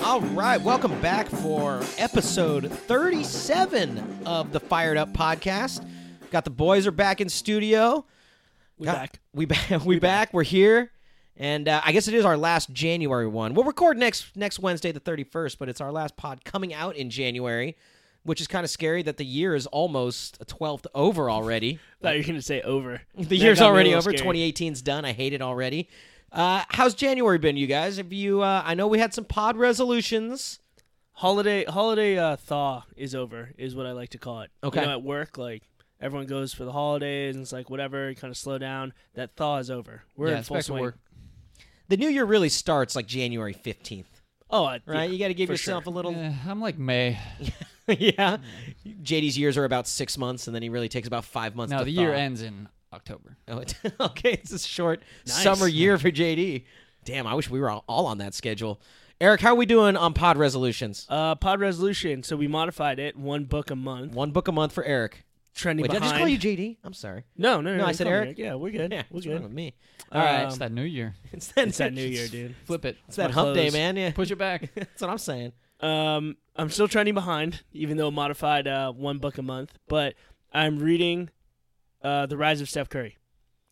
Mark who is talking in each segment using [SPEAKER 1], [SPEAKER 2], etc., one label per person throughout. [SPEAKER 1] All right, welcome back for episode 37 of the Fired Up podcast. Got the boys are back in studio.
[SPEAKER 2] We
[SPEAKER 1] Got-
[SPEAKER 2] back.
[SPEAKER 1] We back. We, back. We're here, and uh, I guess it is our last January one. We'll record next next Wednesday, the thirty first, but it's our last pod coming out in January, which is kind of scary that the year is almost a twelfth over already.
[SPEAKER 2] Thought you were gonna say over.
[SPEAKER 1] The year's already over. 2018's done. I hate it already. Uh, how's January been, you guys? Have you? Uh, I know we had some pod resolutions.
[SPEAKER 2] Holiday holiday uh, thaw is over. Is what I like to call it. You
[SPEAKER 1] Okay.
[SPEAKER 2] know, at work, like everyone goes for the holidays, and it's like whatever, you kind of slow down. That thaw is over. We're
[SPEAKER 1] Yeah,
[SPEAKER 2] in
[SPEAKER 1] it's
[SPEAKER 2] full
[SPEAKER 1] back to
[SPEAKER 2] swing.
[SPEAKER 1] work. The new year really starts like January fifteenth,
[SPEAKER 2] Oh, I,
[SPEAKER 1] right?
[SPEAKER 2] yeah.
[SPEAKER 1] you got to give
[SPEAKER 2] for
[SPEAKER 1] yourself a little.
[SPEAKER 3] Eh, I'm like May.
[SPEAKER 1] yeah. JD's years are about six months, and then he really takes about five months.
[SPEAKER 3] Now
[SPEAKER 1] to
[SPEAKER 3] the year
[SPEAKER 1] thaw.
[SPEAKER 3] ends in October.
[SPEAKER 1] Oh, it, okay, it's a short
[SPEAKER 2] Nice.
[SPEAKER 1] summer year for JD. Damn, I wish we were all, all on that schedule. Eric, how are we doing on pod resolutions?
[SPEAKER 2] Uh, pod resolution. So we modified it. One book a month.
[SPEAKER 1] One book a month for Eric.
[SPEAKER 2] Trending
[SPEAKER 1] Wait, did I
[SPEAKER 2] behind.
[SPEAKER 1] just call you JD? I'm sorry.
[SPEAKER 2] no, no, no.
[SPEAKER 1] No, I
[SPEAKER 2] you
[SPEAKER 1] said
[SPEAKER 2] call me
[SPEAKER 1] Eric.
[SPEAKER 2] Yeah, we're good.
[SPEAKER 1] Yeah,
[SPEAKER 2] we're
[SPEAKER 1] what's wrong
[SPEAKER 2] good.
[SPEAKER 1] with me?
[SPEAKER 2] Um,
[SPEAKER 1] All right,
[SPEAKER 3] it's that new year.
[SPEAKER 1] it's that,
[SPEAKER 2] It's that New Year, dude.
[SPEAKER 3] Flip it.
[SPEAKER 1] It's that
[SPEAKER 2] my
[SPEAKER 1] hump day,
[SPEAKER 2] clothes.
[SPEAKER 1] man. Yeah,
[SPEAKER 3] Push it back.
[SPEAKER 1] that's what I'm saying.
[SPEAKER 2] Um, I'm still trending behind, even though modified uh, one book a month. But I'm reading uh, the Rise of Steph Curry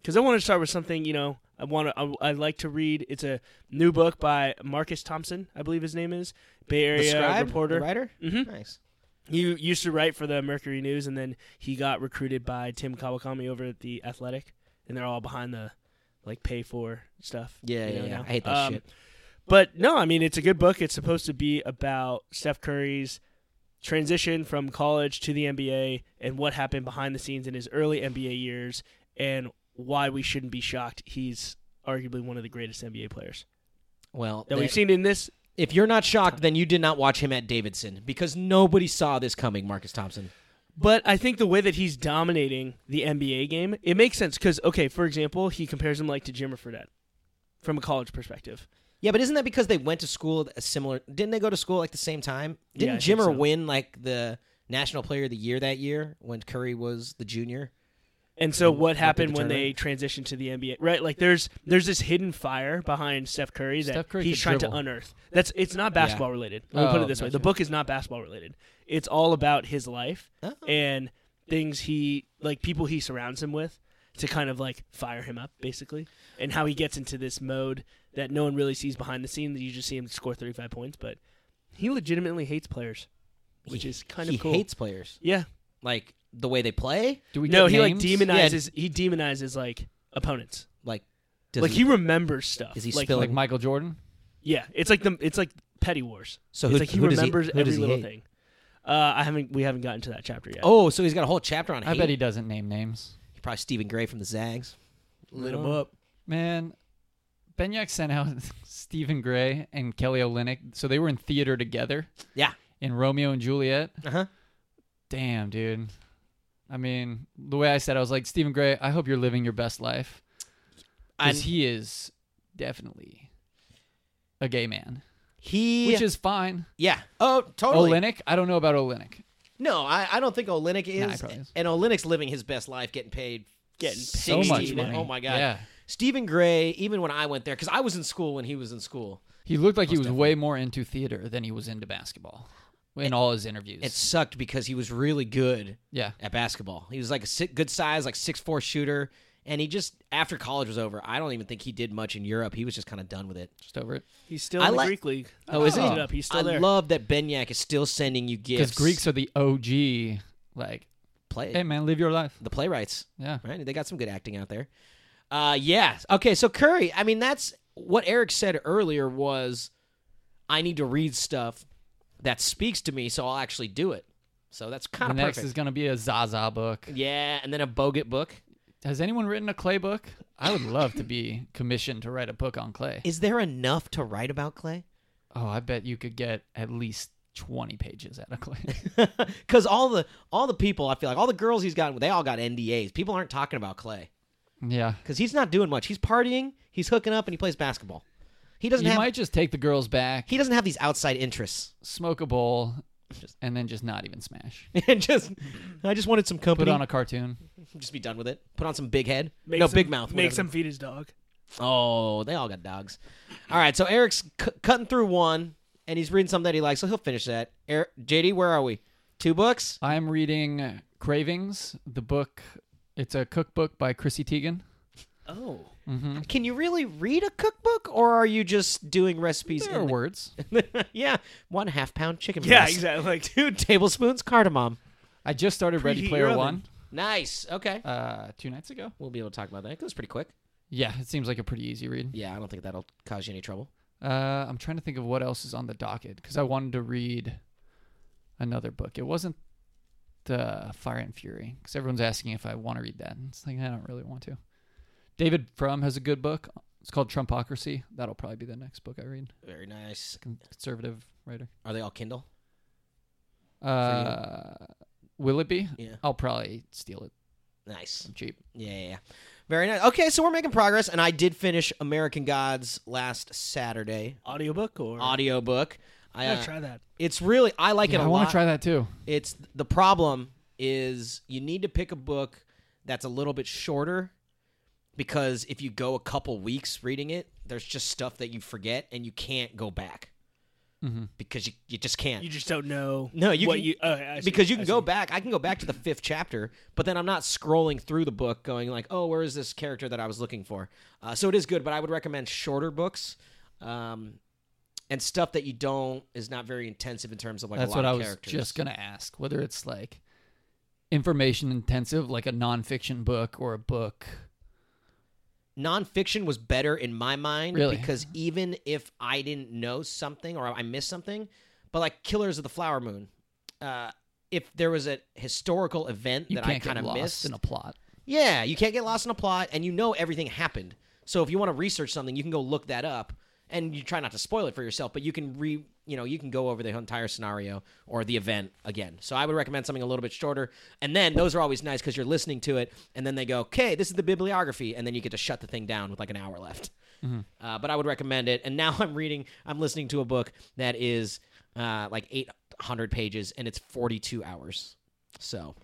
[SPEAKER 2] because I want to start with something. You know, I want to. I, I like to read. It's a new book by Marcus Thompson, I believe his name is Bay Area
[SPEAKER 1] the scribe,
[SPEAKER 2] uh, reporter.
[SPEAKER 1] the writer.
[SPEAKER 2] hmm
[SPEAKER 1] Nice.
[SPEAKER 2] He used to write for the Mercury News, and then he got recruited by Tim Kawakami over at the Athletic, and they're all behind the like pay for stuff.
[SPEAKER 1] Yeah,
[SPEAKER 2] you
[SPEAKER 1] yeah,
[SPEAKER 2] know,
[SPEAKER 1] yeah.
[SPEAKER 2] now.
[SPEAKER 1] I hate that
[SPEAKER 2] Um,
[SPEAKER 1] shit.
[SPEAKER 2] But no, I mean it's a good book. It's supposed to be about Steph Curry's transition from college to the NBA and what happened behind the scenes in his early NBA years and why we shouldn't be shocked he's arguably one of the greatest NBA players
[SPEAKER 1] Well,
[SPEAKER 2] that
[SPEAKER 1] that-
[SPEAKER 2] we've seen in this.
[SPEAKER 1] if you're not shocked, then you did not watch him at Davidson because nobody saw this coming, Marcus Thompson.
[SPEAKER 2] But I think the way that he's dominating the NBA game, it makes sense because okay, for example, he compares him like to Jimmer Fredette from a college perspective.
[SPEAKER 1] Yeah, but isn't that because they went to school at a similar? Didn't they go to school like the same time?
[SPEAKER 2] Yeah, I
[SPEAKER 1] Didn't
[SPEAKER 2] think
[SPEAKER 1] Jimmer
[SPEAKER 2] so.
[SPEAKER 1] win like the National Player of the Year that year when Curry was the junior?
[SPEAKER 2] And so
[SPEAKER 1] Mm,
[SPEAKER 2] what
[SPEAKER 1] might be
[SPEAKER 2] happened when they
[SPEAKER 1] determined.
[SPEAKER 2] transitioned to the NBA? Right, like there's there's this hidden fire behind Steph Curry that
[SPEAKER 3] Steph Curry
[SPEAKER 2] he's
[SPEAKER 3] could
[SPEAKER 2] trying to
[SPEAKER 3] dribble.
[SPEAKER 2] unearth. That's it's not basketball related. Let me put
[SPEAKER 3] Oh,
[SPEAKER 2] it this way: the
[SPEAKER 3] gotcha.
[SPEAKER 2] book is not basketball related. It's all about his life
[SPEAKER 1] Oh.
[SPEAKER 2] and things he like people he surrounds him with to kind of like fire him up basically, and how he gets into this mode that no one really sees behind the scenes. You just see him score 35 points, but he legitimately hates players, which
[SPEAKER 1] He-
[SPEAKER 2] is kind
[SPEAKER 1] he
[SPEAKER 2] of cool.
[SPEAKER 1] hates players
[SPEAKER 2] yeah,
[SPEAKER 1] like the way they play,
[SPEAKER 3] Do we
[SPEAKER 2] no,
[SPEAKER 3] get
[SPEAKER 2] he
[SPEAKER 3] names?
[SPEAKER 2] like demonizes. He demonizes like opponents
[SPEAKER 1] like does
[SPEAKER 2] like
[SPEAKER 1] he-
[SPEAKER 2] he, remembers stuff.
[SPEAKER 1] Is he
[SPEAKER 2] like,
[SPEAKER 1] spilling-
[SPEAKER 3] like Michael Jordan.
[SPEAKER 2] Yeah, it's like the it's like petty wars.
[SPEAKER 1] So
[SPEAKER 2] it's
[SPEAKER 1] who-
[SPEAKER 2] like he
[SPEAKER 1] who does he-
[SPEAKER 2] remembers
[SPEAKER 1] who
[SPEAKER 2] every
[SPEAKER 1] does he
[SPEAKER 2] little
[SPEAKER 1] hate?
[SPEAKER 2] thing. Uh, I haven't we haven't gotten to that chapter yet.
[SPEAKER 1] Oh, so he's got a whole chapter on.
[SPEAKER 3] I bet he doesn't name names.
[SPEAKER 1] probably Stephen Gray from the Zags.
[SPEAKER 2] lit him up.
[SPEAKER 3] Man, Benyak sent out Stephen Gray and Kelly Olynyk, so they were in theater together
[SPEAKER 1] Yeah.
[SPEAKER 3] in Romeo and Juliet.
[SPEAKER 1] Uh huh.
[SPEAKER 3] Damn, dude. I mean, the way I said, it, I was like Stephen Gray. I hope you're living your best life,
[SPEAKER 1] And
[SPEAKER 3] because he is definitely a gay man,
[SPEAKER 1] he,
[SPEAKER 3] which is fine.
[SPEAKER 1] yeah. Oh, totally.
[SPEAKER 3] Olenek, I don't know about Olenek.
[SPEAKER 1] No, I, I don't think Olenek
[SPEAKER 3] Nah, he
[SPEAKER 1] is.
[SPEAKER 3] probably is.
[SPEAKER 1] and Olenek's living his best life, getting paid,
[SPEAKER 2] Getting
[SPEAKER 3] So
[SPEAKER 1] 60
[SPEAKER 3] much
[SPEAKER 1] man.
[SPEAKER 3] money.
[SPEAKER 1] Oh my god.
[SPEAKER 3] Yeah.
[SPEAKER 1] Stephen Gray. Even when I went there, because I was in school when he was in school,
[SPEAKER 3] He looked like he
[SPEAKER 1] Most
[SPEAKER 3] was way more into theater than he was into basketball in all his interviews.
[SPEAKER 1] it sucked because he was really good
[SPEAKER 3] yeah.
[SPEAKER 1] at basketball. He was like a si- good size, like six four shooter, and he just after college was over, I don't even think he did much in Europe. He was just kind of done with it.
[SPEAKER 3] Just over it.
[SPEAKER 2] He's still
[SPEAKER 1] I
[SPEAKER 2] in the
[SPEAKER 1] like-
[SPEAKER 2] Greek league. I
[SPEAKER 3] Oh, is
[SPEAKER 2] looked
[SPEAKER 3] he?
[SPEAKER 2] it up. He's still
[SPEAKER 1] I
[SPEAKER 2] there.
[SPEAKER 1] love that Benyak is still sending you
[SPEAKER 3] Because
[SPEAKER 1] gifts.
[SPEAKER 3] Greeks are the OG, like,
[SPEAKER 1] play
[SPEAKER 3] hey, man, live your life.
[SPEAKER 1] the playwrights.
[SPEAKER 3] Yeah.
[SPEAKER 1] right? They got some good acting out there. Uh, yeah. Okay, so Curry. I mean, that's what Eric said earlier was, I need to read stuff that speaks to me, so I'll actually do it. So that's kind
[SPEAKER 3] The
[SPEAKER 1] of
[SPEAKER 3] next
[SPEAKER 1] perfect.
[SPEAKER 3] is going to be a Zaza book.
[SPEAKER 1] yeah, and then a Bogut book.
[SPEAKER 3] Has anyone written a clay book? I would love to be commissioned to write a book on clay.
[SPEAKER 1] Is there enough to write about Clay?
[SPEAKER 3] Oh, I bet you could get at least 20 pages out of clay.
[SPEAKER 1] Because all the all the people, I feel like all the girls he's gotten, they all got NDAs. People aren't talking about Clay
[SPEAKER 3] yeah.
[SPEAKER 1] because he's not doing much. He's partying, he's hooking up, and he plays basketball. He doesn't
[SPEAKER 3] You
[SPEAKER 1] have
[SPEAKER 3] might just take the girls back,
[SPEAKER 1] he doesn't have these outside interests.
[SPEAKER 3] smoke a bowl,
[SPEAKER 1] Just-
[SPEAKER 3] and then just not even smash.
[SPEAKER 1] and just I just wanted some
[SPEAKER 3] Put
[SPEAKER 1] company.
[SPEAKER 3] on a cartoon.
[SPEAKER 1] just be done with it. Put on some big head.
[SPEAKER 2] Makes
[SPEAKER 1] no,
[SPEAKER 2] him-
[SPEAKER 1] big mouth.
[SPEAKER 2] Makes
[SPEAKER 1] whatever.
[SPEAKER 2] him feed his dog.
[SPEAKER 1] Oh, they all got dogs. All right, so Eric's c- cutting through one, and he's reading something that he likes, so he'll finish that. Er, JD, where are we? Two books.
[SPEAKER 3] I'm reading Cravings, the book. It's a cookbook by Chrissy Teigen.
[SPEAKER 2] Oh,
[SPEAKER 3] Mm-hmm.
[SPEAKER 1] Can you really read a cookbook, or are you just doing recipes?
[SPEAKER 3] There are
[SPEAKER 1] in the-
[SPEAKER 3] words.
[SPEAKER 1] yeah, one half pound chicken
[SPEAKER 2] yeah,
[SPEAKER 1] breast,
[SPEAKER 2] exactly. Like,
[SPEAKER 1] two tablespoons cardamom.
[SPEAKER 3] I just started Ready
[SPEAKER 2] Preheat
[SPEAKER 3] Player
[SPEAKER 2] your
[SPEAKER 3] One
[SPEAKER 2] oven.
[SPEAKER 1] Nice. Okay,
[SPEAKER 3] uh, two nights ago.
[SPEAKER 1] we'll be able to talk about that. It goes pretty quick.
[SPEAKER 3] Yeah, it seems like a pretty easy read.
[SPEAKER 1] Yeah, I don't think that'll cause you any trouble.
[SPEAKER 3] Uh, I'm trying to think of what else is on the docket because I wanted to read another book. It wasn't the Fire and Fury because everyone's asking if I want to read that. And It's like I don't really want to. David Frum has a good book. It's called Trumpocracy. That'll probably be the next book I read.
[SPEAKER 1] Very nice.
[SPEAKER 3] Con- Conservative writer.
[SPEAKER 1] Are they all Kindle?
[SPEAKER 3] Uh, will it be?
[SPEAKER 1] Yeah.
[SPEAKER 3] I'll probably steal it.
[SPEAKER 1] Nice.
[SPEAKER 3] I'm cheap.
[SPEAKER 1] Yeah, yeah, yeah. Very nice. Okay, so we're making progress, and I did finish American Gods last Saturday
[SPEAKER 2] audiobook or
[SPEAKER 1] audiobook. I,
[SPEAKER 2] I
[SPEAKER 1] uh,
[SPEAKER 2] gotta try that.
[SPEAKER 1] it's really I like
[SPEAKER 3] Yeah,
[SPEAKER 1] it
[SPEAKER 3] I
[SPEAKER 1] a
[SPEAKER 3] want
[SPEAKER 1] lot.
[SPEAKER 3] to try that too.
[SPEAKER 1] It's the problem is you need to pick a book that's a little bit shorter because if you go a couple weeks reading it, there's just stuff that you forget and you can't go back
[SPEAKER 3] Mm-hmm.
[SPEAKER 1] because you, you just can't.
[SPEAKER 2] You just don't know.
[SPEAKER 1] No, you
[SPEAKER 2] what
[SPEAKER 1] can-
[SPEAKER 2] you okay, I see,
[SPEAKER 1] because you
[SPEAKER 2] I
[SPEAKER 1] can go
[SPEAKER 2] see.
[SPEAKER 1] back. I can go back to the fifth chapter, but then I'm not scrolling through the book, going like, "Oh, where is this character that I was looking for?" Uh, so it is good, but I would recommend shorter books, um, and stuff that you don't is not very intensive in terms of like
[SPEAKER 3] That's
[SPEAKER 1] a lot
[SPEAKER 3] what I
[SPEAKER 1] of
[SPEAKER 3] was
[SPEAKER 1] characters.
[SPEAKER 3] just gonna ask. Whether it's like information intensive, like a nonfiction book or a book.
[SPEAKER 1] nonfiction was better in my mind
[SPEAKER 3] Really?
[SPEAKER 1] because even if I didn't know something or I missed something, but like Killers of the Flower Moon, uh, if there was a historical event
[SPEAKER 3] You
[SPEAKER 1] that I
[SPEAKER 3] can't get
[SPEAKER 1] kind of
[SPEAKER 3] lost
[SPEAKER 1] missed,
[SPEAKER 3] in a plot.
[SPEAKER 1] yeah, you can't get lost in a plot, and you know everything happened. So if you want to research something, you can go look that up, and you try not to spoil it for yourself, but you can re, you know, you can go over the entire scenario or the event again. So I would recommend something a little bit shorter, and then those are always nice because you're listening to it, and then they go, "Okay, this is the bibliography," and then you get to shut the thing down with like an hour left. Uh, but I would recommend it. And now I'm reading, I'm listening to a book that is uh, like 800 pages, and it's 42 hours. So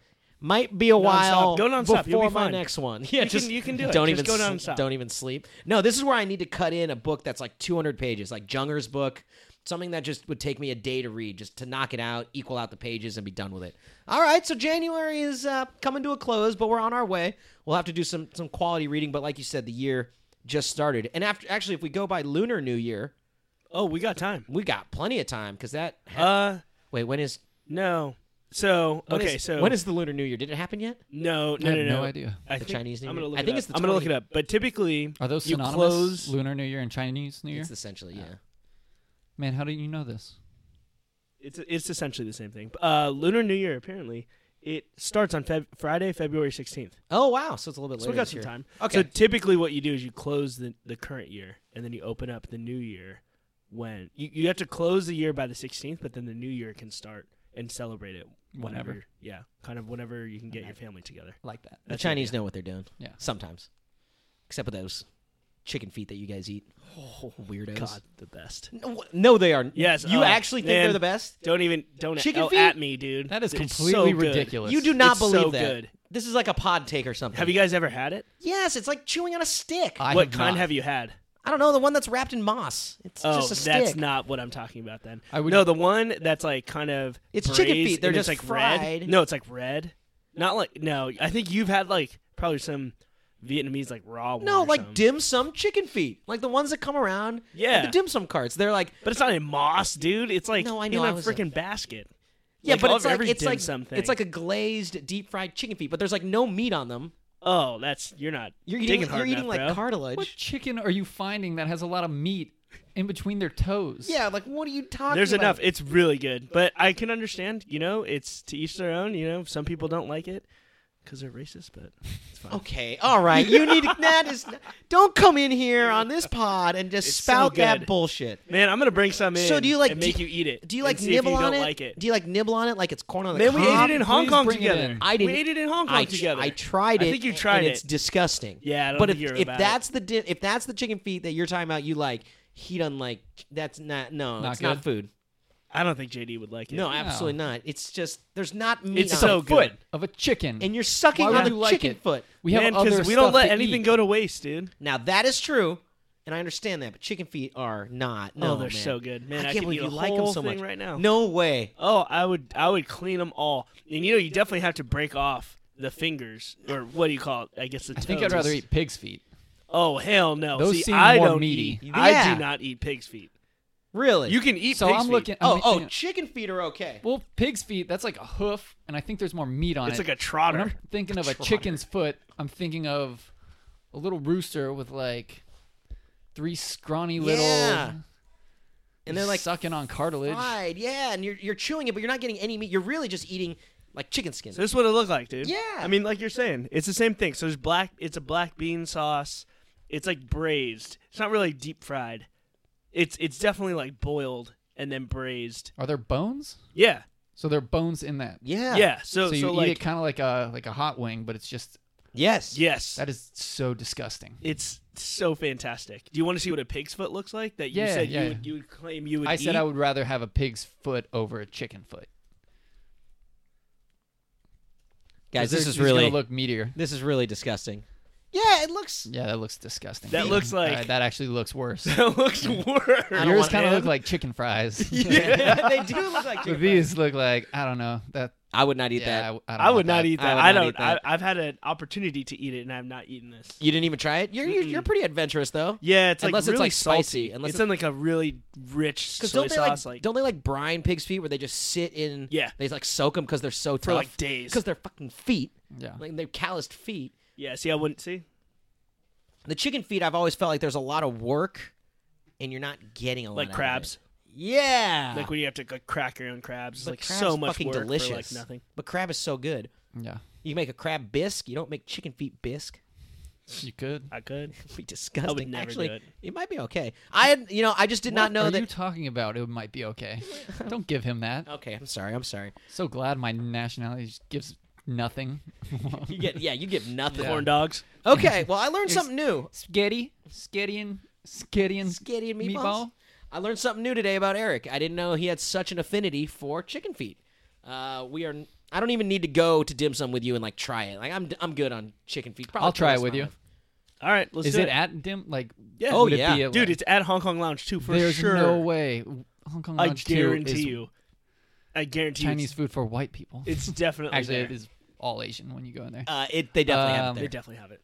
[SPEAKER 1] might be a while
[SPEAKER 2] Go nonstop. You'll
[SPEAKER 1] before
[SPEAKER 2] be
[SPEAKER 1] my
[SPEAKER 2] fine.
[SPEAKER 1] next one. Yeah,
[SPEAKER 2] You can-
[SPEAKER 1] just
[SPEAKER 2] you can do it.
[SPEAKER 1] Don't
[SPEAKER 2] Just
[SPEAKER 1] even
[SPEAKER 2] go
[SPEAKER 1] s-
[SPEAKER 2] nonstop.
[SPEAKER 1] don't even sleep. No, this is where I need to cut in a book that's like 200 pages, like Junger's book, something that just would take me a day to read, just to knock it out, equal out the pages, and be done with it. All right, so January is uh, coming to a close, but we're on our way. We'll have to do some some quality reading, but like you said, the year just started, and after actually, if we go by Lunar New Year,
[SPEAKER 2] Oh, we got time.
[SPEAKER 1] we got plenty of time because that. ha-
[SPEAKER 2] Uh,
[SPEAKER 1] wait, when is
[SPEAKER 2] no. So
[SPEAKER 1] when
[SPEAKER 2] okay,
[SPEAKER 1] is-
[SPEAKER 2] so
[SPEAKER 1] when is the Lunar New Year? Did it happen yet?
[SPEAKER 2] no, no,
[SPEAKER 3] I have
[SPEAKER 2] no,
[SPEAKER 3] no
[SPEAKER 2] no.
[SPEAKER 3] idea.
[SPEAKER 2] I
[SPEAKER 1] The
[SPEAKER 2] think,
[SPEAKER 1] Chinese New
[SPEAKER 2] I'm gonna
[SPEAKER 1] Year?
[SPEAKER 2] look
[SPEAKER 1] I
[SPEAKER 2] it
[SPEAKER 1] think
[SPEAKER 2] up.
[SPEAKER 1] it's the
[SPEAKER 2] I'm gonna look it
[SPEAKER 1] 20.
[SPEAKER 2] up. But typically,
[SPEAKER 3] Are those
[SPEAKER 2] you
[SPEAKER 3] synonymous?
[SPEAKER 2] close-
[SPEAKER 3] Lunar New Year and Chinese New Year.
[SPEAKER 1] It's essentially yeah.
[SPEAKER 3] Man, how do you know this?
[SPEAKER 2] it's it's essentially the same thing. Uh, Lunar New Year apparently it starts on Feb- Friday, February 16th.
[SPEAKER 1] Oh wow, so it's a little bit
[SPEAKER 2] So
[SPEAKER 1] later.
[SPEAKER 2] we got
[SPEAKER 1] this
[SPEAKER 2] some
[SPEAKER 1] year.
[SPEAKER 2] time.
[SPEAKER 1] Okay.
[SPEAKER 2] So typically, what you do is you close the, the current year, and then you open up the new year. When you, you have to close the year by the 16th, but then the new year can start and celebrate it whenever.
[SPEAKER 3] Whenever.
[SPEAKER 2] Yeah, kind of whenever you can get your family together.
[SPEAKER 3] Like that.
[SPEAKER 1] the
[SPEAKER 2] That's the
[SPEAKER 1] Chinese know what they're doing.
[SPEAKER 3] Yeah.
[SPEAKER 1] Sometimes, except with those chicken feet that you guys eat. Weirdos.
[SPEAKER 2] Oh, God, the best.
[SPEAKER 1] No, no, they are.
[SPEAKER 2] Yes,
[SPEAKER 1] you
[SPEAKER 2] oh,
[SPEAKER 1] actually think
[SPEAKER 2] man.
[SPEAKER 1] they're the best?
[SPEAKER 2] Don't even don't
[SPEAKER 1] Chicken
[SPEAKER 2] oh,
[SPEAKER 1] feet?
[SPEAKER 2] at me, dude.
[SPEAKER 3] That is
[SPEAKER 2] It's so
[SPEAKER 3] completely
[SPEAKER 2] good.
[SPEAKER 3] ridiculous.
[SPEAKER 1] You do not
[SPEAKER 2] It's so
[SPEAKER 1] believe that.
[SPEAKER 2] good.
[SPEAKER 1] This is like a pod take or something.
[SPEAKER 2] Have you guys ever had it?
[SPEAKER 1] Yes, it's like chewing on a stick. I,
[SPEAKER 3] I
[SPEAKER 2] what
[SPEAKER 3] have
[SPEAKER 2] kind
[SPEAKER 3] not.
[SPEAKER 2] have you had?
[SPEAKER 1] don't know the one that's wrapped in moss. It's
[SPEAKER 2] Oh,
[SPEAKER 1] just a stick.
[SPEAKER 2] that's not what I'm talking about. Then
[SPEAKER 3] I would-
[SPEAKER 2] no, the one that's like kind of
[SPEAKER 1] It's chicken
[SPEAKER 2] braised
[SPEAKER 1] feet. They're
[SPEAKER 2] and it's,
[SPEAKER 1] just
[SPEAKER 2] like
[SPEAKER 1] fried.
[SPEAKER 2] red. No, it's like red. Not like no. I think you've had like probably some Vietnamese like raw. one
[SPEAKER 1] no,
[SPEAKER 2] or
[SPEAKER 1] like
[SPEAKER 2] something.
[SPEAKER 1] dim sum chicken feet, like the ones that come around.
[SPEAKER 2] Yeah.
[SPEAKER 1] like the dim sum carts. They're like
[SPEAKER 2] but it's not in moss, dude. It's like
[SPEAKER 1] No, I know,
[SPEAKER 2] in
[SPEAKER 1] I
[SPEAKER 2] a
[SPEAKER 1] was a-
[SPEAKER 2] freaking basket.
[SPEAKER 1] yeah,
[SPEAKER 2] Like,
[SPEAKER 1] but
[SPEAKER 2] all-
[SPEAKER 1] it's like
[SPEAKER 2] every
[SPEAKER 1] it's
[SPEAKER 2] dim
[SPEAKER 1] like
[SPEAKER 2] sum
[SPEAKER 1] it's
[SPEAKER 2] thing.
[SPEAKER 1] like a glazed deep fried chicken feet, but there's like no meat on them.
[SPEAKER 2] oh, that's you're not
[SPEAKER 1] You're
[SPEAKER 2] digging
[SPEAKER 1] eating
[SPEAKER 2] hard
[SPEAKER 1] you're eating
[SPEAKER 2] enough,
[SPEAKER 1] like
[SPEAKER 2] bro.
[SPEAKER 1] cartilage.
[SPEAKER 3] What chicken are you finding that has a lot of meat in between their toes?
[SPEAKER 1] Yeah, like what are you talking
[SPEAKER 2] There's
[SPEAKER 1] about?
[SPEAKER 2] enough. It's really good, but I can understand. You know, it's to each their own. You know, some people don't like it because they're racist, but it's fine.
[SPEAKER 1] Okay, all right. You need that is don't come in here on this pod and just
[SPEAKER 2] It's so
[SPEAKER 1] spout that
[SPEAKER 2] good.
[SPEAKER 1] bullshit.
[SPEAKER 2] Man, I'm gonna bring some in.
[SPEAKER 1] So do you like-
[SPEAKER 2] and
[SPEAKER 1] do-
[SPEAKER 2] make you eat it?
[SPEAKER 1] Do you
[SPEAKER 2] and
[SPEAKER 1] like
[SPEAKER 2] see if
[SPEAKER 1] nibble
[SPEAKER 2] you
[SPEAKER 1] on
[SPEAKER 2] don't
[SPEAKER 1] it?
[SPEAKER 2] Like it?
[SPEAKER 1] Do you like nibble on it like it's corn on the
[SPEAKER 2] Man, we
[SPEAKER 1] cob?
[SPEAKER 2] ate it in Hong
[SPEAKER 3] please
[SPEAKER 2] Kong
[SPEAKER 3] bring it
[SPEAKER 2] together.
[SPEAKER 3] in.
[SPEAKER 1] I didn't-
[SPEAKER 2] We ate it in Hong Kong
[SPEAKER 1] I, tr-
[SPEAKER 2] together.
[SPEAKER 1] I tried it.
[SPEAKER 2] I think you
[SPEAKER 1] and
[SPEAKER 2] tried
[SPEAKER 1] It's
[SPEAKER 2] it.
[SPEAKER 1] disgusting.
[SPEAKER 2] Yeah, I don't
[SPEAKER 1] but
[SPEAKER 2] think
[SPEAKER 1] if,
[SPEAKER 2] you're
[SPEAKER 1] if
[SPEAKER 2] about
[SPEAKER 1] that's the di- if that's the chicken feet that you're talking about, you like he doesn't like. That's not no.
[SPEAKER 3] Not
[SPEAKER 1] it's not
[SPEAKER 3] good?
[SPEAKER 1] food.
[SPEAKER 2] I don't think JD would like it.
[SPEAKER 1] No, absolutely not. It's just there's not meat.
[SPEAKER 2] it's
[SPEAKER 1] on
[SPEAKER 2] so
[SPEAKER 1] it.
[SPEAKER 2] good.
[SPEAKER 3] Of a chicken.
[SPEAKER 1] and you're sucking
[SPEAKER 3] Why would
[SPEAKER 1] on a
[SPEAKER 3] you like
[SPEAKER 1] chicken
[SPEAKER 3] it?
[SPEAKER 1] foot.
[SPEAKER 3] we have
[SPEAKER 2] Man,
[SPEAKER 3] other
[SPEAKER 2] we don't
[SPEAKER 3] stuff
[SPEAKER 2] let
[SPEAKER 3] to
[SPEAKER 2] anything
[SPEAKER 3] eat.
[SPEAKER 2] go to waste, dude.
[SPEAKER 1] Now that is true, and I understand that, but chicken feet are not.
[SPEAKER 2] oh,
[SPEAKER 1] No,
[SPEAKER 2] they're
[SPEAKER 1] man.
[SPEAKER 2] so good, man.
[SPEAKER 1] I
[SPEAKER 2] I,
[SPEAKER 1] can't
[SPEAKER 2] could
[SPEAKER 1] believe
[SPEAKER 2] eat a
[SPEAKER 1] you like 'em
[SPEAKER 2] whole
[SPEAKER 1] so
[SPEAKER 2] thing
[SPEAKER 1] much.
[SPEAKER 2] right now.
[SPEAKER 1] No way.
[SPEAKER 2] Oh, I would I would clean them all. And you know, you definitely have to break off the fingers or what do you call it? I guess the
[SPEAKER 3] I think
[SPEAKER 2] toes.
[SPEAKER 3] I'd rather eat pig's feet.
[SPEAKER 2] Oh hell no!
[SPEAKER 3] Those
[SPEAKER 2] See,
[SPEAKER 3] seem
[SPEAKER 2] I
[SPEAKER 3] more
[SPEAKER 2] don't
[SPEAKER 3] meaty.
[SPEAKER 2] Eat, I
[SPEAKER 1] Yeah.
[SPEAKER 2] do not eat pig's feet.
[SPEAKER 1] Really?
[SPEAKER 2] You can eat.
[SPEAKER 3] So
[SPEAKER 2] pig's
[SPEAKER 3] I'm
[SPEAKER 2] feet.
[SPEAKER 3] looking. I'm
[SPEAKER 1] oh, oh,
[SPEAKER 3] thinking-
[SPEAKER 1] chicken feet are okay.
[SPEAKER 3] well, pig's feet. That's like a hoof, and I think there's more meat on
[SPEAKER 2] It's
[SPEAKER 3] it.
[SPEAKER 2] like a
[SPEAKER 3] when
[SPEAKER 2] trotter.
[SPEAKER 3] I'm thinking of a
[SPEAKER 1] Trotter.
[SPEAKER 3] chicken's foot, I'm thinking of a little rooster with like three scrawny little.
[SPEAKER 1] Yeah. And they're like
[SPEAKER 3] sucking on cartilage.
[SPEAKER 1] fried, yeah, and you're you're chewing it, but you're not getting any meat. You're really just eating like chicken skin.
[SPEAKER 2] So this is what it looked like, dude.
[SPEAKER 1] Yeah.
[SPEAKER 2] I mean, like you're saying, it's the same thing. So there's black. It's a black bean sauce. It's like braised. It's not really deep fried. It's it's definitely like boiled and then braised.
[SPEAKER 3] Are there bones?
[SPEAKER 2] Yeah.
[SPEAKER 3] So there are bones in that.
[SPEAKER 1] yeah.
[SPEAKER 2] Yeah. So
[SPEAKER 3] So you eat
[SPEAKER 2] like
[SPEAKER 3] it kind of like a like a hot wing, but it's just
[SPEAKER 1] Yes.
[SPEAKER 2] yes,
[SPEAKER 3] that is so disgusting.
[SPEAKER 2] it's so fantastic. Do you want to see what a pig's foot looks like? That you
[SPEAKER 3] Yeah,
[SPEAKER 2] said
[SPEAKER 3] yeah.
[SPEAKER 2] you would you would claim you would.
[SPEAKER 3] I said
[SPEAKER 2] eat?
[SPEAKER 3] I would rather have a pig's foot over a chicken foot.
[SPEAKER 1] Guys,
[SPEAKER 3] They're
[SPEAKER 1] this is
[SPEAKER 3] just gonna
[SPEAKER 1] really
[SPEAKER 3] look meteor.
[SPEAKER 1] this is really disgusting. Yeah, it looks.
[SPEAKER 3] Yeah, that looks disgusting.
[SPEAKER 2] That looks
[SPEAKER 3] Uh,
[SPEAKER 2] like-
[SPEAKER 3] that actually looks worse.
[SPEAKER 2] That looks worse.
[SPEAKER 1] I don't
[SPEAKER 3] Yours
[SPEAKER 1] want-
[SPEAKER 3] kind of look
[SPEAKER 2] man.
[SPEAKER 3] like chicken fries.
[SPEAKER 2] Yeah.
[SPEAKER 1] they do look like chicken. feet.
[SPEAKER 3] These look like I don't know that.
[SPEAKER 1] I would not eat
[SPEAKER 3] yeah,
[SPEAKER 1] that.
[SPEAKER 3] I, I, don't
[SPEAKER 2] I would
[SPEAKER 3] want
[SPEAKER 2] not
[SPEAKER 3] that.
[SPEAKER 2] eat
[SPEAKER 1] I
[SPEAKER 2] that.
[SPEAKER 1] would
[SPEAKER 2] I,
[SPEAKER 1] not
[SPEAKER 2] don't.
[SPEAKER 1] eat that.
[SPEAKER 2] I, I've had an opportunity to eat it, and I've not eaten this.
[SPEAKER 1] You didn't even try it. You're you're, you're pretty adventurous though.
[SPEAKER 2] Yeah, it's
[SPEAKER 1] Unless it's,
[SPEAKER 2] like really
[SPEAKER 1] like, spicy.
[SPEAKER 2] salty.
[SPEAKER 1] Unless
[SPEAKER 2] it's
[SPEAKER 1] it's-
[SPEAKER 2] in like a really rich soy
[SPEAKER 1] Because don't they
[SPEAKER 2] sauce,
[SPEAKER 1] like,
[SPEAKER 2] like,
[SPEAKER 1] don't they like brine pigs feet where they just sit in?
[SPEAKER 2] Yeah.
[SPEAKER 1] They like soak them because they're so
[SPEAKER 2] for
[SPEAKER 1] tough.
[SPEAKER 2] like days.
[SPEAKER 1] because they're fucking feet.
[SPEAKER 3] Yeah.
[SPEAKER 1] Like they're calloused feet.
[SPEAKER 2] yeah, see, I wouldn't see.
[SPEAKER 1] The chicken feet, I've always felt like there's a lot of work, and you're not getting a lot.
[SPEAKER 2] Like
[SPEAKER 1] out of
[SPEAKER 2] crabs,
[SPEAKER 1] it. Yeah.
[SPEAKER 2] like when you have to like, crack your own crabs, it's
[SPEAKER 1] Ah. But
[SPEAKER 2] like
[SPEAKER 1] crab's
[SPEAKER 2] so much
[SPEAKER 1] fucking
[SPEAKER 2] work
[SPEAKER 1] delicious.
[SPEAKER 2] for like nothing.
[SPEAKER 1] But crab is so good.
[SPEAKER 3] Yeah,
[SPEAKER 1] You make a crab bisque. You don't make chicken feet bisque.
[SPEAKER 3] you could.
[SPEAKER 2] I could.
[SPEAKER 1] It'd be disgusting.
[SPEAKER 2] never
[SPEAKER 1] Actually,
[SPEAKER 2] do it.
[SPEAKER 1] might be okay. I had, you know, I just did not
[SPEAKER 3] What
[SPEAKER 1] know
[SPEAKER 3] are
[SPEAKER 1] that.
[SPEAKER 3] you talking about? It might be okay. don't give him that.
[SPEAKER 1] okay, I'm sorry. I'm sorry.
[SPEAKER 3] So glad my nationality just gives nothing.
[SPEAKER 1] You get, yeah, you get nothing.
[SPEAKER 2] Corn dogs.
[SPEAKER 1] Okay, well, I learned
[SPEAKER 3] It's-
[SPEAKER 1] something new.
[SPEAKER 3] Skitty, skitty and skitty and
[SPEAKER 1] Skitty and meatballs.
[SPEAKER 3] meatball.
[SPEAKER 1] I learned something new today about Eric. I didn't know he had such an affinity for chicken feet. Uh, we are. I don't even need to go to dim sum with you and like try it. Like I'm, I'm good on chicken feet. Probably
[SPEAKER 3] I'll try
[SPEAKER 1] twice
[SPEAKER 3] it with
[SPEAKER 1] my
[SPEAKER 3] you.
[SPEAKER 1] life.
[SPEAKER 2] All right, let's
[SPEAKER 3] Is
[SPEAKER 2] do
[SPEAKER 3] it at dim like?
[SPEAKER 2] Yeah.
[SPEAKER 1] Oh,
[SPEAKER 3] would it
[SPEAKER 1] yeah.
[SPEAKER 3] be at,
[SPEAKER 2] Dude,
[SPEAKER 3] like-
[SPEAKER 2] it's at Hong Kong Lounge too for
[SPEAKER 3] there's
[SPEAKER 2] sure.
[SPEAKER 3] no way. Hong Kong
[SPEAKER 2] I
[SPEAKER 3] Lounge Two is
[SPEAKER 2] guarantee you. I guarantee you
[SPEAKER 3] Chinese food for white people.
[SPEAKER 2] It's, it's definitely
[SPEAKER 3] actually it
[SPEAKER 2] there.
[SPEAKER 3] is all Asian when you go in there.
[SPEAKER 1] Uh, it. They definitely have
[SPEAKER 3] Um,
[SPEAKER 1] it
[SPEAKER 2] They
[SPEAKER 1] there.
[SPEAKER 2] definitely have it.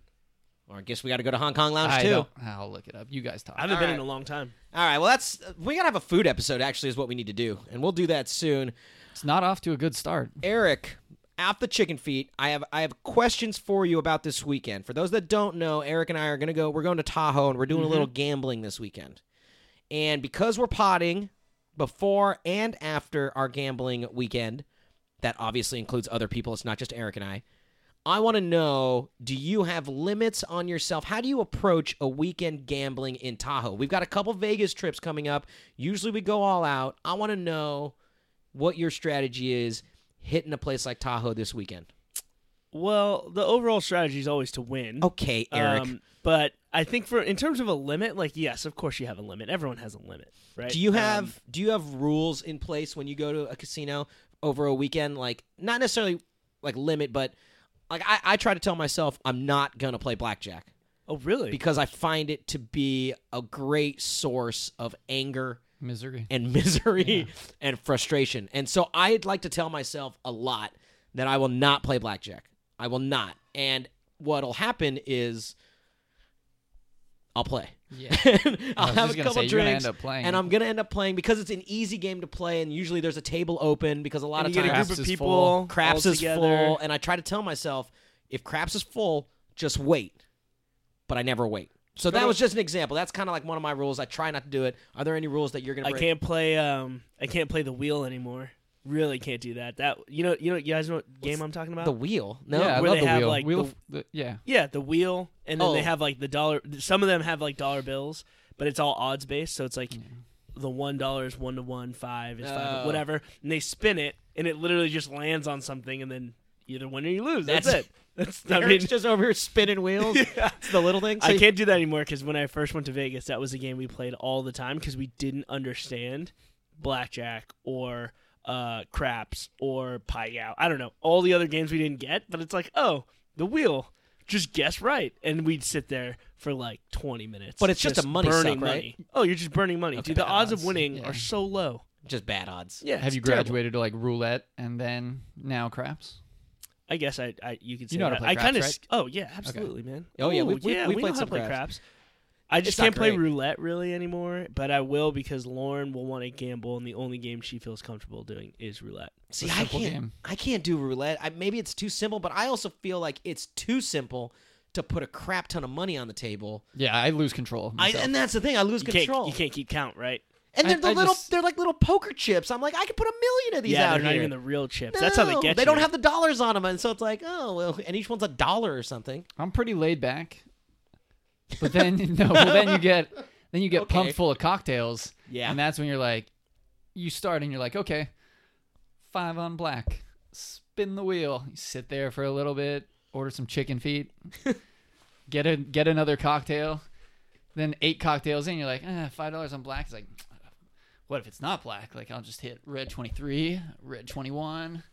[SPEAKER 1] or I guess we got to go to Hong Kong Lounge
[SPEAKER 3] I
[SPEAKER 1] too.
[SPEAKER 3] don't, I'll look it up. You guys talk.
[SPEAKER 2] I haven't
[SPEAKER 1] All
[SPEAKER 2] been in
[SPEAKER 1] right.
[SPEAKER 2] a long time.
[SPEAKER 1] All right. Well, that's we gotta have a food episode. Actually, is what we need to do, and we'll do that soon.
[SPEAKER 3] It's not off to a good start.
[SPEAKER 1] Eric, at the chicken feet, I have I have questions for you about this weekend. For those that don't know, Eric and I are gonna go. We're going to Tahoe, and we're doing a little gambling this weekend. And because we're potting before and after our gambling weekend, that obviously includes other people. It's not just Eric and I. I want to know: Do you have limits on yourself? How do you approach a weekend gambling in Tahoe? We've got a couple Vegas trips coming up. Usually we go all out. I want to know what your strategy is hitting a place like Tahoe this weekend.
[SPEAKER 2] Well, the overall strategy is always to
[SPEAKER 1] Oh,
[SPEAKER 2] win.
[SPEAKER 1] Okay, Eric.
[SPEAKER 2] Um, but I think for in terms of a limit, like yes, of course you have a limit. Everyone has a limit, right?
[SPEAKER 1] do you
[SPEAKER 2] Um,
[SPEAKER 1] have do you have rules in place when you go to a casino over a weekend? Like not necessarily like limit, but like I, I try to tell myself I'm not gonna play blackjack
[SPEAKER 2] oh really?
[SPEAKER 1] because I find it to be a great source of anger
[SPEAKER 3] Misery.
[SPEAKER 1] and misery and frustration. And so I'd like to tell myself a lot that I will not play blackjack. I will not. And what'll happen is I'll play.
[SPEAKER 3] Yeah. I
[SPEAKER 1] I'll have a
[SPEAKER 3] was just gonna
[SPEAKER 1] couple
[SPEAKER 3] say, you're gonna
[SPEAKER 1] drinks,
[SPEAKER 3] end up playing
[SPEAKER 1] and
[SPEAKER 3] it.
[SPEAKER 1] I'm gonna end up playing because it's an easy game to play, and usually there's a table open because a lot of
[SPEAKER 2] And you
[SPEAKER 1] times
[SPEAKER 2] get a
[SPEAKER 3] Craps
[SPEAKER 2] group of
[SPEAKER 3] is
[SPEAKER 2] people.
[SPEAKER 3] full.
[SPEAKER 1] craps
[SPEAKER 2] all
[SPEAKER 1] is
[SPEAKER 2] together.
[SPEAKER 1] full, and I try to tell myself if craps is full, just wait. But I never wait. So that
[SPEAKER 2] to-
[SPEAKER 1] was just an example. That's kind of like one of my rules. I try not to do it. Are there any rules that you're gonna?
[SPEAKER 2] I
[SPEAKER 1] break?
[SPEAKER 2] can't play. Um, I can't play the wheel anymore. Really can't do that. That you know, you know, you guys know what game I'm talking about?
[SPEAKER 1] The wheel? No.
[SPEAKER 3] yeah, I
[SPEAKER 2] where
[SPEAKER 3] love
[SPEAKER 2] they
[SPEAKER 3] the
[SPEAKER 2] have,
[SPEAKER 3] wheel.
[SPEAKER 2] like,
[SPEAKER 3] Wheel
[SPEAKER 2] the-
[SPEAKER 3] of- the- yeah.
[SPEAKER 2] yeah, the wheel, and then
[SPEAKER 1] Oh.
[SPEAKER 2] they have like the dollar. Some of them have like dollar bills, but it's all odds based. So it's like the one dollar is one to one, five is five,
[SPEAKER 1] Oh.
[SPEAKER 2] whatever, and they spin it, and it literally just lands on something, and then you either win or you lose. That's,
[SPEAKER 1] That's-
[SPEAKER 2] it. That's I
[SPEAKER 1] Eric's
[SPEAKER 2] mean,
[SPEAKER 1] just over here spinning wheels. It's the little things.
[SPEAKER 2] I can't do that anymore because when I first went to Vegas, that was a game we played all the time because we didn't understand blackjack or uh, craps or pie out. I don't know all the other games we didn't get, but it's like oh the wheel, just guess right, and we'd sit there for like 20 minutes.
[SPEAKER 1] But it's just a money
[SPEAKER 2] burning
[SPEAKER 1] suck,
[SPEAKER 2] money. Oh, you're just burning money.
[SPEAKER 1] Okay.
[SPEAKER 2] Dude, the
[SPEAKER 3] Bad
[SPEAKER 2] odds of
[SPEAKER 3] odds.
[SPEAKER 2] winning
[SPEAKER 3] Yeah.
[SPEAKER 2] are so low.
[SPEAKER 1] Just bad odds.
[SPEAKER 2] Yeah.
[SPEAKER 3] Have
[SPEAKER 2] it's
[SPEAKER 3] you
[SPEAKER 2] terrible.
[SPEAKER 3] graduated to like roulette and then now craps?
[SPEAKER 2] I guess I, I you could say
[SPEAKER 3] You know how to
[SPEAKER 2] that.
[SPEAKER 3] play
[SPEAKER 2] I
[SPEAKER 3] craps,
[SPEAKER 2] kind of
[SPEAKER 3] right?
[SPEAKER 2] s Oh yeah, absolutely, man.
[SPEAKER 1] Oh, yeah, we-
[SPEAKER 2] Ooh,
[SPEAKER 1] we- we
[SPEAKER 2] know
[SPEAKER 1] played
[SPEAKER 2] how to
[SPEAKER 1] some
[SPEAKER 2] play
[SPEAKER 1] craps.
[SPEAKER 2] craps. I just
[SPEAKER 1] not
[SPEAKER 2] can't play
[SPEAKER 1] great.
[SPEAKER 2] roulette really anymore, but I will because Lauren will want to gamble, and the only game she feels comfortable doing is roulette.
[SPEAKER 1] See,
[SPEAKER 3] It's
[SPEAKER 1] I
[SPEAKER 3] a simple
[SPEAKER 1] can't.
[SPEAKER 3] game.
[SPEAKER 1] I can't do roulette. I, maybe it's too simple, but I also feel like it's too simple to put a crap ton of money on the table.
[SPEAKER 3] Yeah, I lose control. Of
[SPEAKER 1] I,
[SPEAKER 3] myself.
[SPEAKER 1] and that's the thing. I lose
[SPEAKER 2] You
[SPEAKER 1] control.
[SPEAKER 2] can't you can't keep count, right?
[SPEAKER 1] And they're
[SPEAKER 3] I-
[SPEAKER 1] the
[SPEAKER 3] I
[SPEAKER 1] little.
[SPEAKER 3] just-
[SPEAKER 1] They're like little poker chips. I'm like, I could put a million of these
[SPEAKER 2] yeah,
[SPEAKER 1] out
[SPEAKER 2] they're not
[SPEAKER 1] here.
[SPEAKER 2] even the real chips. That's how they
[SPEAKER 1] No,
[SPEAKER 2] get
[SPEAKER 1] They
[SPEAKER 2] you.
[SPEAKER 1] don't have the dollars on them, and so it's like, oh well, and each one's a dollar or something.
[SPEAKER 3] I'm pretty laid back. But then no, well then you get then you get
[SPEAKER 1] Okay.
[SPEAKER 3] pumped full of cocktails.
[SPEAKER 1] Yeah.
[SPEAKER 3] And that's when you're like you start and you're like, okay, five on black. Spin the wheel. You sit there for a little bit, order some chicken feet, get a get another cocktail. Then eight cocktails in, you're like, eh, five dollars on black. It's like what if it's not black? Like I'll just hit red twenty three, red twenty one.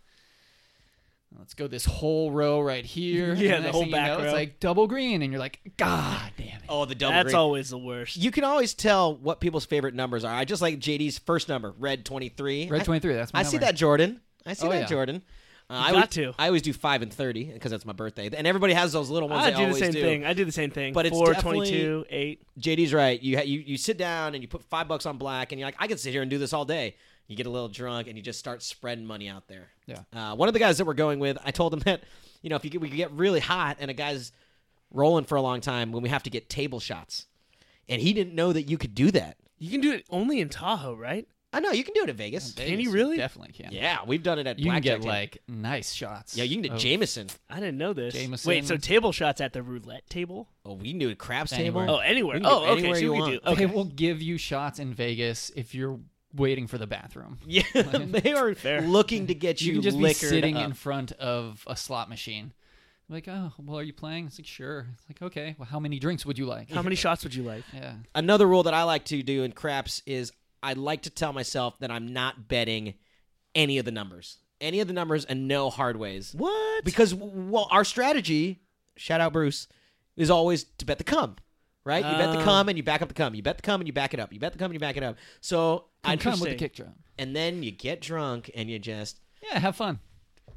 [SPEAKER 3] Let's go this whole row right here.
[SPEAKER 2] Yeah,
[SPEAKER 3] And
[SPEAKER 2] the
[SPEAKER 3] next
[SPEAKER 2] whole
[SPEAKER 3] thing you
[SPEAKER 2] back
[SPEAKER 3] know,
[SPEAKER 2] row.
[SPEAKER 3] It's like double green, and you're like, God damn it!
[SPEAKER 1] Oh, the double.
[SPEAKER 2] That's
[SPEAKER 1] green.
[SPEAKER 2] always the worst.
[SPEAKER 1] You can always tell what people's favorite numbers are. I just like JD's first number, red twenty three.
[SPEAKER 3] Red twenty three. That's my
[SPEAKER 1] I see
[SPEAKER 3] number.
[SPEAKER 1] that Jordan. I see
[SPEAKER 3] Oh,
[SPEAKER 1] that
[SPEAKER 3] yeah.
[SPEAKER 1] Jordan. Uh, I
[SPEAKER 2] got
[SPEAKER 1] always,
[SPEAKER 2] to.
[SPEAKER 1] I always do five and thirty because that's my birthday, and everybody has those little ones. they
[SPEAKER 2] I do the
[SPEAKER 1] always
[SPEAKER 2] same
[SPEAKER 1] do.
[SPEAKER 2] thing. I do the same thing.
[SPEAKER 1] But it's
[SPEAKER 2] Four,
[SPEAKER 1] definitely-
[SPEAKER 2] 22, 8.
[SPEAKER 1] JD's right. You ha- you you sit down and you put five bucks on black, and you're like, I could sit here and do this all day. You get a little drunk and you just start spreading money out there.
[SPEAKER 3] Yeah.
[SPEAKER 1] Uh, one of the guys that we're going with, I told him that you know if you get, we could get really hot and a guy's rolling for a long time when we have to get table shots, and he didn't know that you could do that.
[SPEAKER 2] You can do it only in Tahoe, right?
[SPEAKER 1] I know you can do it at Vegas.
[SPEAKER 3] Vegas,
[SPEAKER 2] Can you really?
[SPEAKER 3] Definitely can.
[SPEAKER 1] Yeah, we've done it at.
[SPEAKER 3] You can
[SPEAKER 1] blackjack
[SPEAKER 3] get
[SPEAKER 1] table.
[SPEAKER 3] like nice shots. Oh.
[SPEAKER 1] Yeah, you can get
[SPEAKER 3] of-
[SPEAKER 1] Jameson.
[SPEAKER 2] I didn't know this. Wait,
[SPEAKER 3] Jameson.
[SPEAKER 2] so table shots at the roulette table?
[SPEAKER 1] Oh, we can do a craps
[SPEAKER 3] Anywhere.
[SPEAKER 1] table.
[SPEAKER 2] Oh, anywhere.
[SPEAKER 1] You can do
[SPEAKER 2] Oh, okay.
[SPEAKER 1] anywhere
[SPEAKER 2] so
[SPEAKER 1] you
[SPEAKER 2] we
[SPEAKER 1] want.
[SPEAKER 2] do. Okay.
[SPEAKER 3] They will give you shots in Vegas if you're waiting for the bathroom.
[SPEAKER 1] Yeah, they are
[SPEAKER 2] Fair.
[SPEAKER 1] looking to get
[SPEAKER 3] You
[SPEAKER 1] you,
[SPEAKER 3] can just be
[SPEAKER 1] liquored
[SPEAKER 3] sitting
[SPEAKER 1] up.
[SPEAKER 3] in front of a slot machine. Like, oh, well, are you playing? It's like, sure. It's like, okay. Well, how many drinks would you like?
[SPEAKER 2] How many shots would you like?
[SPEAKER 3] Yeah.
[SPEAKER 1] Another rule that I like to do in craps is I like to tell myself that I'm not betting any of the numbers, any of the numbers, and no hard ways.
[SPEAKER 2] What?
[SPEAKER 1] Because well, our strategy, shout out Bruce, is always to bet the cum. Right? You bet the
[SPEAKER 2] Oh.
[SPEAKER 1] cum and you back up the cum. You bet the cum and you back it up. You bet the cum and you back it up. So I
[SPEAKER 3] I'd come with the
[SPEAKER 2] Interesting.
[SPEAKER 3] kick drum.
[SPEAKER 1] and then you get drunk and you just
[SPEAKER 3] Yeah, have fun.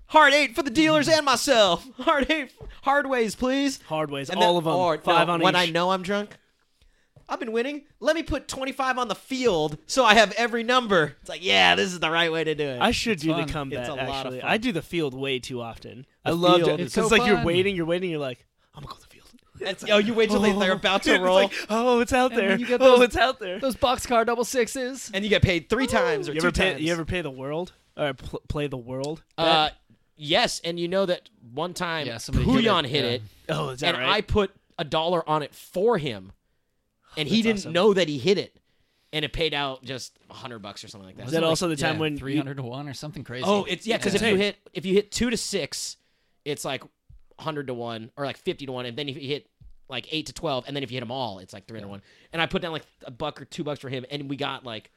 [SPEAKER 1] hard eight for the dealers and myself. Hard eight, hard ways, please.
[SPEAKER 2] Hard ways,
[SPEAKER 1] And
[SPEAKER 2] all
[SPEAKER 1] then-
[SPEAKER 2] of them.
[SPEAKER 1] or,
[SPEAKER 2] five
[SPEAKER 1] no,
[SPEAKER 2] on
[SPEAKER 1] when
[SPEAKER 2] each.
[SPEAKER 1] I know I'm drunk. I've been winning. Let me put 25 on the field so I have every number. It's like, yeah, this is the right way to do it.
[SPEAKER 2] I should
[SPEAKER 3] It's
[SPEAKER 2] do
[SPEAKER 3] fun.
[SPEAKER 2] the comeback.
[SPEAKER 1] It's a lot of
[SPEAKER 2] actually,
[SPEAKER 1] fun.
[SPEAKER 2] I do the field way too often. I
[SPEAKER 1] The
[SPEAKER 2] love
[SPEAKER 1] field
[SPEAKER 2] it.
[SPEAKER 1] is
[SPEAKER 2] It's
[SPEAKER 3] so
[SPEAKER 2] like you're
[SPEAKER 3] fun.
[SPEAKER 2] waiting, you're waiting, you're like, I'm gonna go to the field.
[SPEAKER 1] It's- oh, you wait till they- they're about to
[SPEAKER 2] It's
[SPEAKER 1] roll,
[SPEAKER 2] like, oh, it's out
[SPEAKER 3] And then
[SPEAKER 2] there.
[SPEAKER 3] you get
[SPEAKER 2] oh,
[SPEAKER 3] those-
[SPEAKER 2] it's out there.
[SPEAKER 3] Those boxcar double sixes.
[SPEAKER 1] and you get paid three times or
[SPEAKER 2] You
[SPEAKER 1] two
[SPEAKER 2] ever pay?
[SPEAKER 1] times.
[SPEAKER 2] You ever pay the world or pl- play the world?
[SPEAKER 1] uh, yes, and you know that one time
[SPEAKER 3] Yeah, somebody hit
[SPEAKER 1] Puyon
[SPEAKER 3] it,
[SPEAKER 1] hit
[SPEAKER 3] yeah.
[SPEAKER 1] it,
[SPEAKER 2] oh, is that
[SPEAKER 1] and I
[SPEAKER 2] right?
[SPEAKER 1] put a dollar on it for him, and he
[SPEAKER 2] That's
[SPEAKER 1] didn't
[SPEAKER 2] awesome.
[SPEAKER 1] know that he hit it, and it paid out just a hundred bucks or something like that.
[SPEAKER 2] Is that also the time when you-
[SPEAKER 3] 300 to 1 or something crazy?
[SPEAKER 1] Oh, it's yeah, because if you
[SPEAKER 2] Insane.
[SPEAKER 1] hit if you hit two to six, it's like hundred to one or like fifty to one, and then if you hit like eight to twelve, and then if you hit them all, it's like three hundred one. And I put down like a buck or two bucks for him, and we got like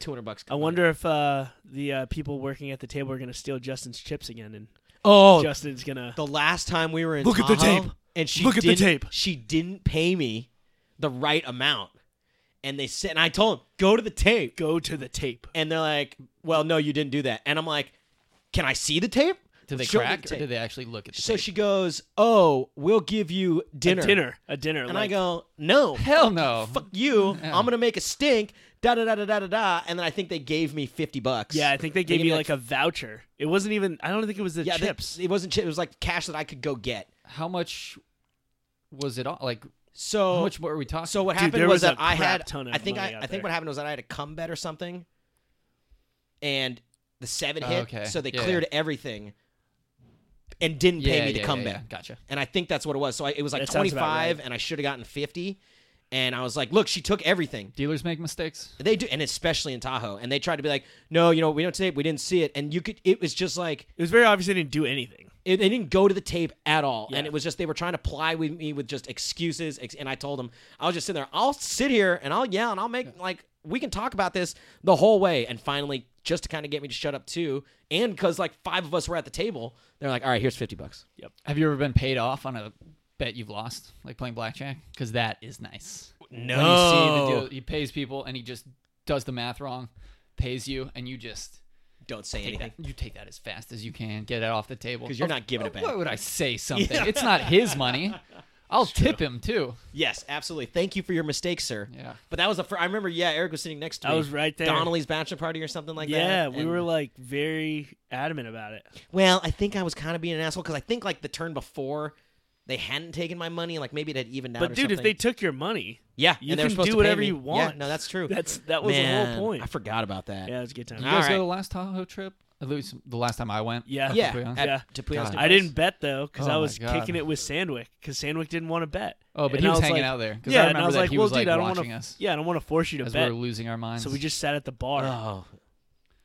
[SPEAKER 1] two hundred bucks.
[SPEAKER 2] I wonder if uh, the uh, people working at the table are gonna steal Justin's chips again, and
[SPEAKER 1] Oh,
[SPEAKER 2] Justin's gonna.
[SPEAKER 1] the last time we were in
[SPEAKER 2] Look at the
[SPEAKER 1] Tahoe,
[SPEAKER 2] tape.
[SPEAKER 1] and she
[SPEAKER 2] Look at the
[SPEAKER 1] didn't-
[SPEAKER 2] tape.
[SPEAKER 1] She didn't pay me the right amount, and they said, and I told him go to the tape,
[SPEAKER 2] Go to the tape.
[SPEAKER 1] and they're like, well, no, you didn't do that, and I'm like, can I see the tape?
[SPEAKER 3] Did they
[SPEAKER 1] Show me the
[SPEAKER 3] crack or
[SPEAKER 1] tape.
[SPEAKER 3] did they actually look at the
[SPEAKER 1] So
[SPEAKER 3] tape?
[SPEAKER 1] she goes, "Oh, we'll give you dinner."
[SPEAKER 2] A dinner. A dinner.
[SPEAKER 1] And I
[SPEAKER 2] like,
[SPEAKER 1] go, "No,
[SPEAKER 3] Hell no.
[SPEAKER 1] fuck you. I'm gonna make a stink." Da da da da da da da. And then I think they gave me fifty bucks.
[SPEAKER 2] Yeah, I think they
[SPEAKER 1] They
[SPEAKER 2] gave
[SPEAKER 1] gave
[SPEAKER 2] me
[SPEAKER 1] me,
[SPEAKER 2] like a voucher. It wasn't even. I don't think it was the
[SPEAKER 1] yeah. they-
[SPEAKER 2] chips.
[SPEAKER 1] it wasn't chips. It was like cash that I could go get.
[SPEAKER 3] How much was it all? Like,
[SPEAKER 1] So
[SPEAKER 3] how much more are we talking?
[SPEAKER 1] So what
[SPEAKER 2] Dude,
[SPEAKER 1] happened
[SPEAKER 2] there
[SPEAKER 1] was,
[SPEAKER 2] was
[SPEAKER 1] that
[SPEAKER 2] a
[SPEAKER 1] I
[SPEAKER 2] crap
[SPEAKER 1] had.
[SPEAKER 2] ton of
[SPEAKER 1] I think I,
[SPEAKER 2] money out
[SPEAKER 1] I think
[SPEAKER 2] there.
[SPEAKER 1] what happened was that I had a cum bet or something, and the seven
[SPEAKER 3] Oh,
[SPEAKER 1] hit.
[SPEAKER 3] okay.
[SPEAKER 1] So they
[SPEAKER 3] Yeah,
[SPEAKER 1] cleared everything, and didn't
[SPEAKER 3] yeah,
[SPEAKER 1] pay me
[SPEAKER 3] yeah,
[SPEAKER 1] the
[SPEAKER 3] yeah,
[SPEAKER 1] cum
[SPEAKER 3] yeah.
[SPEAKER 1] bet.
[SPEAKER 3] Gotcha.
[SPEAKER 1] and I think that's what it was. So I, it was like
[SPEAKER 2] That sounds about
[SPEAKER 1] 25,
[SPEAKER 2] right.
[SPEAKER 1] and I should have gotten 50. And I was like, look, she took everything.
[SPEAKER 3] Dealers make mistakes.
[SPEAKER 1] They do, and especially in Tahoe. And they tried to be like, no, you know, we don't tape, we didn't see it. And you could, it was just like
[SPEAKER 2] It was very obvious they didn't do anything.
[SPEAKER 1] it, they didn't go to the tape at all. And
[SPEAKER 2] Yeah.
[SPEAKER 1] it was just they were trying to ply with me with just excuses. Ex- and I told them, I was just sitting there. I'll sit here and I'll yell and I'll make like we can talk about this the whole way. And finally, just to kind of get me to shut up too, and because like five of us were at the table, they're like, all right, here's 50 bucks.
[SPEAKER 3] Have you ever been paid off on a bet you've lost, like playing blackjack, because that is nice.
[SPEAKER 1] No.
[SPEAKER 3] When you see the
[SPEAKER 1] Oh.
[SPEAKER 3] deal, he pays people and he just does the math wrong, pays you, and you just
[SPEAKER 1] Don't say
[SPEAKER 3] take
[SPEAKER 1] anything.
[SPEAKER 3] that, you take that as fast as you can, get it off the table.
[SPEAKER 1] 'Cause you're
[SPEAKER 3] Of-
[SPEAKER 1] not giving it back.
[SPEAKER 3] Why would I say something? It's not his money. I'll tip him too.
[SPEAKER 1] Yes, absolutely. Thank you for your mistake, sir.
[SPEAKER 3] Yeah.
[SPEAKER 1] But that was the first. I remember. Yeah, Eric was sitting next to
[SPEAKER 2] I
[SPEAKER 1] me.
[SPEAKER 2] was right there.
[SPEAKER 1] Donnelly's bachelor party or something like that.
[SPEAKER 2] yeah, we
[SPEAKER 1] and-
[SPEAKER 2] were like very adamant about it.
[SPEAKER 1] Well, I think I was kind of being an asshole because I think like the turn before they hadn't taken my money, and like maybe it had evened out.
[SPEAKER 2] But
[SPEAKER 1] or
[SPEAKER 2] dude, if
[SPEAKER 1] something.
[SPEAKER 2] they took your money,
[SPEAKER 1] yeah,
[SPEAKER 2] you
[SPEAKER 1] and they were
[SPEAKER 2] can
[SPEAKER 1] supposed
[SPEAKER 2] do
[SPEAKER 1] to pay
[SPEAKER 2] whatever
[SPEAKER 1] me.
[SPEAKER 2] you
[SPEAKER 1] Yeah,
[SPEAKER 2] want.
[SPEAKER 1] no, that's true.
[SPEAKER 2] that's that was the
[SPEAKER 1] Man,
[SPEAKER 2] whole point.
[SPEAKER 1] I forgot about that.
[SPEAKER 2] yeah, it was a good time.
[SPEAKER 3] Did you
[SPEAKER 1] All
[SPEAKER 3] guys
[SPEAKER 1] right.
[SPEAKER 3] go to the last Tahoe trip? At least the last time I went.
[SPEAKER 2] Yeah.
[SPEAKER 3] up to
[SPEAKER 1] Yeah,
[SPEAKER 3] Puyon.
[SPEAKER 1] at
[SPEAKER 2] Yeah.
[SPEAKER 1] Dupuis.
[SPEAKER 3] God.
[SPEAKER 2] I didn't bet though because
[SPEAKER 3] Oh
[SPEAKER 2] I
[SPEAKER 3] my
[SPEAKER 2] was
[SPEAKER 3] God.
[SPEAKER 2] kicking it with Sandwick because Sandwick didn't want to bet.
[SPEAKER 3] Oh, but
[SPEAKER 2] And
[SPEAKER 3] he
[SPEAKER 2] I
[SPEAKER 3] was,
[SPEAKER 2] was
[SPEAKER 3] hanging
[SPEAKER 2] like-
[SPEAKER 3] out there. 'cause
[SPEAKER 2] Yeah,
[SPEAKER 3] I
[SPEAKER 2] and
[SPEAKER 3] remember
[SPEAKER 2] I was
[SPEAKER 3] that
[SPEAKER 2] like,
[SPEAKER 3] he
[SPEAKER 2] "Well,
[SPEAKER 3] was
[SPEAKER 2] dude,
[SPEAKER 3] like
[SPEAKER 2] I don't
[SPEAKER 3] watching
[SPEAKER 2] want to.
[SPEAKER 3] us
[SPEAKER 2] Yeah, I don't want to force you to
[SPEAKER 3] as we
[SPEAKER 2] bet.
[SPEAKER 3] were losing our minds.
[SPEAKER 2] so we just sat at the bar.
[SPEAKER 1] Oh,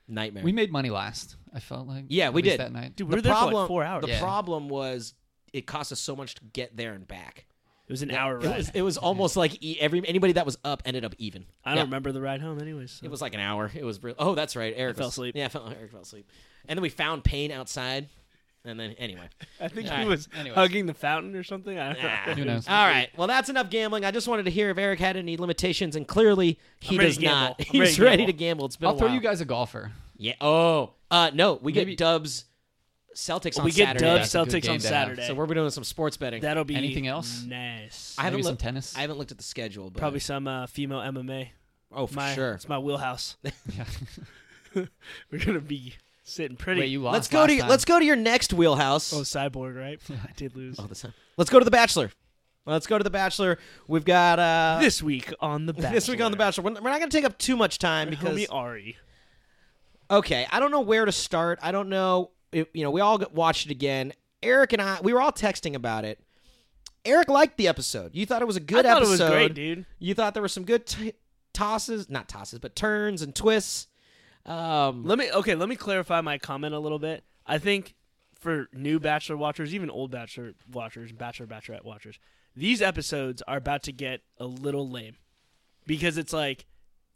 [SPEAKER 1] nightmare.
[SPEAKER 3] we made money last. I felt like
[SPEAKER 1] Yeah,
[SPEAKER 3] at
[SPEAKER 1] we
[SPEAKER 3] least
[SPEAKER 1] did.
[SPEAKER 3] that night.
[SPEAKER 2] Dude, we
[SPEAKER 1] the
[SPEAKER 2] were there
[SPEAKER 1] problem,
[SPEAKER 2] for like four hours.
[SPEAKER 1] The
[SPEAKER 3] Yeah.
[SPEAKER 1] problem was it cost us so much to get there and back.
[SPEAKER 2] It was an hour
[SPEAKER 1] It
[SPEAKER 2] ride.
[SPEAKER 1] was, it was almost like e- every anybody that was up ended up even.
[SPEAKER 2] I don't
[SPEAKER 1] yeah.
[SPEAKER 2] remember the ride home, anyways. so.
[SPEAKER 1] It was like an hour. It was real. Oh, that's right. Eric
[SPEAKER 2] I fell
[SPEAKER 1] was-
[SPEAKER 2] asleep.
[SPEAKER 1] Yeah, I fell, Eric fell asleep. And then we found Payne outside. And then anyway.
[SPEAKER 2] I think
[SPEAKER 1] All
[SPEAKER 2] he
[SPEAKER 1] right.
[SPEAKER 2] was
[SPEAKER 3] Anyways.
[SPEAKER 2] hugging the fountain or something. I don't
[SPEAKER 1] Ah.
[SPEAKER 2] know.
[SPEAKER 3] Who knows?
[SPEAKER 1] All right. Well, that's enough gambling. I just wanted to hear if Eric had any limitations, and clearly he
[SPEAKER 2] I'm ready
[SPEAKER 1] does
[SPEAKER 2] to gamble.
[SPEAKER 1] not.
[SPEAKER 2] I'm
[SPEAKER 1] He's
[SPEAKER 2] ready to
[SPEAKER 1] ready to
[SPEAKER 2] gamble.
[SPEAKER 1] gamble. It's been
[SPEAKER 3] I'll
[SPEAKER 1] a
[SPEAKER 3] throw
[SPEAKER 1] while.
[SPEAKER 3] you guys a golfer.
[SPEAKER 1] Yeah. Oh. Uh. No. We
[SPEAKER 3] Maybe-
[SPEAKER 1] get Dubs, Celtics on
[SPEAKER 2] we get
[SPEAKER 1] Saturday.
[SPEAKER 2] Dubs
[SPEAKER 3] That's a good
[SPEAKER 2] Celtics
[SPEAKER 3] game
[SPEAKER 2] on
[SPEAKER 3] to have.
[SPEAKER 2] Saturday.
[SPEAKER 1] So we're doing some sports betting.
[SPEAKER 2] That'll be
[SPEAKER 3] Anything else?
[SPEAKER 2] Nice.
[SPEAKER 1] I haven't
[SPEAKER 3] Maybe some
[SPEAKER 1] looked.
[SPEAKER 3] tennis.
[SPEAKER 1] I haven't looked at the schedule, but
[SPEAKER 2] Probably some uh, female MMA.
[SPEAKER 1] Oh, for
[SPEAKER 2] my,
[SPEAKER 1] sure.
[SPEAKER 2] It's my wheelhouse.
[SPEAKER 3] Yeah.
[SPEAKER 2] We're gonna be sitting pretty.
[SPEAKER 3] Wait, you lost.
[SPEAKER 1] Let's go to
[SPEAKER 3] last
[SPEAKER 1] your,
[SPEAKER 3] time.
[SPEAKER 1] let's go to your next wheelhouse.
[SPEAKER 2] oh, cyborg, right? I did lose
[SPEAKER 1] Oh, this- Let's go to the Bachelor. Let's go to the Bachelor. We've got uh
[SPEAKER 2] this week on the Bachelor.
[SPEAKER 1] this week on the Bachelor. We're we're not going to take up too much time
[SPEAKER 2] Because
[SPEAKER 1] because
[SPEAKER 2] homie Ari.
[SPEAKER 1] oh. okay, I don't know where to start. I don't know. If, you know, we all got- watched it again. Eric and I, we were all texting about it. Eric liked the episode. You thought it was a good
[SPEAKER 2] I thought
[SPEAKER 1] episode.
[SPEAKER 2] it was great, dude.
[SPEAKER 1] You thought there were some good t- tosses, not tosses, but turns and twists. Um,
[SPEAKER 2] Let me okay. Let me clarify my comment a little bit. I think for new Bachelor watchers, even old Bachelor watchers, Bachelor Bachelorette watchers, these episodes are about to get a little lame because it's like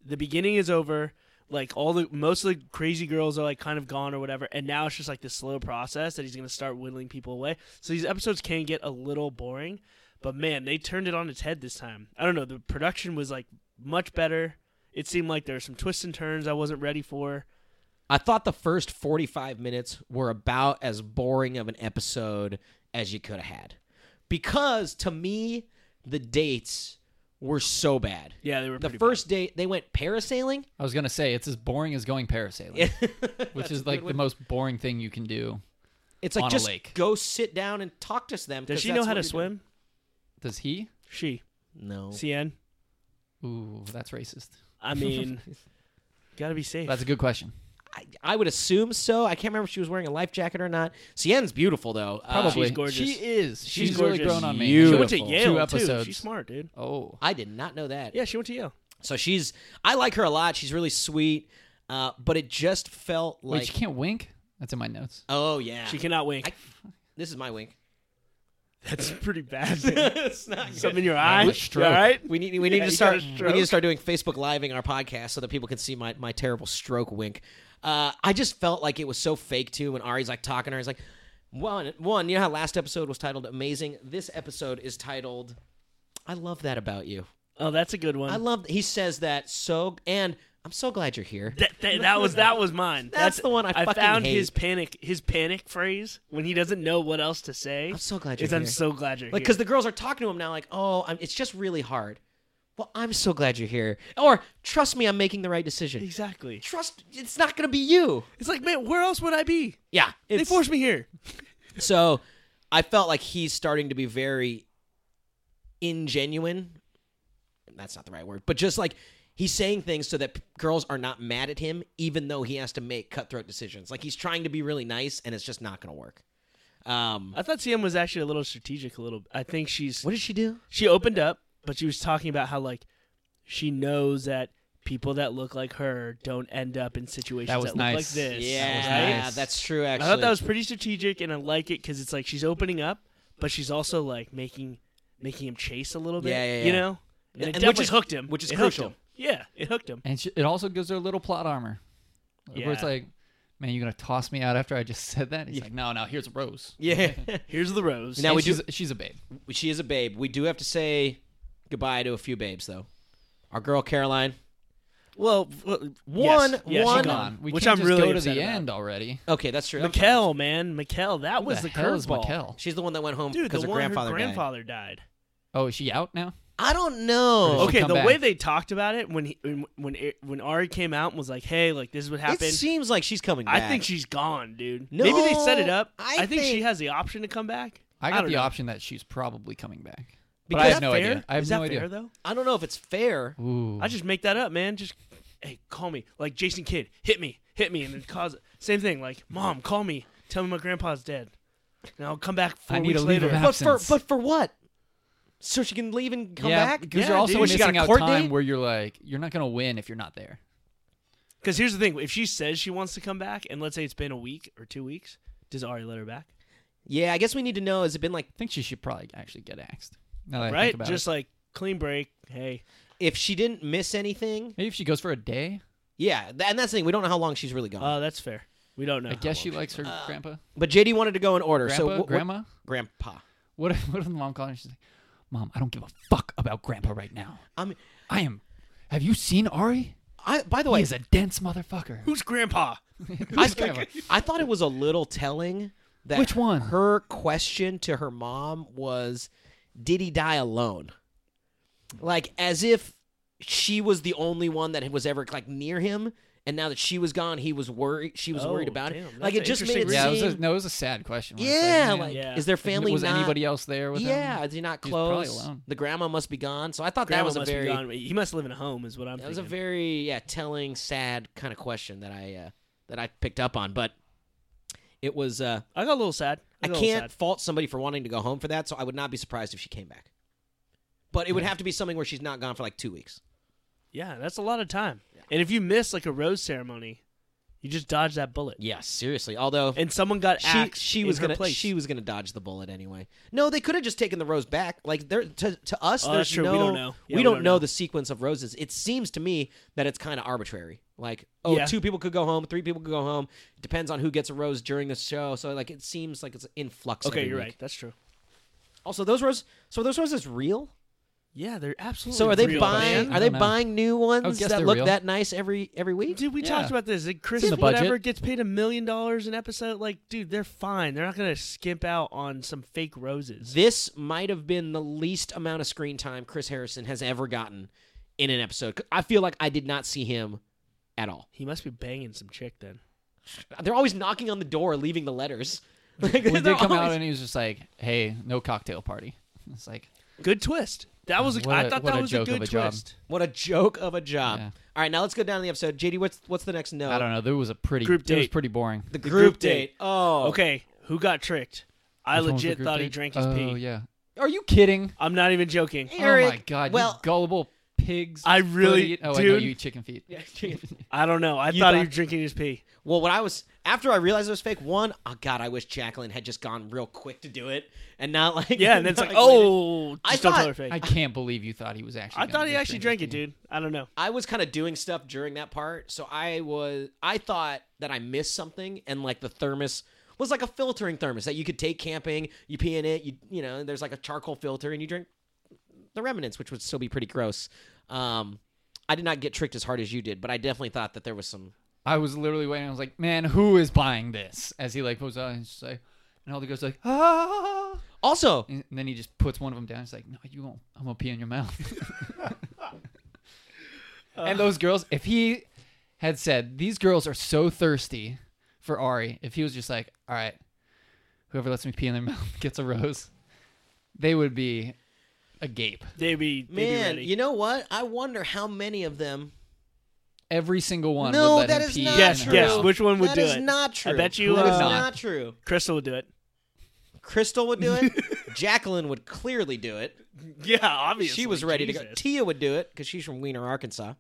[SPEAKER 2] the beginning is over. Like all the most of the crazy girls are like kind of gone or whatever, and now it's just like this slow process that he's gonna start whittling people away. So these episodes can get a little boring, but man, they turned it on its head this time. I don't know. The production was like much better. It seemed like there were some twists and turns I wasn't ready for.
[SPEAKER 1] I thought the first 45 minutes were about as boring of an episode as you could have had. Because to me, the dates were so bad.
[SPEAKER 2] Yeah, they were
[SPEAKER 1] The
[SPEAKER 2] pretty
[SPEAKER 1] first date, they went parasailing.
[SPEAKER 3] I was gonna say it's as boring as going parasailing, which is like the most boring thing you can do.
[SPEAKER 1] It's like
[SPEAKER 3] On a
[SPEAKER 1] just
[SPEAKER 3] lake.
[SPEAKER 1] go sit down and talk to them.
[SPEAKER 2] Bad.
[SPEAKER 1] 'cause
[SPEAKER 2] Does she
[SPEAKER 1] that's
[SPEAKER 2] know how
[SPEAKER 1] what
[SPEAKER 2] to
[SPEAKER 1] you're doing.
[SPEAKER 2] swim?
[SPEAKER 3] Does he?
[SPEAKER 2] She,
[SPEAKER 1] No.
[SPEAKER 2] CN.
[SPEAKER 3] Ooh, that's racist.
[SPEAKER 2] I mean, gotta be safe.
[SPEAKER 3] That's a good question.
[SPEAKER 1] I, I would assume so. I can't remember if she was wearing a life jacket or not. Sienna's beautiful though. Uh,
[SPEAKER 3] Probably.
[SPEAKER 2] she's gorgeous.
[SPEAKER 3] She is. She's,
[SPEAKER 2] She's
[SPEAKER 3] really
[SPEAKER 2] gorgeous.
[SPEAKER 3] grown on me.
[SPEAKER 1] Beautiful.
[SPEAKER 2] She went to
[SPEAKER 3] Two
[SPEAKER 2] Yale
[SPEAKER 3] episodes.
[SPEAKER 2] too. She's smart, dude.
[SPEAKER 3] Oh,
[SPEAKER 1] I did not know that.
[SPEAKER 2] Yeah, she went to Yale.
[SPEAKER 1] So she's I like her a lot. She's really sweet. Uh, but it just felt like
[SPEAKER 3] wait, she can't wink. That's in my notes.
[SPEAKER 1] Oh yeah.
[SPEAKER 2] She cannot wink.
[SPEAKER 1] I- this is my wink.
[SPEAKER 2] That's pretty bad. dude.
[SPEAKER 1] it's not good.
[SPEAKER 2] Something in your eye.
[SPEAKER 3] what stroke.
[SPEAKER 2] You all right?
[SPEAKER 1] We need we need
[SPEAKER 2] Yeah,
[SPEAKER 1] to
[SPEAKER 2] you
[SPEAKER 1] start
[SPEAKER 2] got a
[SPEAKER 1] we
[SPEAKER 2] stroke.
[SPEAKER 1] need to start doing Facebook living our podcast so that people can see my, my terrible stroke wink. Uh, I just felt like it was so fake too when Ari's like talking to her. He's like, one one, you know how last episode was titled Amazing? This episode is titled I love that about you.
[SPEAKER 2] Oh, that's a good one.
[SPEAKER 1] I love he says that so and I'm so glad you're here.
[SPEAKER 2] that, that, that was that was mine.
[SPEAKER 1] That's the one I fucking
[SPEAKER 2] found
[SPEAKER 1] hate.
[SPEAKER 2] his panic his panic phrase when he doesn't know what else to say.
[SPEAKER 1] I'm so glad you're
[SPEAKER 2] is
[SPEAKER 1] here.
[SPEAKER 2] I'm so glad you're
[SPEAKER 1] like
[SPEAKER 2] here.
[SPEAKER 1] because the girls are talking to him now like oh I'm, it's just really hard well i'm so glad you're here or trust me i'm making the right decision
[SPEAKER 2] exactly.
[SPEAKER 1] trust it's not gonna be you
[SPEAKER 2] It's like, man, where else would I be?
[SPEAKER 1] yeah
[SPEAKER 2] They
[SPEAKER 1] it's-
[SPEAKER 2] forced me here.
[SPEAKER 1] so i felt like he's starting to be very ingenuine that's not the right word but just like he's saying things so that p- girls are not mad at him even though he has to make cutthroat decisions like he's trying to be really nice and it's just not gonna work um
[SPEAKER 2] I thought CM was actually a little strategic. A little. I think she's
[SPEAKER 1] what did she do
[SPEAKER 2] she opened up, but she was talking about how like she knows that people that look like her don't end up in situations
[SPEAKER 3] That
[SPEAKER 2] that,
[SPEAKER 3] was
[SPEAKER 2] look like
[SPEAKER 3] nice.
[SPEAKER 2] this.
[SPEAKER 1] yeah
[SPEAKER 2] right?
[SPEAKER 3] nice.
[SPEAKER 1] that's true
[SPEAKER 2] I
[SPEAKER 1] actually
[SPEAKER 2] thought that was pretty strategic, and I like it because it's like she's opening up, but she's also like making making him chase a little bit.
[SPEAKER 1] Yeah, yeah, yeah.
[SPEAKER 2] You know,
[SPEAKER 1] And-
[SPEAKER 2] and, it
[SPEAKER 1] and which
[SPEAKER 2] definitely
[SPEAKER 1] is-
[SPEAKER 2] hooked him,
[SPEAKER 1] which is
[SPEAKER 2] It hooked
[SPEAKER 1] crucial.
[SPEAKER 2] him. Yeah, it hooked him.
[SPEAKER 3] And she, it also gives her a little plot armor, where it's
[SPEAKER 2] Yeah.
[SPEAKER 3] like, man, you're gonna toss me out after I just said that? He's like, no, no, here's a rose.
[SPEAKER 1] Yeah.
[SPEAKER 2] Here's the rose.
[SPEAKER 1] Now
[SPEAKER 3] And
[SPEAKER 1] we do-
[SPEAKER 3] she's, she's a babe.
[SPEAKER 1] she is a babe. We do have to say goodbye to a few babes though. Our girl Caroline.
[SPEAKER 2] well, w-
[SPEAKER 1] One-
[SPEAKER 2] yes, yeah, she
[SPEAKER 1] one-
[SPEAKER 2] gone,
[SPEAKER 3] Gone. We
[SPEAKER 2] which
[SPEAKER 3] can't
[SPEAKER 2] I'm
[SPEAKER 3] just
[SPEAKER 2] really
[SPEAKER 3] go to
[SPEAKER 2] upset
[SPEAKER 3] the
[SPEAKER 2] about.
[SPEAKER 3] end already.
[SPEAKER 1] Okay, that's true. I'm sorry.
[SPEAKER 2] Mikkel, man, Mikkel, that was
[SPEAKER 3] Who
[SPEAKER 2] the,
[SPEAKER 3] the, hell is
[SPEAKER 2] curveball.
[SPEAKER 3] Mikkel?
[SPEAKER 1] She's the one that went home
[SPEAKER 2] Dude, the
[SPEAKER 1] because her
[SPEAKER 2] one
[SPEAKER 1] grandfather,
[SPEAKER 2] her
[SPEAKER 1] died.
[SPEAKER 2] grandfather died.
[SPEAKER 3] Oh, is she out now?
[SPEAKER 1] I don't know.
[SPEAKER 3] Or did she
[SPEAKER 2] Okay,
[SPEAKER 3] come
[SPEAKER 2] the
[SPEAKER 3] back?
[SPEAKER 2] way they talked about it when he, when when when Ari came out and was like, "Hey, like this is what
[SPEAKER 1] It
[SPEAKER 2] happened."
[SPEAKER 1] seems like she's coming back.
[SPEAKER 2] I think she's gone, dude.
[SPEAKER 1] No,
[SPEAKER 2] Maybe they set it up.
[SPEAKER 1] I
[SPEAKER 2] think, she
[SPEAKER 1] think-
[SPEAKER 2] has the option to come back.
[SPEAKER 3] I
[SPEAKER 2] I
[SPEAKER 3] got
[SPEAKER 2] don't
[SPEAKER 3] the
[SPEAKER 2] know.
[SPEAKER 3] option that she's probably coming back. But
[SPEAKER 1] Because-
[SPEAKER 3] I
[SPEAKER 2] Is
[SPEAKER 3] have
[SPEAKER 2] that
[SPEAKER 3] no
[SPEAKER 2] fair?
[SPEAKER 3] idea. I have
[SPEAKER 2] Is
[SPEAKER 3] no
[SPEAKER 2] that
[SPEAKER 3] idea.
[SPEAKER 2] fair though?
[SPEAKER 1] I don't know if it's fair.
[SPEAKER 3] Ooh,
[SPEAKER 2] I just make that up, man. Just hey, call me. Like Jason Kidd, hit me, hit me, and then cause same thing. Like mom, call me, tell me my grandpa's dead, and I'll come back four
[SPEAKER 3] I need
[SPEAKER 2] weeks
[SPEAKER 3] to leave
[SPEAKER 2] later.
[SPEAKER 3] him out.
[SPEAKER 1] But for
[SPEAKER 3] Absence.
[SPEAKER 1] but for what? So she can leave and come
[SPEAKER 3] yeah,
[SPEAKER 1] back?
[SPEAKER 3] because
[SPEAKER 2] Yeah,
[SPEAKER 3] you're also
[SPEAKER 2] dude.
[SPEAKER 1] What, she got
[SPEAKER 3] missing
[SPEAKER 1] a
[SPEAKER 3] out
[SPEAKER 1] court
[SPEAKER 3] time
[SPEAKER 1] date?
[SPEAKER 3] where you're like, you're not gonna win if you're not there.
[SPEAKER 2] Because here's the thing: if she says she wants to come back, and let's say it's been a week or two weeks, does Ari let her back?
[SPEAKER 1] Yeah, I guess we need to know. Has it been like
[SPEAKER 3] I think she should probably actually get axed. Now that I think
[SPEAKER 2] right?
[SPEAKER 3] about
[SPEAKER 2] Just
[SPEAKER 3] it.
[SPEAKER 2] like clean break. Hey,
[SPEAKER 1] if she didn't miss anything?
[SPEAKER 3] maybe if she goes for a day.
[SPEAKER 1] Yeah, th- and that's the thing. We don't know how long she's really gone.
[SPEAKER 2] uh, that's fair. We don't know.
[SPEAKER 3] I
[SPEAKER 2] how
[SPEAKER 3] guess
[SPEAKER 2] long
[SPEAKER 3] she likes her
[SPEAKER 1] Uh,
[SPEAKER 3] grandpa.
[SPEAKER 1] but JD wanted to go in order.
[SPEAKER 3] Grandpa,
[SPEAKER 1] so wh- wh-
[SPEAKER 3] grandma.
[SPEAKER 1] grandpa.
[SPEAKER 3] What if what if the mom calls and she's like, "Mom, I don't give a fuck about Grandpa right now.
[SPEAKER 1] I mean,
[SPEAKER 3] I am. Have you seen Ari?
[SPEAKER 1] I by the
[SPEAKER 3] He
[SPEAKER 1] way,
[SPEAKER 3] is a dense motherfucker.
[SPEAKER 2] Who's grandpa?
[SPEAKER 1] I,
[SPEAKER 3] Who's Grandpa?
[SPEAKER 1] I thought it was a little telling that
[SPEAKER 3] Which one?
[SPEAKER 1] her question to her mom was, "Did he die alone?" Like as if she was the only one that was ever like near him, and now that she was gone, he was worried. She was
[SPEAKER 2] Oh,
[SPEAKER 1] worried about it.
[SPEAKER 2] damn,
[SPEAKER 1] Like it
[SPEAKER 2] that's
[SPEAKER 1] just
[SPEAKER 2] an
[SPEAKER 1] made it
[SPEAKER 2] interesting
[SPEAKER 3] Yeah, it was
[SPEAKER 1] seem.
[SPEAKER 3] a, no, it was a sad question. where it's
[SPEAKER 1] yeah,
[SPEAKER 3] man,
[SPEAKER 1] like
[SPEAKER 2] Yeah.
[SPEAKER 1] is their family
[SPEAKER 3] was
[SPEAKER 1] not?
[SPEAKER 3] anybody else there with
[SPEAKER 1] yeah,
[SPEAKER 3] him?
[SPEAKER 1] is he not
[SPEAKER 3] He was probably
[SPEAKER 1] close?
[SPEAKER 3] alone.
[SPEAKER 1] The grandma must be gone. So I thought
[SPEAKER 2] Grandma
[SPEAKER 1] that was a
[SPEAKER 2] must be
[SPEAKER 1] very
[SPEAKER 2] gone. He must live in a home, is what I'm.
[SPEAKER 1] that was a
[SPEAKER 2] thinking.
[SPEAKER 1] very yeah telling, sad kind of question that I uh, that I picked up on, but it was. Uh,
[SPEAKER 2] I got a little sad.
[SPEAKER 1] I
[SPEAKER 2] got a little
[SPEAKER 1] can't
[SPEAKER 2] sad.
[SPEAKER 1] fault somebody for wanting to go home for that, so I would not be surprised if she came back. But it would have to be something where she's not gone for like two weeks.
[SPEAKER 2] Yeah, that's a lot of time. And if you miss like a rose ceremony, you just dodge that bullet.
[SPEAKER 1] Yeah, seriously. Although
[SPEAKER 2] And someone got
[SPEAKER 1] she
[SPEAKER 2] axed.
[SPEAKER 1] she
[SPEAKER 2] in
[SPEAKER 1] was
[SPEAKER 2] her
[SPEAKER 1] gonna
[SPEAKER 2] place.
[SPEAKER 1] she was gonna dodge the bullet anyway. No, they could have just taken the rose back. Like there to to us,
[SPEAKER 2] Oh,
[SPEAKER 1] there's
[SPEAKER 2] that's true.
[SPEAKER 1] no
[SPEAKER 2] We don't know. Yeah,
[SPEAKER 1] we don't know the sequence of roses. It seems to me that it's kind of arbitrary. Like oh, two
[SPEAKER 2] Yeah.
[SPEAKER 1] people could go home, three people could go home. It depends on who gets a rose during the show. So like it seems like it's in flux.
[SPEAKER 2] Okay,
[SPEAKER 1] every
[SPEAKER 2] you're
[SPEAKER 1] week.
[SPEAKER 2] right. That's true.
[SPEAKER 1] Also, those roses. So are those roses real?
[SPEAKER 2] Yeah, they're absolutely.
[SPEAKER 1] So are they
[SPEAKER 2] real,
[SPEAKER 1] buying?
[SPEAKER 2] man.
[SPEAKER 1] Are
[SPEAKER 3] I
[SPEAKER 1] they
[SPEAKER 3] don't know.
[SPEAKER 1] buying new ones
[SPEAKER 3] guess
[SPEAKER 1] that
[SPEAKER 3] they're
[SPEAKER 1] look
[SPEAKER 3] real.
[SPEAKER 1] that nice every every week?
[SPEAKER 2] Dude, we
[SPEAKER 3] Yeah.
[SPEAKER 2] talked about this. Like Chris,
[SPEAKER 3] in the budget.
[SPEAKER 2] whatever gets paid a million dollars an episode. Like, dude, they're fine. They're not gonna skimp out on some fake roses.
[SPEAKER 1] This might have been the least amount of screen time Chris Harrison has ever gotten in an episode. I feel like I did not see him at all.
[SPEAKER 2] He must be banging some chick then.
[SPEAKER 1] They're always knocking on the door, leaving the letters. Like,
[SPEAKER 3] Well, he
[SPEAKER 1] they're
[SPEAKER 3] did come out
[SPEAKER 1] always-
[SPEAKER 3] and he was just like, "Hey, no cocktail party." It's like,
[SPEAKER 2] Good twist. That was. A,
[SPEAKER 3] What
[SPEAKER 2] I
[SPEAKER 3] a-
[SPEAKER 2] thought
[SPEAKER 3] what
[SPEAKER 2] that
[SPEAKER 3] a
[SPEAKER 2] was
[SPEAKER 3] joke
[SPEAKER 2] a
[SPEAKER 3] of
[SPEAKER 2] good
[SPEAKER 3] a job.
[SPEAKER 2] twist.
[SPEAKER 1] what a joke of a job.
[SPEAKER 3] Yeah.
[SPEAKER 1] All right, now let's go down to the episode. JD, what's what's the next note?
[SPEAKER 3] I don't know. There was a pretty
[SPEAKER 2] Group
[SPEAKER 3] It was
[SPEAKER 2] date.
[SPEAKER 3] pretty boring.
[SPEAKER 1] The
[SPEAKER 2] The
[SPEAKER 1] group,
[SPEAKER 2] group
[SPEAKER 1] date.
[SPEAKER 2] date.
[SPEAKER 1] Oh,
[SPEAKER 2] Okay, who got tricked? I
[SPEAKER 3] Which one was the
[SPEAKER 2] legit
[SPEAKER 3] group
[SPEAKER 2] thought he
[SPEAKER 3] date?
[SPEAKER 2] drank his
[SPEAKER 3] oh,
[SPEAKER 2] pee.
[SPEAKER 3] yeah. Are you kidding?
[SPEAKER 2] I'm not even joking.
[SPEAKER 1] Eric,
[SPEAKER 3] oh my god!
[SPEAKER 1] well-
[SPEAKER 3] you gullible pigs.
[SPEAKER 2] I really-
[SPEAKER 3] foot eat- Oh, I know
[SPEAKER 2] dude.
[SPEAKER 3] you eat chicken feet.
[SPEAKER 2] I don't know. I
[SPEAKER 1] You
[SPEAKER 2] thought, he
[SPEAKER 1] thought-
[SPEAKER 2] was drinking his pee.
[SPEAKER 1] Well, when I was after I realized it was fake, one, oh god, I wish Jacqueline had just gone real quick to do it and not like
[SPEAKER 2] Yeah, and then it's
[SPEAKER 1] not
[SPEAKER 2] like,
[SPEAKER 1] waited.
[SPEAKER 2] oh,
[SPEAKER 1] I
[SPEAKER 2] just don't
[SPEAKER 1] thought-
[SPEAKER 2] tell her fake.
[SPEAKER 3] I
[SPEAKER 2] I,
[SPEAKER 3] can't believe you thought he was actually. gonna
[SPEAKER 2] thought he
[SPEAKER 3] just
[SPEAKER 2] actually drank
[SPEAKER 3] drink his
[SPEAKER 2] it,
[SPEAKER 3] pee.
[SPEAKER 2] dude. I don't know.
[SPEAKER 1] I was kind of doing stuff during that part, so I was I thought that I missed something, and like the thermos was like a filtering thermos that you could take camping, you pee in it, you you know, there's like a charcoal filter, and you drink the remnants, which would still be pretty gross. Um, I did not get tricked as hard as you did, but I definitely thought that there was some.
[SPEAKER 3] I was literally waiting. I was like, "Man, who is buying this?" As he like pulls out and he's just like, and all the girls like, "Ah!"
[SPEAKER 1] Also,
[SPEAKER 3] And then he just puts one of them down. He's like, "No, you won't. I'm gonna pee in your mouth." and those girls, if he had said, "These girls are so thirsty for Ari," if he was just like, "All right, whoever lets me pee in their mouth gets a rose," they would be agape.
[SPEAKER 2] They be they be
[SPEAKER 1] man,
[SPEAKER 2] ready.
[SPEAKER 1] you know what? I wonder how many of them.
[SPEAKER 3] Every single one.
[SPEAKER 1] No,
[SPEAKER 3] would let
[SPEAKER 1] that
[SPEAKER 3] him
[SPEAKER 1] is
[SPEAKER 3] pee
[SPEAKER 1] not
[SPEAKER 3] in
[SPEAKER 2] yes,
[SPEAKER 3] her
[SPEAKER 1] true.
[SPEAKER 2] yes.
[SPEAKER 3] mouth.
[SPEAKER 2] Which one would
[SPEAKER 1] That
[SPEAKER 2] do
[SPEAKER 1] is
[SPEAKER 2] it?
[SPEAKER 1] not true.
[SPEAKER 2] I bet you
[SPEAKER 1] that is
[SPEAKER 2] uh,
[SPEAKER 3] not.
[SPEAKER 1] not true.
[SPEAKER 2] Crystal would do it.
[SPEAKER 1] Crystal would do it. Jacqueline would clearly do it.
[SPEAKER 2] Yeah, obviously.
[SPEAKER 1] she was ready to go.
[SPEAKER 2] Jesus.
[SPEAKER 1] Tia would do it because she's from Wiener, Arkansas.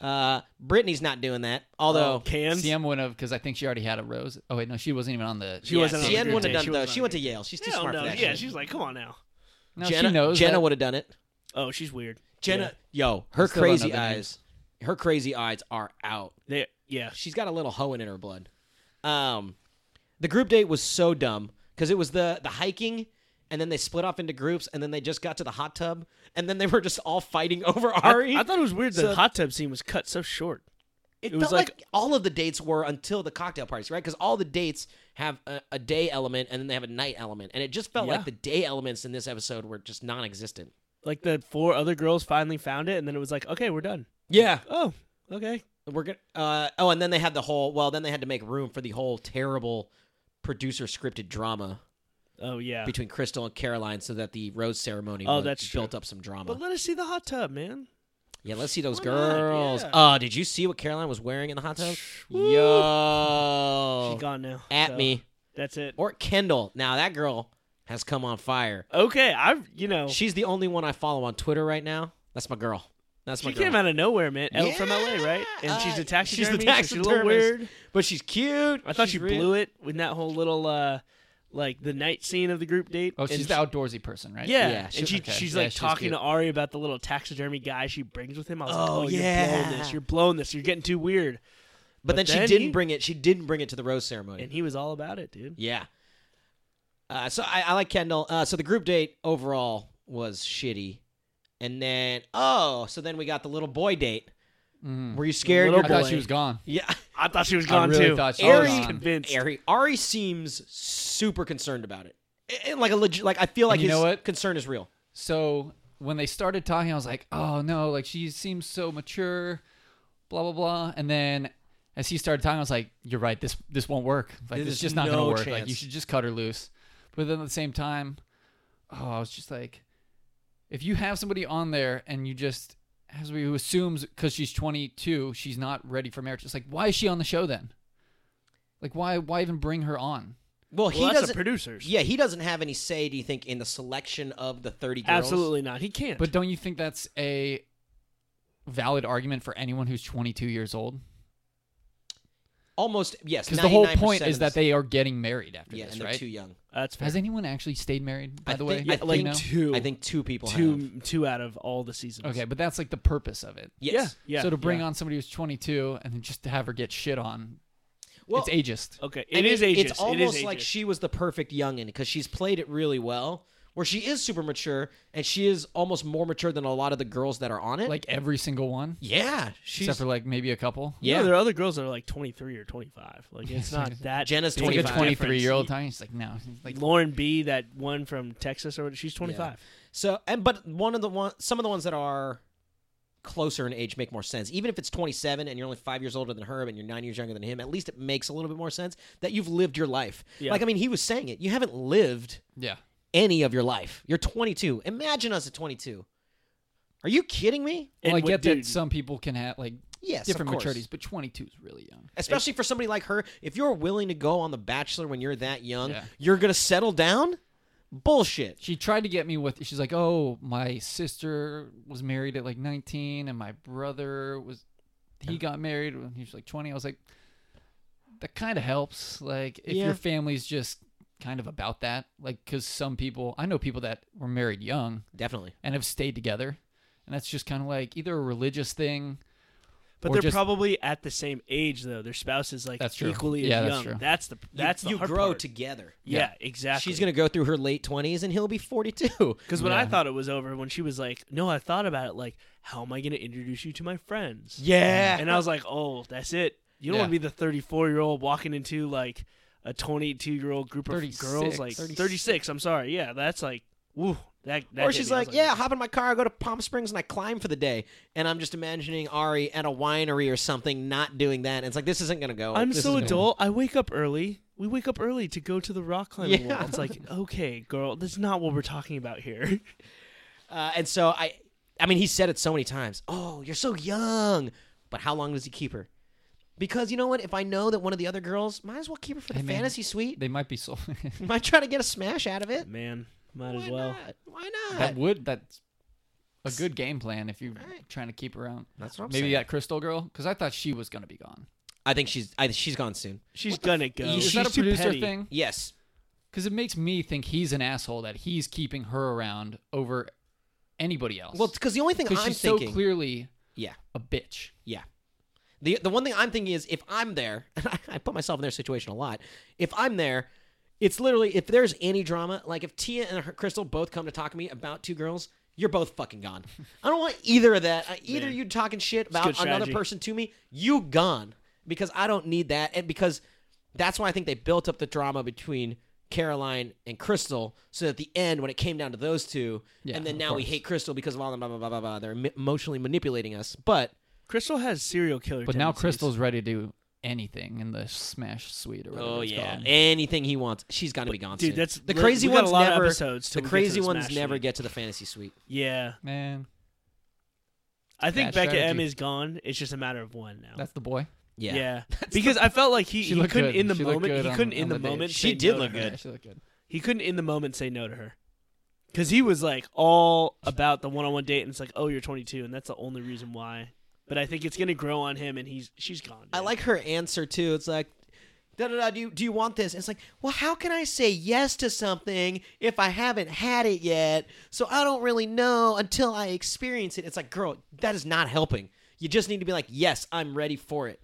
[SPEAKER 1] Uh, Brittany's not doing that. Although
[SPEAKER 2] oh, cans.
[SPEAKER 3] CM went up because I think she already had a rose. Oh wait, no, she wasn't even on the.
[SPEAKER 2] She
[SPEAKER 1] yeah,
[SPEAKER 2] wasn't on the
[SPEAKER 1] Sienna
[SPEAKER 2] group
[SPEAKER 1] wouldn't
[SPEAKER 2] date.
[SPEAKER 1] have done
[SPEAKER 2] She
[SPEAKER 1] those.
[SPEAKER 2] wasn't
[SPEAKER 1] She
[SPEAKER 2] on
[SPEAKER 1] went to Yale. She's too
[SPEAKER 2] Hell
[SPEAKER 1] smart
[SPEAKER 2] no.
[SPEAKER 1] for that.
[SPEAKER 2] Yeah,
[SPEAKER 1] shit.
[SPEAKER 2] she's like, come on now.
[SPEAKER 3] No,
[SPEAKER 1] Jenna,
[SPEAKER 3] she knows.
[SPEAKER 1] Jenna
[SPEAKER 3] that-
[SPEAKER 1] would have done it.
[SPEAKER 2] Oh, she's weird.
[SPEAKER 1] Jenna,
[SPEAKER 2] Yeah.
[SPEAKER 1] yo, her
[SPEAKER 3] still don't know
[SPEAKER 1] crazy
[SPEAKER 3] the
[SPEAKER 1] eyes, her crazy eyes are out.
[SPEAKER 2] They Yeah.
[SPEAKER 1] She's got a little hoeing in her blood. Um, the group date was so dumb because it was the the hiking, and then they split off into groups, and then they just got to the hot tub, and then they were just all fighting over Ari.
[SPEAKER 2] I thought it was weird the
[SPEAKER 1] So-
[SPEAKER 2] hot tub scene was cut so short.
[SPEAKER 1] it,
[SPEAKER 2] it was
[SPEAKER 1] felt like,
[SPEAKER 2] like-
[SPEAKER 1] all of the dates were until the cocktail parties, right? Because all the dates have a, a day element, and then they have a night element, and it just felt like
[SPEAKER 2] Yeah.
[SPEAKER 1] the day elements in this episode were just non-existent.
[SPEAKER 2] Like the four other girls finally found it, and then it was like, okay, we're done.
[SPEAKER 1] Yeah,
[SPEAKER 2] Oh, okay.
[SPEAKER 1] We're gonna. Uh, oh, and then they had the whole. Well, then they had to make room for the whole terrible producer scripted drama
[SPEAKER 2] Oh yeah.
[SPEAKER 1] between Crystal and Caroline, so that the rose ceremony.
[SPEAKER 2] Oh,
[SPEAKER 1] would-
[SPEAKER 2] that's true.
[SPEAKER 1] built up some drama.
[SPEAKER 2] But let us see the hot tub, man.
[SPEAKER 1] yeah, let's see those
[SPEAKER 2] why not?
[SPEAKER 1] girls.
[SPEAKER 2] Yeah.
[SPEAKER 1] Uh, did you see what Caroline was wearing in the hot tub?
[SPEAKER 2] Woo.
[SPEAKER 1] Yo,
[SPEAKER 2] She's gone now.
[SPEAKER 1] Oh, at
[SPEAKER 2] so
[SPEAKER 1] me
[SPEAKER 2] That's it.
[SPEAKER 1] or Kendall. Now that girl has come on fire.
[SPEAKER 2] Okay, I've you know she,
[SPEAKER 1] She's the only one I follow on Twitter right now. That's my girl. That's my girl.
[SPEAKER 2] came out of nowhere, man. L from LA, right? And
[SPEAKER 1] Yeah,
[SPEAKER 2] she's
[SPEAKER 1] uh, she's
[SPEAKER 2] a
[SPEAKER 1] the
[SPEAKER 2] taxidermy. so she's a little
[SPEAKER 1] taxidermist.
[SPEAKER 2] weird.
[SPEAKER 1] but she's cute.
[SPEAKER 2] I thought she
[SPEAKER 1] She's real-
[SPEAKER 2] blew it with that whole little uh like the night scene of the group date.
[SPEAKER 3] Oh,
[SPEAKER 2] and
[SPEAKER 3] she's
[SPEAKER 2] she-
[SPEAKER 3] the outdoorsy person, right?
[SPEAKER 2] Yeah,
[SPEAKER 1] Yeah, she-
[SPEAKER 2] and she
[SPEAKER 3] okay.
[SPEAKER 2] she's
[SPEAKER 3] Yeah,
[SPEAKER 2] like
[SPEAKER 3] she's
[SPEAKER 2] talking
[SPEAKER 3] cute.
[SPEAKER 2] to Ari about the little taxidermy guy she brings with him. I was
[SPEAKER 1] Oh,
[SPEAKER 2] like, oh you're
[SPEAKER 1] yeah.
[SPEAKER 2] blowing this, you're blowing this, you're getting too weird.
[SPEAKER 1] But,
[SPEAKER 2] But
[SPEAKER 1] then, she
[SPEAKER 2] then
[SPEAKER 1] didn't
[SPEAKER 2] he-
[SPEAKER 1] bring it. She didn't bring it to the rose ceremony.
[SPEAKER 2] And he was all about it, dude.
[SPEAKER 1] Yeah. Uh, so I, I like Kendall. Uh, so the group date overall was shitty. And then oh, so then we got the little boy date.
[SPEAKER 3] Mhm.
[SPEAKER 1] Were you scared?
[SPEAKER 2] little
[SPEAKER 1] Your
[SPEAKER 3] I
[SPEAKER 1] boy-
[SPEAKER 3] thought she was gone.
[SPEAKER 1] Yeah.
[SPEAKER 2] I thought she was
[SPEAKER 3] I
[SPEAKER 2] gone
[SPEAKER 3] really
[SPEAKER 2] too.
[SPEAKER 3] thought she
[SPEAKER 2] I was
[SPEAKER 1] Ari-
[SPEAKER 2] convinced.
[SPEAKER 1] Ari Ari seems super concerned about it. And- And like a legit like I feel like
[SPEAKER 3] And you
[SPEAKER 1] his
[SPEAKER 3] know what?
[SPEAKER 1] concern is real.
[SPEAKER 3] So when they started talking, I was like, oh no, like she seems so mature, blah blah blah. And then as he started talking, I was like, you're right, this this won't work. Like this
[SPEAKER 1] There's
[SPEAKER 3] is just not
[SPEAKER 1] no
[SPEAKER 3] gonna work.
[SPEAKER 1] chance.
[SPEAKER 3] Like you should just cut her loose. But then at the same time, oh, I was just like, if you have somebody on there and you just have somebody who assumes because she's 22, she's not ready for marriage. It's like, why is she on the show then? Like why why even bring her on?
[SPEAKER 1] Well,
[SPEAKER 2] Well,
[SPEAKER 1] he
[SPEAKER 2] that's the
[SPEAKER 1] doesn't
[SPEAKER 2] producers.
[SPEAKER 1] Yeah, he doesn't have any say, do you think, in the selection of the thirty girls?
[SPEAKER 2] Absolutely not. He can't.
[SPEAKER 3] But don't you think that's a valid argument for anyone who's 22 years old?
[SPEAKER 1] Almost yes,
[SPEAKER 3] Because the whole
[SPEAKER 1] 99%
[SPEAKER 3] point
[SPEAKER 1] of
[SPEAKER 3] is that
[SPEAKER 1] this-
[SPEAKER 3] they are getting married after
[SPEAKER 1] Yeah,
[SPEAKER 3] this,
[SPEAKER 1] and they're
[SPEAKER 3] right?
[SPEAKER 1] too young.
[SPEAKER 2] that's fair.
[SPEAKER 3] Has anyone actually stayed married, by
[SPEAKER 1] I
[SPEAKER 3] the
[SPEAKER 1] think-
[SPEAKER 3] way?
[SPEAKER 1] I
[SPEAKER 2] Yeah,
[SPEAKER 3] Do
[SPEAKER 1] like
[SPEAKER 3] you know?
[SPEAKER 2] two.
[SPEAKER 1] I think two people have.
[SPEAKER 2] two two out of all the seasons.
[SPEAKER 3] Okay, but that's like the purpose of it.
[SPEAKER 1] Yes.
[SPEAKER 2] Yeah. Yeah.
[SPEAKER 3] so to bring
[SPEAKER 2] yeah.
[SPEAKER 3] on somebody who's 22 and then just to have her get shit on,
[SPEAKER 1] Well,
[SPEAKER 3] it's ageist.
[SPEAKER 2] Okay,
[SPEAKER 1] I
[SPEAKER 2] it
[SPEAKER 1] mean,
[SPEAKER 2] is ageist.
[SPEAKER 1] It's almost
[SPEAKER 2] it is
[SPEAKER 1] like
[SPEAKER 2] ageist.
[SPEAKER 1] she was the perfect youngin because she's played it really well. Where she is super mature and she is almost more mature than a lot of the girls that are on it.
[SPEAKER 3] Like every single one,
[SPEAKER 1] yeah, she's
[SPEAKER 3] except for like maybe a couple.
[SPEAKER 2] Yeah,
[SPEAKER 1] yeah.
[SPEAKER 2] there are other girls that are like 23 or 25. Like it's not that.
[SPEAKER 1] Jenna's
[SPEAKER 2] big of
[SPEAKER 3] Like a
[SPEAKER 2] difference.
[SPEAKER 3] 23 year old time. She's like, no. Like,
[SPEAKER 2] Like Lauren B, that one from Texas, or she's 25.
[SPEAKER 1] so and but one of the one some of the ones that are closer in age make more sense. Even if it's 27 and you're only five years older than her and you're nine years younger than him, at least it makes a little bit more sense that you've lived your life.
[SPEAKER 2] Yeah.
[SPEAKER 1] Like I mean, he was saying it. You haven't lived
[SPEAKER 3] yeah.
[SPEAKER 1] any of your life. You're 22. Imagine us at 22. Are you kidding me?
[SPEAKER 3] Well, I
[SPEAKER 2] And what-
[SPEAKER 3] get
[SPEAKER 2] dude,
[SPEAKER 3] that some people can have like
[SPEAKER 1] Yes, of
[SPEAKER 3] different
[SPEAKER 1] course.
[SPEAKER 3] maturities, but 22 is really young.
[SPEAKER 1] especially for somebody like her if you're willing to go on the bachelor when you're that young
[SPEAKER 3] Yeah.
[SPEAKER 1] you're gonna settle down bullshit
[SPEAKER 3] she tried to get me with she's like oh my sister was married at like 19 and my brother was he got married when he was like 20 i was like that kind of helps like if
[SPEAKER 1] Yeah.
[SPEAKER 3] your family's just kind of about that like because some people i know people that were married young
[SPEAKER 1] definitely
[SPEAKER 3] and have stayed together and that's just kind of like either a religious thing
[SPEAKER 2] but
[SPEAKER 3] or
[SPEAKER 2] they're
[SPEAKER 3] just-
[SPEAKER 2] probably at the same age though. Their spouse is like
[SPEAKER 3] That's true.
[SPEAKER 2] equally
[SPEAKER 3] Yeah,
[SPEAKER 2] as
[SPEAKER 3] that's
[SPEAKER 2] young.
[SPEAKER 3] true.
[SPEAKER 2] That's the that's
[SPEAKER 1] you,
[SPEAKER 2] the
[SPEAKER 1] you
[SPEAKER 2] hard
[SPEAKER 1] grow
[SPEAKER 2] part.
[SPEAKER 1] together
[SPEAKER 2] Yeah, exactly.
[SPEAKER 1] she's gonna go through her late 20s and he'll be 42
[SPEAKER 2] because when I
[SPEAKER 3] Yeah.
[SPEAKER 2] thought it was over, when she was like, "No, I thought about it. Like, how am I gonna introduce you to my friends?"
[SPEAKER 1] yeah
[SPEAKER 2] and I was like, "Oh, that's it. You don't
[SPEAKER 3] Yeah.
[SPEAKER 2] want to be the 34 year old walking into like a 22 year old group of
[SPEAKER 3] 36.
[SPEAKER 2] girls, like
[SPEAKER 3] 36.
[SPEAKER 2] 36. I'm sorry, yeah, that's like, woo, that. that
[SPEAKER 1] or
[SPEAKER 2] hit
[SPEAKER 1] she's
[SPEAKER 2] me. I was
[SPEAKER 1] like, yeah hop in my car i go to palm springs and i climb for the day and i'm just imagining ari at a winery or something not doing that and it's like this isn't gonna
[SPEAKER 3] Oh,
[SPEAKER 1] go
[SPEAKER 2] I'm
[SPEAKER 1] This
[SPEAKER 2] so
[SPEAKER 1] isn't gonna-
[SPEAKER 2] adult. I wake up early. We wake up early to go to the rock climbing
[SPEAKER 1] Yeah.
[SPEAKER 2] wall. It's like, okay, girl, that's not what we're talking about here.
[SPEAKER 1] uh, and so i i mean he said it so many times oh you're so young but how long does he keep her because you know what if i know that one of the other girls might as well keep her for the
[SPEAKER 3] Hey, man.
[SPEAKER 1] fantasy suite
[SPEAKER 3] they might be so
[SPEAKER 1] Might try to get a smash out of it.
[SPEAKER 2] Man, might
[SPEAKER 1] Why
[SPEAKER 2] as well.
[SPEAKER 1] not? Why not?
[SPEAKER 3] that would that's a good game plan if you're trying to keep her around
[SPEAKER 1] That's what I'm
[SPEAKER 3] maybe
[SPEAKER 1] saying.
[SPEAKER 3] that crystal girl because i thought she was gonna be gone
[SPEAKER 1] I think she's I, she's gone soon.
[SPEAKER 2] She's gonna go.
[SPEAKER 1] You
[SPEAKER 3] is
[SPEAKER 2] She's
[SPEAKER 3] that a
[SPEAKER 2] too
[SPEAKER 3] producer
[SPEAKER 2] petty.
[SPEAKER 3] thing
[SPEAKER 1] Yes.
[SPEAKER 3] Because it makes me think he's an asshole that he's keeping her around over anybody else.
[SPEAKER 1] Well, because the only thing I'm
[SPEAKER 3] because she's
[SPEAKER 1] thinking,
[SPEAKER 3] so clearly
[SPEAKER 1] yeah,
[SPEAKER 3] a bitch.
[SPEAKER 1] yeah. The the one thing I'm thinking is if I'm there, and I, I put myself in their situation a lot. If I'm there, it's literally if there's any drama, like if Tia and her, Crystal both come to talk to me about two girls, you're both fucking gone. I don't want either of that. I- Either
[SPEAKER 2] Man.
[SPEAKER 1] you talking shit
[SPEAKER 2] good
[SPEAKER 1] about another
[SPEAKER 2] strategy.
[SPEAKER 1] person to me, you gone because I don't need that, and because that's why I think they built up the drama between. Caroline and Crystal, so that at the end, when it came down to those two,
[SPEAKER 3] Yeah,
[SPEAKER 1] and then
[SPEAKER 3] of
[SPEAKER 1] now we
[SPEAKER 3] course.
[SPEAKER 1] hate Crystal because of all the blah blah blah blah blah. They're m- emotionally manipulating us, but
[SPEAKER 2] Crystal has serial killer.
[SPEAKER 3] But now
[SPEAKER 2] tendencies.
[SPEAKER 3] Crystal's ready to do anything in the Smash Suite or whatever.
[SPEAKER 1] Oh
[SPEAKER 3] it's
[SPEAKER 1] yeah,
[SPEAKER 3] called.
[SPEAKER 1] anything he wants, she's gonna be gone.
[SPEAKER 2] dude,
[SPEAKER 1] soon.
[SPEAKER 2] that's-
[SPEAKER 1] the
[SPEAKER 2] we-
[SPEAKER 1] crazy
[SPEAKER 2] we got a
[SPEAKER 1] ones
[SPEAKER 2] lot of
[SPEAKER 1] never.
[SPEAKER 2] episodes
[SPEAKER 1] The
[SPEAKER 2] till we get to
[SPEAKER 1] crazy
[SPEAKER 2] the
[SPEAKER 1] ones
[SPEAKER 2] Smash
[SPEAKER 1] never
[SPEAKER 2] League.
[SPEAKER 1] get to the fantasy suite.
[SPEAKER 2] Yeah,
[SPEAKER 3] man,
[SPEAKER 2] I think
[SPEAKER 3] Bad
[SPEAKER 2] Becca M
[SPEAKER 3] strategy.
[SPEAKER 2] is gone. It's just a matter of one now.
[SPEAKER 3] that's the boy.
[SPEAKER 1] Yeah,
[SPEAKER 2] because I felt like he,
[SPEAKER 3] She
[SPEAKER 2] he
[SPEAKER 3] looked
[SPEAKER 2] couldn't
[SPEAKER 3] good.
[SPEAKER 2] in the
[SPEAKER 3] She looked
[SPEAKER 2] moment.
[SPEAKER 3] good
[SPEAKER 2] He
[SPEAKER 3] on-
[SPEAKER 2] couldn't
[SPEAKER 3] on
[SPEAKER 2] in
[SPEAKER 3] the
[SPEAKER 2] the
[SPEAKER 3] date.
[SPEAKER 2] moment.
[SPEAKER 1] She
[SPEAKER 2] say
[SPEAKER 1] did
[SPEAKER 2] no
[SPEAKER 1] look
[SPEAKER 2] to
[SPEAKER 1] good.
[SPEAKER 2] her.
[SPEAKER 3] Yeah, she looked good.
[SPEAKER 2] He couldn't in the moment say no to her. Because he was like all about the one-on-one date, and it's like, oh, you're 22, and that's the only reason why. But I think it's gonna grow on him, and he's she's gone.
[SPEAKER 1] I
[SPEAKER 2] dude.
[SPEAKER 1] like her answer too. It's like, da da da. Do you do you want this? And it's like, well, how can I say yes to something if I haven't had it yet? So I don't really know until I experience it. It's like, girl, that is not helping. You just need to be like, yes, I'm ready for it.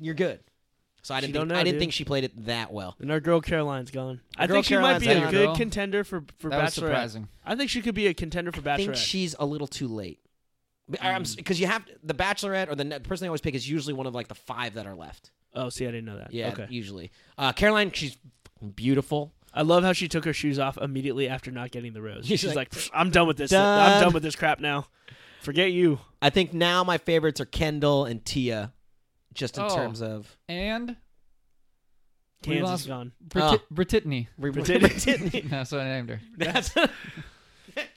[SPEAKER 1] You're good. So I
[SPEAKER 2] She
[SPEAKER 1] didn't.
[SPEAKER 2] don't
[SPEAKER 1] Think,
[SPEAKER 2] know,
[SPEAKER 1] I didn't
[SPEAKER 2] dude.
[SPEAKER 1] think she played it that well.
[SPEAKER 2] And our girl Caroline's gone. I
[SPEAKER 1] girl
[SPEAKER 2] think she might be
[SPEAKER 1] Caroline's
[SPEAKER 2] a
[SPEAKER 3] out.
[SPEAKER 2] good
[SPEAKER 3] Girl.
[SPEAKER 2] contender for for
[SPEAKER 3] That was
[SPEAKER 2] Bachelorette.
[SPEAKER 3] surprising.
[SPEAKER 2] I think she could be a contender for
[SPEAKER 1] I think
[SPEAKER 2] Bachelorette. Hmm.
[SPEAKER 1] she's a little too late. Because you have the Bachelorette or the, ne- the person they always pick is usually one of like the five that are left.
[SPEAKER 2] oh, see, I didn't know that.
[SPEAKER 1] Yeah,
[SPEAKER 2] okay.
[SPEAKER 1] usually. Uh, Caroline, she's fucking beautiful.
[SPEAKER 2] I love how she took her shoes off immediately after not getting the rose.
[SPEAKER 1] She's
[SPEAKER 2] She's,
[SPEAKER 1] like,
[SPEAKER 2] like, "Pfft, I'm done with this.
[SPEAKER 1] Done."
[SPEAKER 2] I'm done with this crap now. Forget you.
[SPEAKER 1] I think now my favorites are Kendall and Tia, just in
[SPEAKER 3] Oh.
[SPEAKER 1] terms of
[SPEAKER 2] Oh.
[SPEAKER 3] And We
[SPEAKER 2] Kansas
[SPEAKER 3] lost-
[SPEAKER 2] gone.
[SPEAKER 3] Brit- Brittany.
[SPEAKER 1] Brittany.
[SPEAKER 3] That's what I named her.
[SPEAKER 1] That's Thank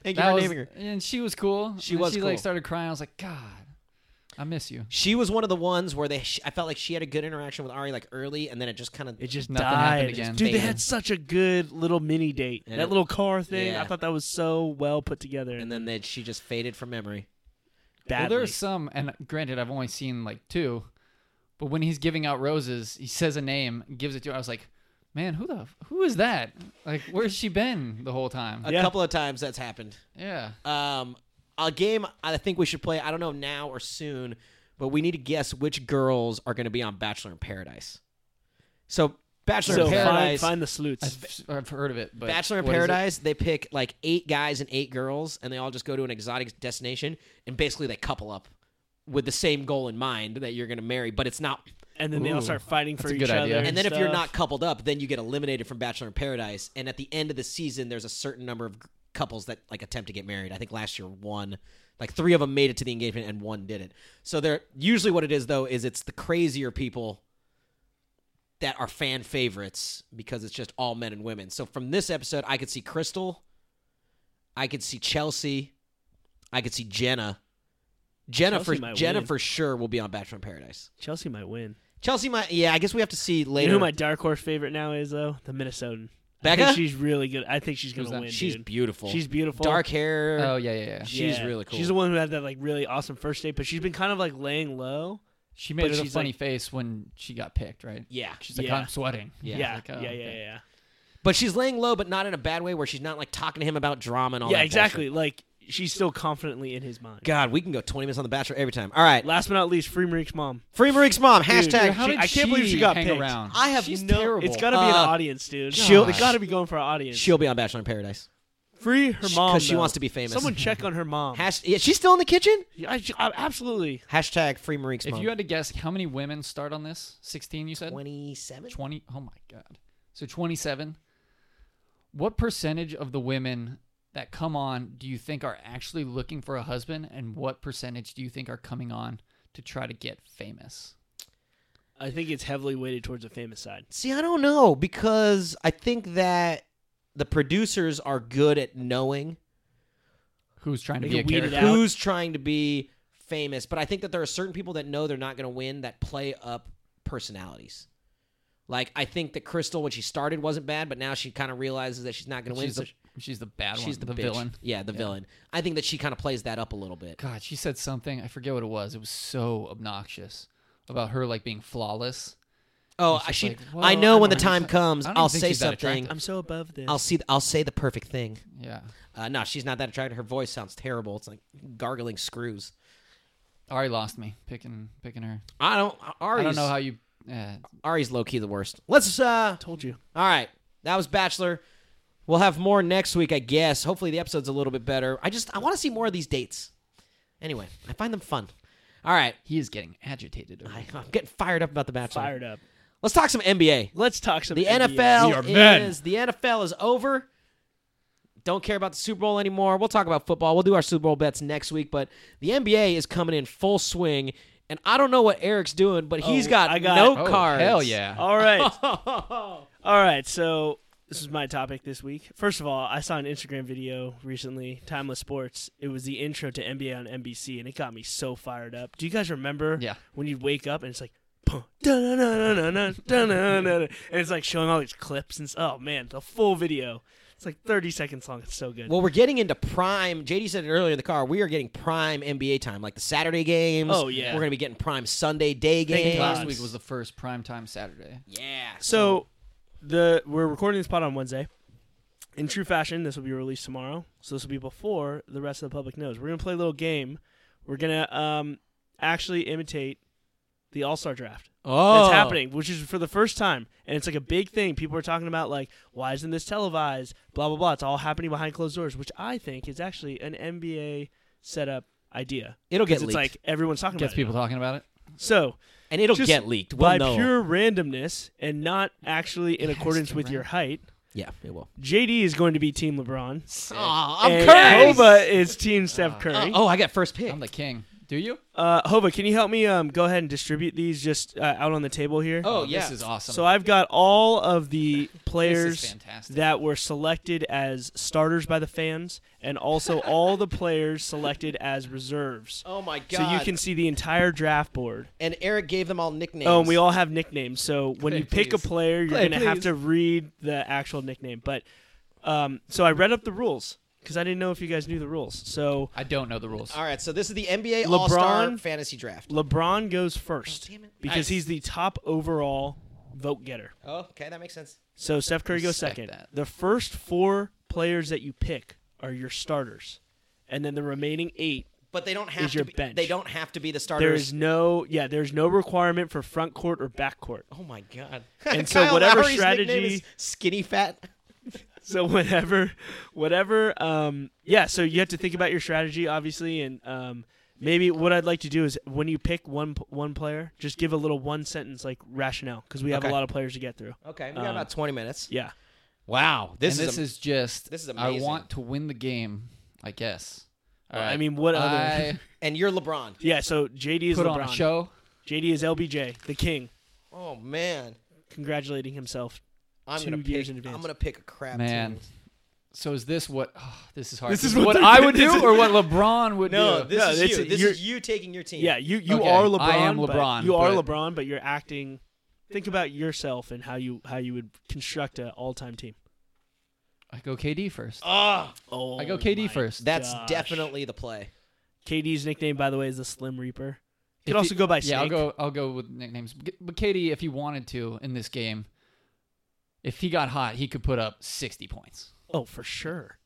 [SPEAKER 1] you
[SPEAKER 3] That
[SPEAKER 1] for
[SPEAKER 3] was-
[SPEAKER 1] naming her.
[SPEAKER 3] And she was cool.
[SPEAKER 1] She
[SPEAKER 3] And
[SPEAKER 1] was
[SPEAKER 3] She like
[SPEAKER 1] cool.
[SPEAKER 3] started crying. I was like, God, I miss you.
[SPEAKER 1] She was one of the ones where they. sh- I felt like she had a good interaction with Ari like early, and then it just kind of.
[SPEAKER 2] It just
[SPEAKER 3] Nothing
[SPEAKER 2] died.
[SPEAKER 3] happened again.
[SPEAKER 2] Dude, they
[SPEAKER 1] Faded.
[SPEAKER 2] had such a good little mini date.
[SPEAKER 1] And
[SPEAKER 2] that
[SPEAKER 1] it-
[SPEAKER 2] little car thing.
[SPEAKER 1] yeah.
[SPEAKER 2] I thought that was so well put together.
[SPEAKER 1] And
[SPEAKER 2] And
[SPEAKER 1] then they, she just faded from memory.
[SPEAKER 3] Well,
[SPEAKER 2] badly.
[SPEAKER 3] there are some, and granted, I've only seen like two, but when he's giving out roses, he says a name, gives it to her. I was like, man, who the, who is that? Like, where's she been the whole time?
[SPEAKER 1] A
[SPEAKER 2] Yeah.
[SPEAKER 1] couple of times that's happened.
[SPEAKER 3] yeah.
[SPEAKER 1] um, a game I think we should play. I don't know now or soon, but we need to guess which girls are going to be on Bachelor in Paradise. So Bachelor
[SPEAKER 2] so
[SPEAKER 1] in
[SPEAKER 2] find,
[SPEAKER 1] Paradise,
[SPEAKER 2] find the sleuts.
[SPEAKER 3] I've, I've heard of it, but
[SPEAKER 1] Bachelor in
[SPEAKER 3] what is it?
[SPEAKER 1] Paradise, they pick like eight guys and eight girls, and they all just go to an exotic destination, and basically they couple up with the same goal in mind that you're going to marry, but it's not.
[SPEAKER 2] and then they all
[SPEAKER 3] Ooh,
[SPEAKER 2] start fighting
[SPEAKER 3] that's
[SPEAKER 2] for
[SPEAKER 3] a
[SPEAKER 2] each
[SPEAKER 3] good
[SPEAKER 2] other.
[SPEAKER 3] idea.
[SPEAKER 1] And then if you're
[SPEAKER 2] stuff.
[SPEAKER 1] not coupled up, then you get eliminated from Bachelor in Paradise, and at the end of the season, there's a certain number of couples that like attempt to get married. I think last year one, like three of them made it to the engagement, and one didn't. So they're usually what it is though is it's the crazier people that are fan favorites because it's just all men and women. So from this episode, I could see Crystal, I could see Chelsea, I could see Jenna. Jenna
[SPEAKER 2] Chelsea
[SPEAKER 1] for
[SPEAKER 2] might
[SPEAKER 1] Jenna
[SPEAKER 2] win.
[SPEAKER 1] for sure will be on Bachelor in Paradise.
[SPEAKER 2] Chelsea might win.
[SPEAKER 1] Chelsea might, yeah. I guess we have to see
[SPEAKER 2] You
[SPEAKER 1] later.
[SPEAKER 2] know who my dark horse favorite now is though? The Minnesotan. I
[SPEAKER 1] Becca?
[SPEAKER 2] think she's really good. I think she's
[SPEAKER 3] Who's
[SPEAKER 2] gonna
[SPEAKER 3] that?
[SPEAKER 2] win.
[SPEAKER 1] She's
[SPEAKER 2] dude.
[SPEAKER 1] beautiful.
[SPEAKER 2] She's beautiful.
[SPEAKER 1] dark hair.
[SPEAKER 3] Oh yeah, yeah, yeah.
[SPEAKER 1] she's
[SPEAKER 2] Yeah.
[SPEAKER 1] really cool.
[SPEAKER 2] She's the one who had that like really awesome first date, but she's been kind of like laying low.
[SPEAKER 3] She made
[SPEAKER 2] But
[SPEAKER 3] it a
[SPEAKER 2] she's
[SPEAKER 3] funny
[SPEAKER 2] like-
[SPEAKER 3] face when she got picked, right?
[SPEAKER 1] yeah,
[SPEAKER 3] She's like,
[SPEAKER 2] Yeah.
[SPEAKER 3] I'm sweating.
[SPEAKER 1] Yeah. um,
[SPEAKER 2] yeah,
[SPEAKER 3] Like, oh,
[SPEAKER 2] yeah, yeah,
[SPEAKER 3] okay.
[SPEAKER 2] yeah,
[SPEAKER 1] but she's laying low, but not in a bad way where she's not like talking to him about drama and
[SPEAKER 2] yeah.
[SPEAKER 1] all.
[SPEAKER 2] Yeah,
[SPEAKER 1] that
[SPEAKER 2] exactly.
[SPEAKER 1] bullshit.
[SPEAKER 2] Like she's still confidently in his mind.
[SPEAKER 1] God, we can go twenty minutes on The Bachelor every time. All right,
[SPEAKER 2] Last but not least, Free Marie's mom.
[SPEAKER 1] Free Marie's mom.
[SPEAKER 2] Dude,
[SPEAKER 1] Hashtag.
[SPEAKER 3] How
[SPEAKER 2] She-
[SPEAKER 3] did
[SPEAKER 2] I can't believe she
[SPEAKER 3] she
[SPEAKER 2] got
[SPEAKER 3] hang
[SPEAKER 2] picked.
[SPEAKER 3] around.
[SPEAKER 1] I have
[SPEAKER 3] She's
[SPEAKER 1] no.
[SPEAKER 3] terrible.
[SPEAKER 2] It's got to be an
[SPEAKER 1] Uh,
[SPEAKER 2] audience, dude.
[SPEAKER 1] she'll-
[SPEAKER 2] it's got to be going for an audience.
[SPEAKER 1] She'll be on Bachelor in Paradise.
[SPEAKER 2] free her
[SPEAKER 1] She-
[SPEAKER 2] mom
[SPEAKER 1] 'cause she
[SPEAKER 2] though.
[SPEAKER 1] wants to be famous.
[SPEAKER 2] Someone check on her mom.
[SPEAKER 1] Hash- yeah, she's still in the kitchen.
[SPEAKER 2] I- she- I- absolutely.
[SPEAKER 1] Hashtag Free Marie's
[SPEAKER 3] If
[SPEAKER 1] mom.
[SPEAKER 3] you had to guess, how many women start on this? Sixteen, you said.
[SPEAKER 1] Twenty-seven.
[SPEAKER 3] 20 oh my god so 27 what percentage of the women that come on do you think are actually looking for a husband and what percentage do you think are coming on to try to get famous
[SPEAKER 2] I think it's heavily weighted towards the famous side.
[SPEAKER 1] See, I don't know because I think that the producers are good at knowing
[SPEAKER 3] who's trying to
[SPEAKER 2] They
[SPEAKER 3] be a
[SPEAKER 2] get weeded
[SPEAKER 3] character
[SPEAKER 2] out.
[SPEAKER 1] who's trying to be famous, but I think that there are certain people that know they're not going to win that play up personalities. Like I think that Crystal when she started wasn't bad, but now she kind of realizes that she's not going to win.
[SPEAKER 3] she's
[SPEAKER 1] so
[SPEAKER 3] the,
[SPEAKER 1] she-
[SPEAKER 3] she's the bad
[SPEAKER 1] she's the,
[SPEAKER 3] one the
[SPEAKER 1] bitch.
[SPEAKER 3] villain
[SPEAKER 1] Yeah, the villain. I think that she kind of plays that up a little bit.
[SPEAKER 3] god she said something i forget what it was it was so obnoxious about her like being flawless
[SPEAKER 1] Oh,
[SPEAKER 3] It's
[SPEAKER 1] I,
[SPEAKER 3] just
[SPEAKER 1] she.
[SPEAKER 3] like, well,
[SPEAKER 1] I know
[SPEAKER 3] I
[SPEAKER 1] when the
[SPEAKER 3] don't
[SPEAKER 1] time
[SPEAKER 3] think-
[SPEAKER 1] comes,
[SPEAKER 3] I don't
[SPEAKER 1] I'll
[SPEAKER 3] think
[SPEAKER 1] say
[SPEAKER 3] she's that
[SPEAKER 1] something.
[SPEAKER 3] attractive.
[SPEAKER 2] I'm so above this.
[SPEAKER 1] I'll see. I'll say the perfect thing.
[SPEAKER 3] yeah
[SPEAKER 1] Uh, no, she's not that attractive. Her voice sounds terrible. It's like gargling screws.
[SPEAKER 3] Ari lost me picking picking her.
[SPEAKER 1] I don't. Ari's,
[SPEAKER 3] I don't know how you. Uh,
[SPEAKER 1] Ari's low key the worst. Let's. uh
[SPEAKER 2] Told you.
[SPEAKER 1] All right, that was Bachelor. We'll have more next week, I guess. Hopefully, the episode's a little bit better. I just I want to see more of these dates. Anyway, I find them fun. All right,
[SPEAKER 3] he is getting agitated. Over
[SPEAKER 1] I, I'm getting fired up about the Bachelor.
[SPEAKER 2] Fired up.
[SPEAKER 1] Let's talk some NBA.
[SPEAKER 2] Let's talk some
[SPEAKER 1] The
[SPEAKER 2] NBA.
[SPEAKER 1] NFL
[SPEAKER 4] are men.
[SPEAKER 1] is the NFL is over. Don't care about the Super Bowl anymore. We'll talk about football. We'll do our Super Bowl bets next week, but the NBA is coming in full swing, and I don't know what Eric's doing, but he's
[SPEAKER 2] Oh, I
[SPEAKER 1] got,
[SPEAKER 2] got
[SPEAKER 1] no
[SPEAKER 2] it.
[SPEAKER 3] oh,
[SPEAKER 1] cards.
[SPEAKER 3] Hell yeah!
[SPEAKER 2] All right. All right, so this is my topic this week. First of all, I saw an Instagram video recently, Timeless Sports. It was the intro to NBA on NBC, and it got me so fired up. Do you guys remember
[SPEAKER 3] Yeah.
[SPEAKER 2] when you'd wake up and it's like, "Pum, dun-dun-dun-dun-dun, dun-dun-dun-dun," and it's like showing all these clips and s- oh man, the full video. It's like 30 seconds long. It's so good.
[SPEAKER 1] Well, we're getting into prime. JD said it earlier in the car. We are getting prime NBA time, like the Saturday games.
[SPEAKER 2] Oh, yeah.
[SPEAKER 1] we're gonna be getting prime Sunday day
[SPEAKER 2] Thank
[SPEAKER 1] games.
[SPEAKER 2] God.
[SPEAKER 3] Last week was the first primetime Saturday.
[SPEAKER 1] Yeah.
[SPEAKER 2] So the we're recording this pod on Wednesday. In true fashion, this will be released tomorrow, so this will be before the rest of the public knows. We're gonna play a little game. We're gonna um, actually imitate the All Star Draft
[SPEAKER 1] oh,
[SPEAKER 2] that's happening, which is for the first time, and it's like a big thing. People are talking about like, why isn't this televised? Blah blah blah. It's all happening behind closed doors, which I think is actually an NBA setup idea.
[SPEAKER 1] It'll
[SPEAKER 2] 'Cause
[SPEAKER 1] get
[SPEAKER 2] it's
[SPEAKER 1] leaked,
[SPEAKER 2] like everyone's talking
[SPEAKER 3] Gets
[SPEAKER 2] about it.
[SPEAKER 3] people talking about it.
[SPEAKER 2] now. So
[SPEAKER 1] and it'll
[SPEAKER 2] just
[SPEAKER 1] get leaked. We'll
[SPEAKER 2] by
[SPEAKER 1] know.
[SPEAKER 2] pure randomness and not actually in
[SPEAKER 3] Yes,
[SPEAKER 2] accordance with
[SPEAKER 3] correct.
[SPEAKER 2] your height.
[SPEAKER 1] yeah, it will.
[SPEAKER 2] JD is going to be Team LeBron.
[SPEAKER 1] Aw, I'm
[SPEAKER 2] and
[SPEAKER 1] Curry.
[SPEAKER 2] Hova is Team Steph Curry.
[SPEAKER 1] Oh, I got first pick.
[SPEAKER 3] I'm the king. Do you?
[SPEAKER 2] Uh, Hova, can you help me um, go ahead and distribute these just uh, out on the table here?
[SPEAKER 1] Oh, yeah.
[SPEAKER 3] this is awesome.
[SPEAKER 2] So I've got all of the players
[SPEAKER 3] fantastic.
[SPEAKER 2] that were selected as starters by the fans, and also all the players selected as reserves.
[SPEAKER 1] oh my god.
[SPEAKER 2] So you can see the entire draft board.
[SPEAKER 1] and Eric gave them all nicknames.
[SPEAKER 2] Oh, and we all have nicknames. So when
[SPEAKER 3] Clay,
[SPEAKER 2] you pick
[SPEAKER 3] please.
[SPEAKER 2] a player, you're
[SPEAKER 1] Clay,
[SPEAKER 2] going to have
[SPEAKER 1] please.
[SPEAKER 2] to read the actual nickname. But um, so I read up the rules because I didn't know if you guys knew the rules. So
[SPEAKER 3] I don't know the rules.
[SPEAKER 1] All right, so this is the NBA All Star
[SPEAKER 2] LeBron.
[SPEAKER 1] Fantasy Draft.
[SPEAKER 2] LeBron goes first
[SPEAKER 1] Oh, damn it.
[SPEAKER 2] because
[SPEAKER 3] Nice.
[SPEAKER 2] he's the top overall vote getter.
[SPEAKER 1] Oh, okay, that makes sense.
[SPEAKER 2] So Steph Curry goes
[SPEAKER 3] Respect
[SPEAKER 2] second.
[SPEAKER 3] that.
[SPEAKER 2] The first four players that you pick are your starters, and then the remaining eight.
[SPEAKER 1] But they don't have to.
[SPEAKER 2] your
[SPEAKER 1] Be,
[SPEAKER 2] bench.
[SPEAKER 1] They don't have to be the
[SPEAKER 2] There
[SPEAKER 1] starters.
[SPEAKER 2] is no yeah. There's no requirement for front court or back court.
[SPEAKER 1] Oh my god!
[SPEAKER 2] And so
[SPEAKER 1] Kyle
[SPEAKER 2] whatever
[SPEAKER 1] Lowry's nickname
[SPEAKER 2] strategy-
[SPEAKER 1] is skinny fat.
[SPEAKER 2] So whatever, whatever. Um, yeah. So you have to think about your strategy, obviously, and um, maybe what I'd like to do is when you pick one one player, just give a little one sentence like rationale because we have
[SPEAKER 1] Okay.
[SPEAKER 2] a lot of players to get through.
[SPEAKER 1] Okay, we got
[SPEAKER 2] Um,
[SPEAKER 1] about twenty minutes.
[SPEAKER 2] Yeah.
[SPEAKER 1] Wow, this
[SPEAKER 3] and
[SPEAKER 1] is
[SPEAKER 3] this is just.
[SPEAKER 1] this is
[SPEAKER 3] I
[SPEAKER 1] amazing.
[SPEAKER 3] want to win the game. I guess. All
[SPEAKER 2] I
[SPEAKER 3] right.
[SPEAKER 2] mean, what other?
[SPEAKER 3] I
[SPEAKER 1] and you're LeBron.
[SPEAKER 2] yeah. So JD is
[SPEAKER 3] put
[SPEAKER 2] LeBron.
[SPEAKER 3] on a show.
[SPEAKER 2] JD is LBJ, the king,
[SPEAKER 1] Oh man,
[SPEAKER 2] congratulating himself.
[SPEAKER 1] I'm
[SPEAKER 2] Two
[SPEAKER 1] gonna
[SPEAKER 2] years
[SPEAKER 1] pick.
[SPEAKER 2] in advance.
[SPEAKER 1] I'm gonna pick a crap
[SPEAKER 3] Man.
[SPEAKER 1] team.
[SPEAKER 3] So is this what? ah, this is hard.
[SPEAKER 2] This
[SPEAKER 3] This
[SPEAKER 2] is
[SPEAKER 3] is
[SPEAKER 2] what
[SPEAKER 3] what
[SPEAKER 2] they're-
[SPEAKER 3] I would
[SPEAKER 2] this
[SPEAKER 3] do,
[SPEAKER 2] is-
[SPEAKER 3] or what LeBron would
[SPEAKER 1] No,
[SPEAKER 3] do.
[SPEAKER 1] this
[SPEAKER 2] No,
[SPEAKER 1] is
[SPEAKER 2] it's-
[SPEAKER 1] you. This
[SPEAKER 2] you're-
[SPEAKER 1] is you taking your team.
[SPEAKER 2] Yeah, you you
[SPEAKER 3] Okay,
[SPEAKER 2] are LeBron.
[SPEAKER 3] I am
[SPEAKER 2] but-
[SPEAKER 3] LeBron,
[SPEAKER 2] You are
[SPEAKER 3] but-
[SPEAKER 2] LeBron, but you're acting. Think about yourself and how you how you would construct an all time team.
[SPEAKER 3] I go KD first.
[SPEAKER 1] Ah,
[SPEAKER 2] Oh,
[SPEAKER 3] I go KD
[SPEAKER 2] my
[SPEAKER 3] first.
[SPEAKER 1] that's
[SPEAKER 2] gosh.
[SPEAKER 1] definitely the play.
[SPEAKER 2] KD's nickname, by the way, is the Slim Reaper. You
[SPEAKER 3] If
[SPEAKER 2] could also
[SPEAKER 3] he-
[SPEAKER 2] go by
[SPEAKER 3] Yeah, I'll
[SPEAKER 2] Snake.
[SPEAKER 3] go. I'll go with nicknames. But but KD, if he wanted to in this game, if he got hot, he could put up sixty points.
[SPEAKER 2] Oh, for sure.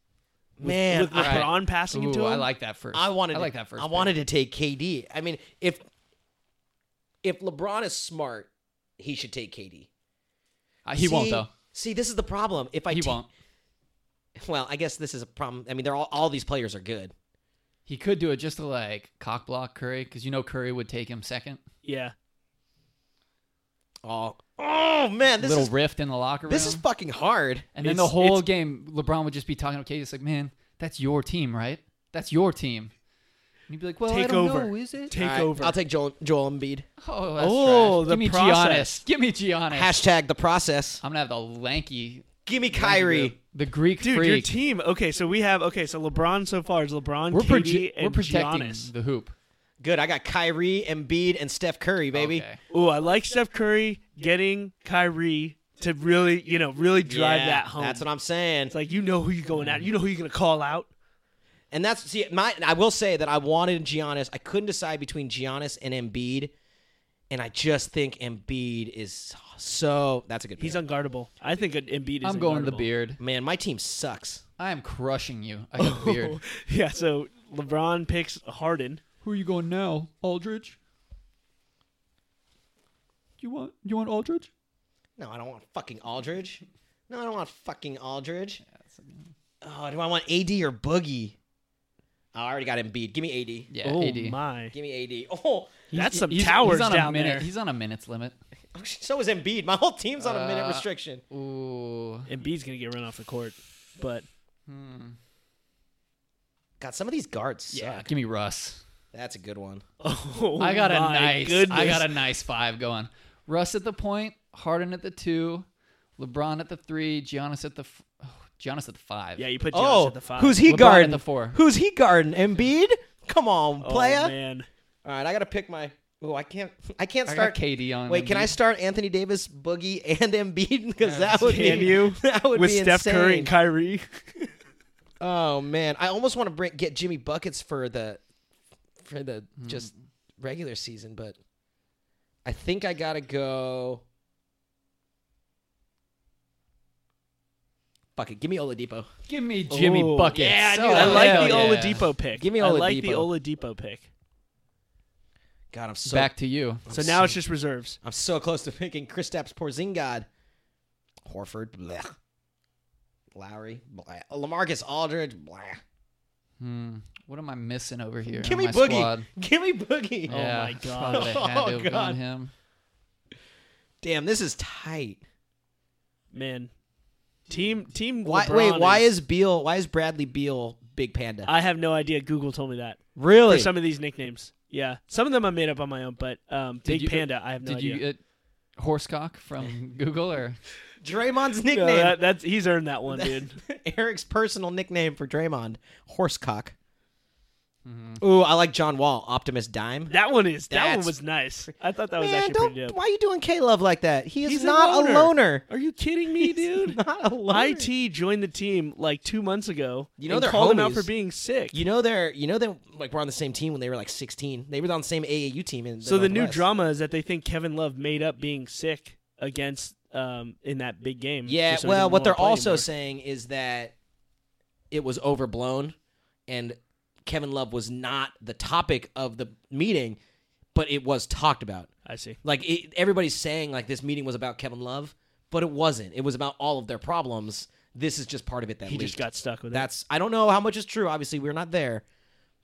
[SPEAKER 2] With-
[SPEAKER 1] Man,
[SPEAKER 2] with,
[SPEAKER 1] I-
[SPEAKER 2] LeBron passing
[SPEAKER 3] Ooh,
[SPEAKER 2] it to him.
[SPEAKER 3] I like that first.
[SPEAKER 1] I wanted.
[SPEAKER 3] I
[SPEAKER 1] to-
[SPEAKER 3] like that first.
[SPEAKER 1] I wanted to take KD. I mean, if if LeBron is smart, he should take KD.
[SPEAKER 3] pick. Uh, he won't
[SPEAKER 1] See-
[SPEAKER 3] though.
[SPEAKER 1] See, this is the problem. If I
[SPEAKER 3] he
[SPEAKER 1] ta-
[SPEAKER 3] won't.
[SPEAKER 1] Well, I guess this is a problem. I mean, they're all all these players are good.
[SPEAKER 3] He could do it just to like cock block Curry because you know Curry would take him second.
[SPEAKER 2] yeah.
[SPEAKER 1] Oh, oh man, this
[SPEAKER 3] Little
[SPEAKER 1] is
[SPEAKER 3] rift in the locker room.
[SPEAKER 1] this is fucking hard.
[SPEAKER 3] and then the
[SPEAKER 2] it's-
[SPEAKER 3] whole
[SPEAKER 2] it's-
[SPEAKER 3] game, LeBron would just be talking to KD. It's like, man, that's your team, right? That's your team. And he'd be like, well, I
[SPEAKER 2] Take
[SPEAKER 3] don't
[SPEAKER 2] over.
[SPEAKER 3] know, is it?
[SPEAKER 2] Take
[SPEAKER 1] All right,
[SPEAKER 2] over.
[SPEAKER 1] I'll take Joel Joel Embiid.
[SPEAKER 3] oh, that's
[SPEAKER 2] Oh,
[SPEAKER 3] trash.
[SPEAKER 2] the
[SPEAKER 3] Give me
[SPEAKER 2] process.
[SPEAKER 3] Giannis. Give me Giannis.
[SPEAKER 1] Hashtag the process.
[SPEAKER 3] I'm gonna have the lanky
[SPEAKER 1] Give me
[SPEAKER 3] lanky
[SPEAKER 1] Kyrie.
[SPEAKER 3] group. the Greek
[SPEAKER 2] Dude, your
[SPEAKER 3] freak.
[SPEAKER 2] team. Okay, so we have okay. So LeBron so far is LeBron,
[SPEAKER 3] we're,
[SPEAKER 2] KD,
[SPEAKER 3] proje-
[SPEAKER 2] and
[SPEAKER 3] we're protecting
[SPEAKER 2] Giannis.
[SPEAKER 3] the hoop,
[SPEAKER 1] Good. I got Kyrie, Embiid, and Steph Curry, baby.
[SPEAKER 3] Okay.
[SPEAKER 2] Ooh, I like Steph Curry getting Kyrie to really, you know, really drive
[SPEAKER 1] Yeah,
[SPEAKER 2] that home.
[SPEAKER 1] That's what I'm saying.
[SPEAKER 2] It's like you know who you're going at. You know who you're gonna call out.
[SPEAKER 1] And that's see my I will say that I wanted Giannis. I couldn't decide between Giannis and Embiid. And I just think Embiid is so that's a good
[SPEAKER 2] He's
[SPEAKER 1] pick.
[SPEAKER 2] unguardable. I think an Embiid is.
[SPEAKER 3] I'm going the
[SPEAKER 2] unguardable.
[SPEAKER 3] beard.
[SPEAKER 1] Man, my team sucks.
[SPEAKER 3] Oh. I am crushing you. I got the beard.
[SPEAKER 2] yeah. So LeBron picks Harden,
[SPEAKER 3] Where are you going now, Aldridge? You want you want Aldridge?
[SPEAKER 1] No, I don't want fucking Aldridge. No, I don't want fucking Aldridge.
[SPEAKER 3] That's,
[SPEAKER 1] Oh, do I want AD or Boogie? Oh, I already got Embiid. Give me AD.
[SPEAKER 3] yeah,
[SPEAKER 2] oh
[SPEAKER 3] AD.
[SPEAKER 2] my,
[SPEAKER 1] Give me AD. Oh,
[SPEAKER 2] that's some
[SPEAKER 3] He's-
[SPEAKER 2] towers
[SPEAKER 3] he's on
[SPEAKER 2] down
[SPEAKER 3] a minute,
[SPEAKER 2] there.
[SPEAKER 3] He's on a minutes limit.
[SPEAKER 1] so is Embiid. My whole team's on a minute
[SPEAKER 3] Uh,
[SPEAKER 1] restriction.
[SPEAKER 3] Ooh.
[SPEAKER 2] And B's gonna get run off the court, but
[SPEAKER 3] Hmm.
[SPEAKER 1] God, some of these guards suck.
[SPEAKER 3] Yeah, give me Russ.
[SPEAKER 1] That's a good one.
[SPEAKER 2] oh,
[SPEAKER 3] I got a
[SPEAKER 2] my
[SPEAKER 3] nice.
[SPEAKER 2] Goodness.
[SPEAKER 3] I got a nice five going. Russ at the point, Harden at the two, LeBron at the three, Giannis at the f- oh, Giannis at the five.
[SPEAKER 2] Yeah, you put Giannis
[SPEAKER 1] oh,
[SPEAKER 2] at the five.
[SPEAKER 1] who's
[SPEAKER 3] LeBron
[SPEAKER 1] he
[SPEAKER 3] at
[SPEAKER 1] guarding?
[SPEAKER 3] the four.
[SPEAKER 1] Who's he guarding? Embiid? Come on,
[SPEAKER 2] oh,
[SPEAKER 1] playa.
[SPEAKER 2] man?
[SPEAKER 1] All right, I gotta pick my. Oh, I can't. I can't
[SPEAKER 3] I
[SPEAKER 1] start.
[SPEAKER 3] got KD on.
[SPEAKER 1] Wait, can I
[SPEAKER 3] Embiid.
[SPEAKER 1] start Anthony Davis, Boogie, and Embiid? Because that would
[SPEAKER 2] Can
[SPEAKER 1] be
[SPEAKER 2] you?
[SPEAKER 1] That would
[SPEAKER 2] With
[SPEAKER 1] be
[SPEAKER 2] Steph
[SPEAKER 1] insane.
[SPEAKER 2] Curry and Kyrie.
[SPEAKER 1] Oh man, I almost want to bring, get Jimmy buckets for the for the
[SPEAKER 3] Hmm.
[SPEAKER 1] just regular season, but I think I gotta go. Bucket, give me Oladipo.
[SPEAKER 3] Give me Jimmy
[SPEAKER 2] Ooh.
[SPEAKER 3] Buckets.
[SPEAKER 2] Yeah, dude,
[SPEAKER 3] Oh,
[SPEAKER 2] I like
[SPEAKER 3] hell
[SPEAKER 2] the
[SPEAKER 3] yeah.
[SPEAKER 2] Oladipo pick.
[SPEAKER 1] Give me
[SPEAKER 2] I like the
[SPEAKER 1] Oladipo.
[SPEAKER 2] Oladipo pick.
[SPEAKER 1] God, I'm so
[SPEAKER 3] Back to you.
[SPEAKER 1] I'm
[SPEAKER 2] So now it's just reserves.
[SPEAKER 1] I'm so close to picking Kristaps Porzingis, Horford, bleh. Lowry, bleh. Lamarcus Aldridge, bleh.
[SPEAKER 3] Hmm. What am I missing over here?
[SPEAKER 1] Give
[SPEAKER 3] on
[SPEAKER 1] me
[SPEAKER 3] my
[SPEAKER 1] Boogie.
[SPEAKER 3] Squad?
[SPEAKER 1] Give me Boogie.
[SPEAKER 2] Oh
[SPEAKER 3] Yeah,
[SPEAKER 2] my God.
[SPEAKER 3] Probably had to
[SPEAKER 1] Oh
[SPEAKER 3] have gone
[SPEAKER 1] God.
[SPEAKER 3] him.
[SPEAKER 1] Damn, this is tight.
[SPEAKER 2] Man, team team.
[SPEAKER 1] Why,
[SPEAKER 2] LeBron
[SPEAKER 1] wait, why
[SPEAKER 2] is, Uh,
[SPEAKER 1] is Beal? Why is Bradley Beal Big Panda?
[SPEAKER 2] I have no idea. Google told me that
[SPEAKER 1] really?
[SPEAKER 2] for some of these nicknames. Yeah, some of them I made up on my own, but um,
[SPEAKER 3] Did
[SPEAKER 2] Big
[SPEAKER 3] you- uh,
[SPEAKER 2] Panda, I have no
[SPEAKER 3] Did
[SPEAKER 2] idea.
[SPEAKER 3] you get horsecock from Google or?
[SPEAKER 1] Draymond's
[SPEAKER 2] No,
[SPEAKER 1] nickname.
[SPEAKER 2] that- that's he's earned that one, dude.
[SPEAKER 1] Eric's personal nickname for Draymond, horsecock. Ooh, I like John Wall, Optimus Dime.
[SPEAKER 2] Mm-hmm. That one is that
[SPEAKER 1] That's-
[SPEAKER 2] one was nice. I thought that was
[SPEAKER 1] Man,
[SPEAKER 2] actually
[SPEAKER 1] don't.
[SPEAKER 2] pretty dope.
[SPEAKER 1] Why are you doing K Love like that? He is
[SPEAKER 2] He's a
[SPEAKER 1] not a
[SPEAKER 2] loner.
[SPEAKER 1] loner.
[SPEAKER 2] Are you kidding me, dude?
[SPEAKER 1] Not a loner.
[SPEAKER 2] It joined the team like two months ago.
[SPEAKER 1] You know
[SPEAKER 2] and
[SPEAKER 1] they're
[SPEAKER 2] called him out
[SPEAKER 1] homies.
[SPEAKER 2] for being sick.
[SPEAKER 1] You know they're. You know they like were on the same team when they were like 16. They were on the same AAU team. In
[SPEAKER 2] so the new
[SPEAKER 1] Northwest.
[SPEAKER 2] drama is that they think Kevin Love made up being sick against um in that big game.
[SPEAKER 1] Yeah.
[SPEAKER 2] just so he
[SPEAKER 1] well,
[SPEAKER 2] didn't
[SPEAKER 1] what they're
[SPEAKER 2] wanna play
[SPEAKER 1] also
[SPEAKER 2] anymore.
[SPEAKER 1] saying is that it was overblown, and Kevin Love was not the topic of the meeting, but it was talked about.
[SPEAKER 2] I see.
[SPEAKER 1] Like it, everybody's saying, like this meeting was about Kevin Love, but it wasn't. It was about all of their problems. This is just part of it that
[SPEAKER 2] He
[SPEAKER 1] leaked.
[SPEAKER 2] just got stuck with
[SPEAKER 1] That's I don't know how much is true. Obviously, we were not there,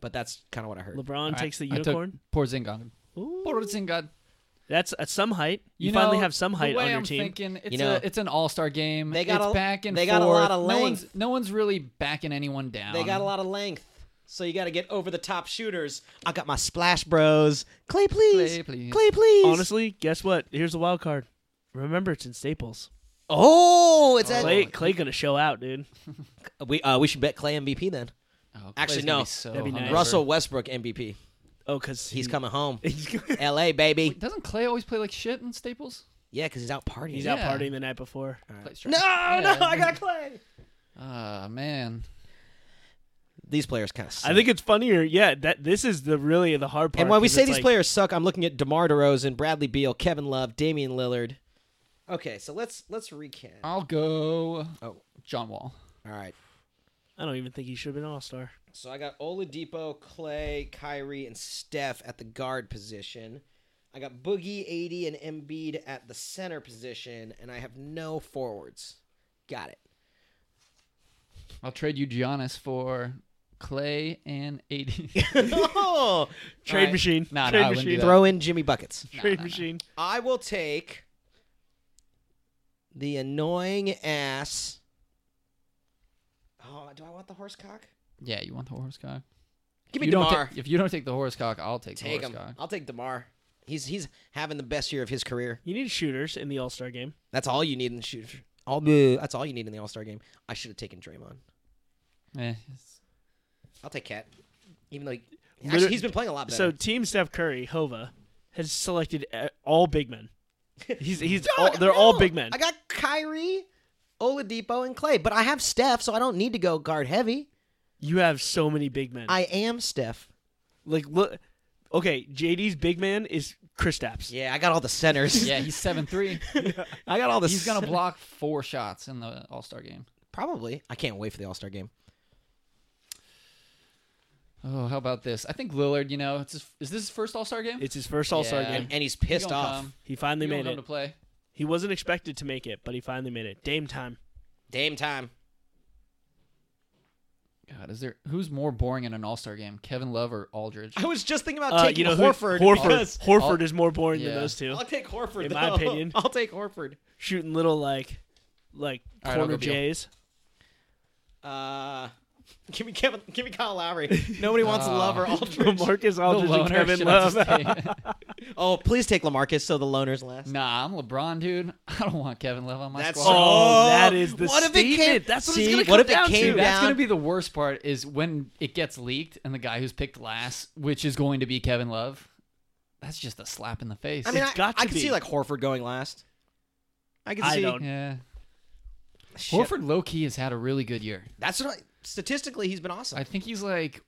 [SPEAKER 1] but that's kind of what I
[SPEAKER 2] it.
[SPEAKER 1] heard.
[SPEAKER 2] LeBron
[SPEAKER 3] All right,
[SPEAKER 2] takes the
[SPEAKER 3] I took
[SPEAKER 2] unicorn.
[SPEAKER 3] Porzingis.
[SPEAKER 2] Ooh.
[SPEAKER 3] Porzingis.
[SPEAKER 2] That's at some height. You,
[SPEAKER 3] know,
[SPEAKER 2] finally have some height
[SPEAKER 3] the way
[SPEAKER 2] on your
[SPEAKER 3] I'm
[SPEAKER 2] team.
[SPEAKER 3] Thinking, it's
[SPEAKER 1] You know,
[SPEAKER 3] a, it's an all star game.
[SPEAKER 1] they got
[SPEAKER 3] it's
[SPEAKER 1] a-
[SPEAKER 3] back and
[SPEAKER 1] they got a lot
[SPEAKER 3] forth.
[SPEAKER 1] of
[SPEAKER 3] No
[SPEAKER 1] length.
[SPEAKER 3] one's no one's really backing anyone down.
[SPEAKER 1] They got a lot of length, so you got to get over the top shooters. I got my splash bros. Clay, please.
[SPEAKER 3] Clay, please.
[SPEAKER 1] please.
[SPEAKER 2] Honestly, guess what? Here's the wild card. Remember, it's in Staples.
[SPEAKER 1] Oh, it's at
[SPEAKER 2] Clay, Clay gonna show out, dude.
[SPEAKER 1] we uh, we should bet Clay MVP then.
[SPEAKER 3] Oh,
[SPEAKER 1] Actually,
[SPEAKER 3] Clay's gonna
[SPEAKER 1] no.
[SPEAKER 3] Be so
[SPEAKER 2] That'd be nice.
[SPEAKER 3] hungover.
[SPEAKER 1] Russell Westbrook MVP.
[SPEAKER 2] Oh, cause
[SPEAKER 1] He's
[SPEAKER 2] he-
[SPEAKER 1] coming home.
[SPEAKER 2] He's gonna-
[SPEAKER 1] L.A. baby.
[SPEAKER 3] doesn't Clay always play like shit in Staples?
[SPEAKER 1] Yeah, because he's out partying.
[SPEAKER 2] he's
[SPEAKER 3] Yeah.
[SPEAKER 2] out partying the night before.
[SPEAKER 3] Clay's
[SPEAKER 1] No,
[SPEAKER 3] Yeah.
[SPEAKER 1] no, I got Clay.
[SPEAKER 3] Ah man,
[SPEAKER 1] These players kind of.
[SPEAKER 2] I think it's funnier. Yeah, that this is the really the hard part.
[SPEAKER 1] And when we
[SPEAKER 2] 'cause
[SPEAKER 1] say
[SPEAKER 2] it's
[SPEAKER 1] these
[SPEAKER 2] like-
[SPEAKER 1] players suck, I'm looking at DeMar DeRozan, Bradley Beal, Kevin Love, Damian Lillard. Okay, so let's let's recap.
[SPEAKER 2] Uh-huh.
[SPEAKER 1] All
[SPEAKER 3] I'll go.
[SPEAKER 1] Oh.
[SPEAKER 3] John Wall.
[SPEAKER 1] right.
[SPEAKER 2] I don't even think he should have been All Star.
[SPEAKER 1] So I got Oladipo, Clay, Kyrie, and Steph at the guard position. I got Boogie, 80, and Embiid at the center position, and I have no forwards. Got it.
[SPEAKER 3] I'll trade you Giannis for Clay and AD.
[SPEAKER 1] oh,
[SPEAKER 2] Trade
[SPEAKER 3] right.
[SPEAKER 2] machine.
[SPEAKER 3] Nah, nah,
[SPEAKER 2] Trade
[SPEAKER 3] I wouldn't do
[SPEAKER 2] machine.
[SPEAKER 3] that.
[SPEAKER 1] throw in Jimmy buckets.
[SPEAKER 2] Trade machine.
[SPEAKER 1] I will take the annoying ass. Oh, do I want the horse cock?
[SPEAKER 3] yeah, you want the horsecock?
[SPEAKER 1] Give me
[SPEAKER 3] You don't
[SPEAKER 1] Demar.
[SPEAKER 3] ta- if you don't take the horsecock, I'll take,
[SPEAKER 1] take
[SPEAKER 3] the
[SPEAKER 1] him.
[SPEAKER 3] horsecock.
[SPEAKER 1] I'll take Demar. He's he's having the best year of his career.
[SPEAKER 2] You need shooters in the All Star game.
[SPEAKER 1] That's all you need in the shooter. All that's all you need in the All Star game. I should have taken Draymond.
[SPEAKER 3] Eh, it's-
[SPEAKER 1] I'll take Cat, even though he,
[SPEAKER 2] Liter-
[SPEAKER 1] actually, he's been playing a lot
[SPEAKER 2] So
[SPEAKER 1] better.
[SPEAKER 2] Team Steph Curry Hova has selected uh, all big men. He's he's all, they're all big men.
[SPEAKER 1] I got Kyrie, Oladipo, and Clay, but I have Steph, so I don't need to go guard heavy.
[SPEAKER 2] You have so many big men.
[SPEAKER 1] I am Steph.
[SPEAKER 2] like look. Okay, JD's big man is Kristaps.
[SPEAKER 1] Yeah, I got all the centers.
[SPEAKER 3] yeah, he's seven three.
[SPEAKER 1] I got all the.
[SPEAKER 3] He's gonna
[SPEAKER 1] cen-
[SPEAKER 3] block four shots in the All Star game.
[SPEAKER 1] probably. I can't wait for the All Star game.
[SPEAKER 3] Oh, how about this? I think Lillard. You know, it's his, is this his first All Star game?
[SPEAKER 2] It's his first All Star
[SPEAKER 3] Yeah.
[SPEAKER 2] game.
[SPEAKER 1] And, and he's
[SPEAKER 3] He
[SPEAKER 1] pissed
[SPEAKER 3] gonna
[SPEAKER 1] off.
[SPEAKER 3] come.
[SPEAKER 2] He finally
[SPEAKER 3] He gonna
[SPEAKER 2] made
[SPEAKER 3] come
[SPEAKER 2] it.
[SPEAKER 3] to play.
[SPEAKER 2] He wasn't expected to make it, but he finally made it. Dame time.
[SPEAKER 1] Dame time.
[SPEAKER 3] God, is there who's more boring in an All Star game? Kevin Love or Aldridge?
[SPEAKER 1] I was just thinking about
[SPEAKER 2] Uh,
[SPEAKER 1] taking
[SPEAKER 2] you know who-
[SPEAKER 1] Horford.
[SPEAKER 2] Horford.
[SPEAKER 1] because-
[SPEAKER 2] Horford is more boring
[SPEAKER 3] Yeah.
[SPEAKER 2] than those two.
[SPEAKER 1] I'll take Horford.
[SPEAKER 2] In my
[SPEAKER 1] though.
[SPEAKER 2] opinion.
[SPEAKER 1] I'll take Horford.
[SPEAKER 2] Shooting little like, like
[SPEAKER 3] All right, I'll
[SPEAKER 2] corner
[SPEAKER 3] go Beal.
[SPEAKER 2] jays.
[SPEAKER 1] Uh, give me Kevin. Give me Kyle Lowry. Nobody wants
[SPEAKER 3] Ah.
[SPEAKER 1] Love or Aldridge.
[SPEAKER 2] Marcus
[SPEAKER 3] The
[SPEAKER 2] Aldridge and
[SPEAKER 3] loner,
[SPEAKER 2] Kevin
[SPEAKER 3] should I just
[SPEAKER 2] Love.
[SPEAKER 3] take-
[SPEAKER 1] oh, please take Lamarcus so the loner's last.
[SPEAKER 3] nah, I'm LeBron, dude. I don't want Kevin Love on my
[SPEAKER 1] That's
[SPEAKER 3] squad.
[SPEAKER 1] so-
[SPEAKER 2] Oh, that is the
[SPEAKER 1] What if it came-
[SPEAKER 2] statement. That's what it's
[SPEAKER 1] See,
[SPEAKER 2] gonna
[SPEAKER 1] what
[SPEAKER 2] come
[SPEAKER 1] if it
[SPEAKER 2] down
[SPEAKER 1] came
[SPEAKER 2] to.
[SPEAKER 1] down-
[SPEAKER 3] That's going to be the worst part is when it gets leaked and the guy who's picked last, which is going to be Kevin Love. That's just a slap in the face.
[SPEAKER 1] I mean,
[SPEAKER 2] It's
[SPEAKER 1] I,
[SPEAKER 2] got
[SPEAKER 1] I
[SPEAKER 2] to
[SPEAKER 1] can
[SPEAKER 2] be.
[SPEAKER 1] see like Horford going last. I can
[SPEAKER 2] I
[SPEAKER 1] see.
[SPEAKER 2] don't-
[SPEAKER 3] yeah.
[SPEAKER 1] Shit.
[SPEAKER 3] Horford low key has had a really good year.
[SPEAKER 1] That's what. I, statistically, he's been awesome.
[SPEAKER 3] I think he's like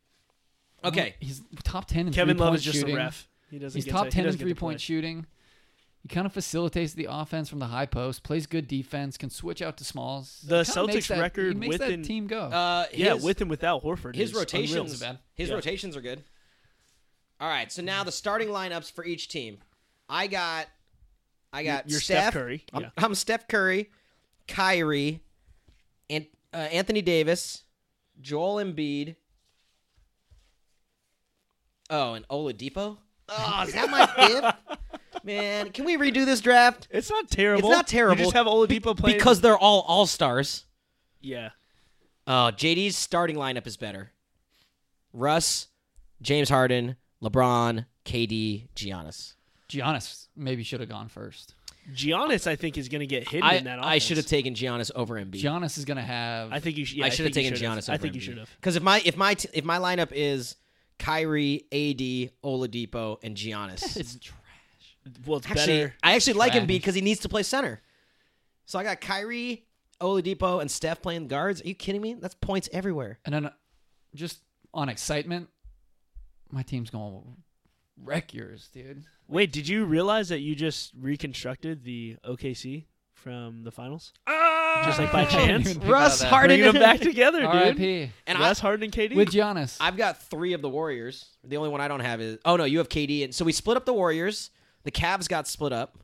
[SPEAKER 1] okay.
[SPEAKER 3] He's top ten in
[SPEAKER 2] Kevin
[SPEAKER 3] three
[SPEAKER 2] Love
[SPEAKER 3] point
[SPEAKER 2] is just
[SPEAKER 3] shooting.
[SPEAKER 2] a ref. He doesn't.
[SPEAKER 3] He's
[SPEAKER 2] get
[SPEAKER 3] top
[SPEAKER 2] to, he
[SPEAKER 3] ten in
[SPEAKER 2] doesn't get to
[SPEAKER 3] three point
[SPEAKER 2] play.
[SPEAKER 3] shooting. He kind of facilitates the offense from the high post. Plays good defense. Can switch out to smalls.
[SPEAKER 2] The
[SPEAKER 3] He kinda makes
[SPEAKER 2] Celtics
[SPEAKER 3] that-
[SPEAKER 2] record
[SPEAKER 3] he makes
[SPEAKER 2] within-
[SPEAKER 3] that team go.
[SPEAKER 1] Uh,
[SPEAKER 2] Yeah,
[SPEAKER 1] his,
[SPEAKER 2] with and without Horford.
[SPEAKER 1] his
[SPEAKER 2] is unreal.
[SPEAKER 1] rotations.
[SPEAKER 3] bad.
[SPEAKER 1] His
[SPEAKER 2] Yeah.
[SPEAKER 1] rotations are good. All right. So now the starting lineups for each team. I got. I got
[SPEAKER 2] You're
[SPEAKER 1] Steph,
[SPEAKER 2] Steph Curry,
[SPEAKER 1] I'm,
[SPEAKER 2] yeah.
[SPEAKER 1] I'm Steph Curry, Kyrie, and uh, Anthony Davis, Joel Embiid. Oh, and Oladipo. Oh, is that my fifth? Man, can we redo this draft?
[SPEAKER 2] It's not terrible.
[SPEAKER 1] It's not terrible.
[SPEAKER 2] You just have Oladipo playing
[SPEAKER 1] because they're all all stars.
[SPEAKER 2] yeah,
[SPEAKER 1] Oh, JD's starting lineup is better. Russ, James Harden, LeBron, KD, Giannis.
[SPEAKER 3] Giannis maybe should have gone first.
[SPEAKER 2] Giannis I think is going to get hidden
[SPEAKER 1] I,
[SPEAKER 2] in that. Offense.
[SPEAKER 1] I should have taken Giannis over Embiid.
[SPEAKER 3] Giannis is gonna have.
[SPEAKER 2] I think you should. Yeah,
[SPEAKER 1] I should have
[SPEAKER 2] think you
[SPEAKER 1] taken Giannis. Over
[SPEAKER 2] I think you should have.
[SPEAKER 1] Because if my if my t- if my lineup is Kyrie, AD, Oladipo, and Giannis,
[SPEAKER 3] it's trash.
[SPEAKER 2] Well, it's
[SPEAKER 1] actually
[SPEAKER 2] better.
[SPEAKER 1] I actually like
[SPEAKER 3] Trash.
[SPEAKER 1] Embiid because he needs to play center. So I got Kyrie, Oladipo, and Steph playing guards. Are you kidding me? That's points everywhere.
[SPEAKER 3] And then, uh, just on excitement, my team's gonna wreck yours, dude.
[SPEAKER 2] Wait, did you realize that you just reconstructed the OKC from the finals? just like by
[SPEAKER 3] I didn't even
[SPEAKER 2] chance,
[SPEAKER 3] think about
[SPEAKER 1] Russ
[SPEAKER 3] that.
[SPEAKER 1] Hard-
[SPEAKER 2] bringing
[SPEAKER 1] Harden-
[SPEAKER 2] them back together, dude.
[SPEAKER 3] R.I.P.
[SPEAKER 1] And I,
[SPEAKER 2] Russ Harden and KD.
[SPEAKER 3] with Giannis.
[SPEAKER 1] I've got three of the Warriors. The only one I don't have is oh no, you have KD, and so we split up the Warriors. The Cavs got split up.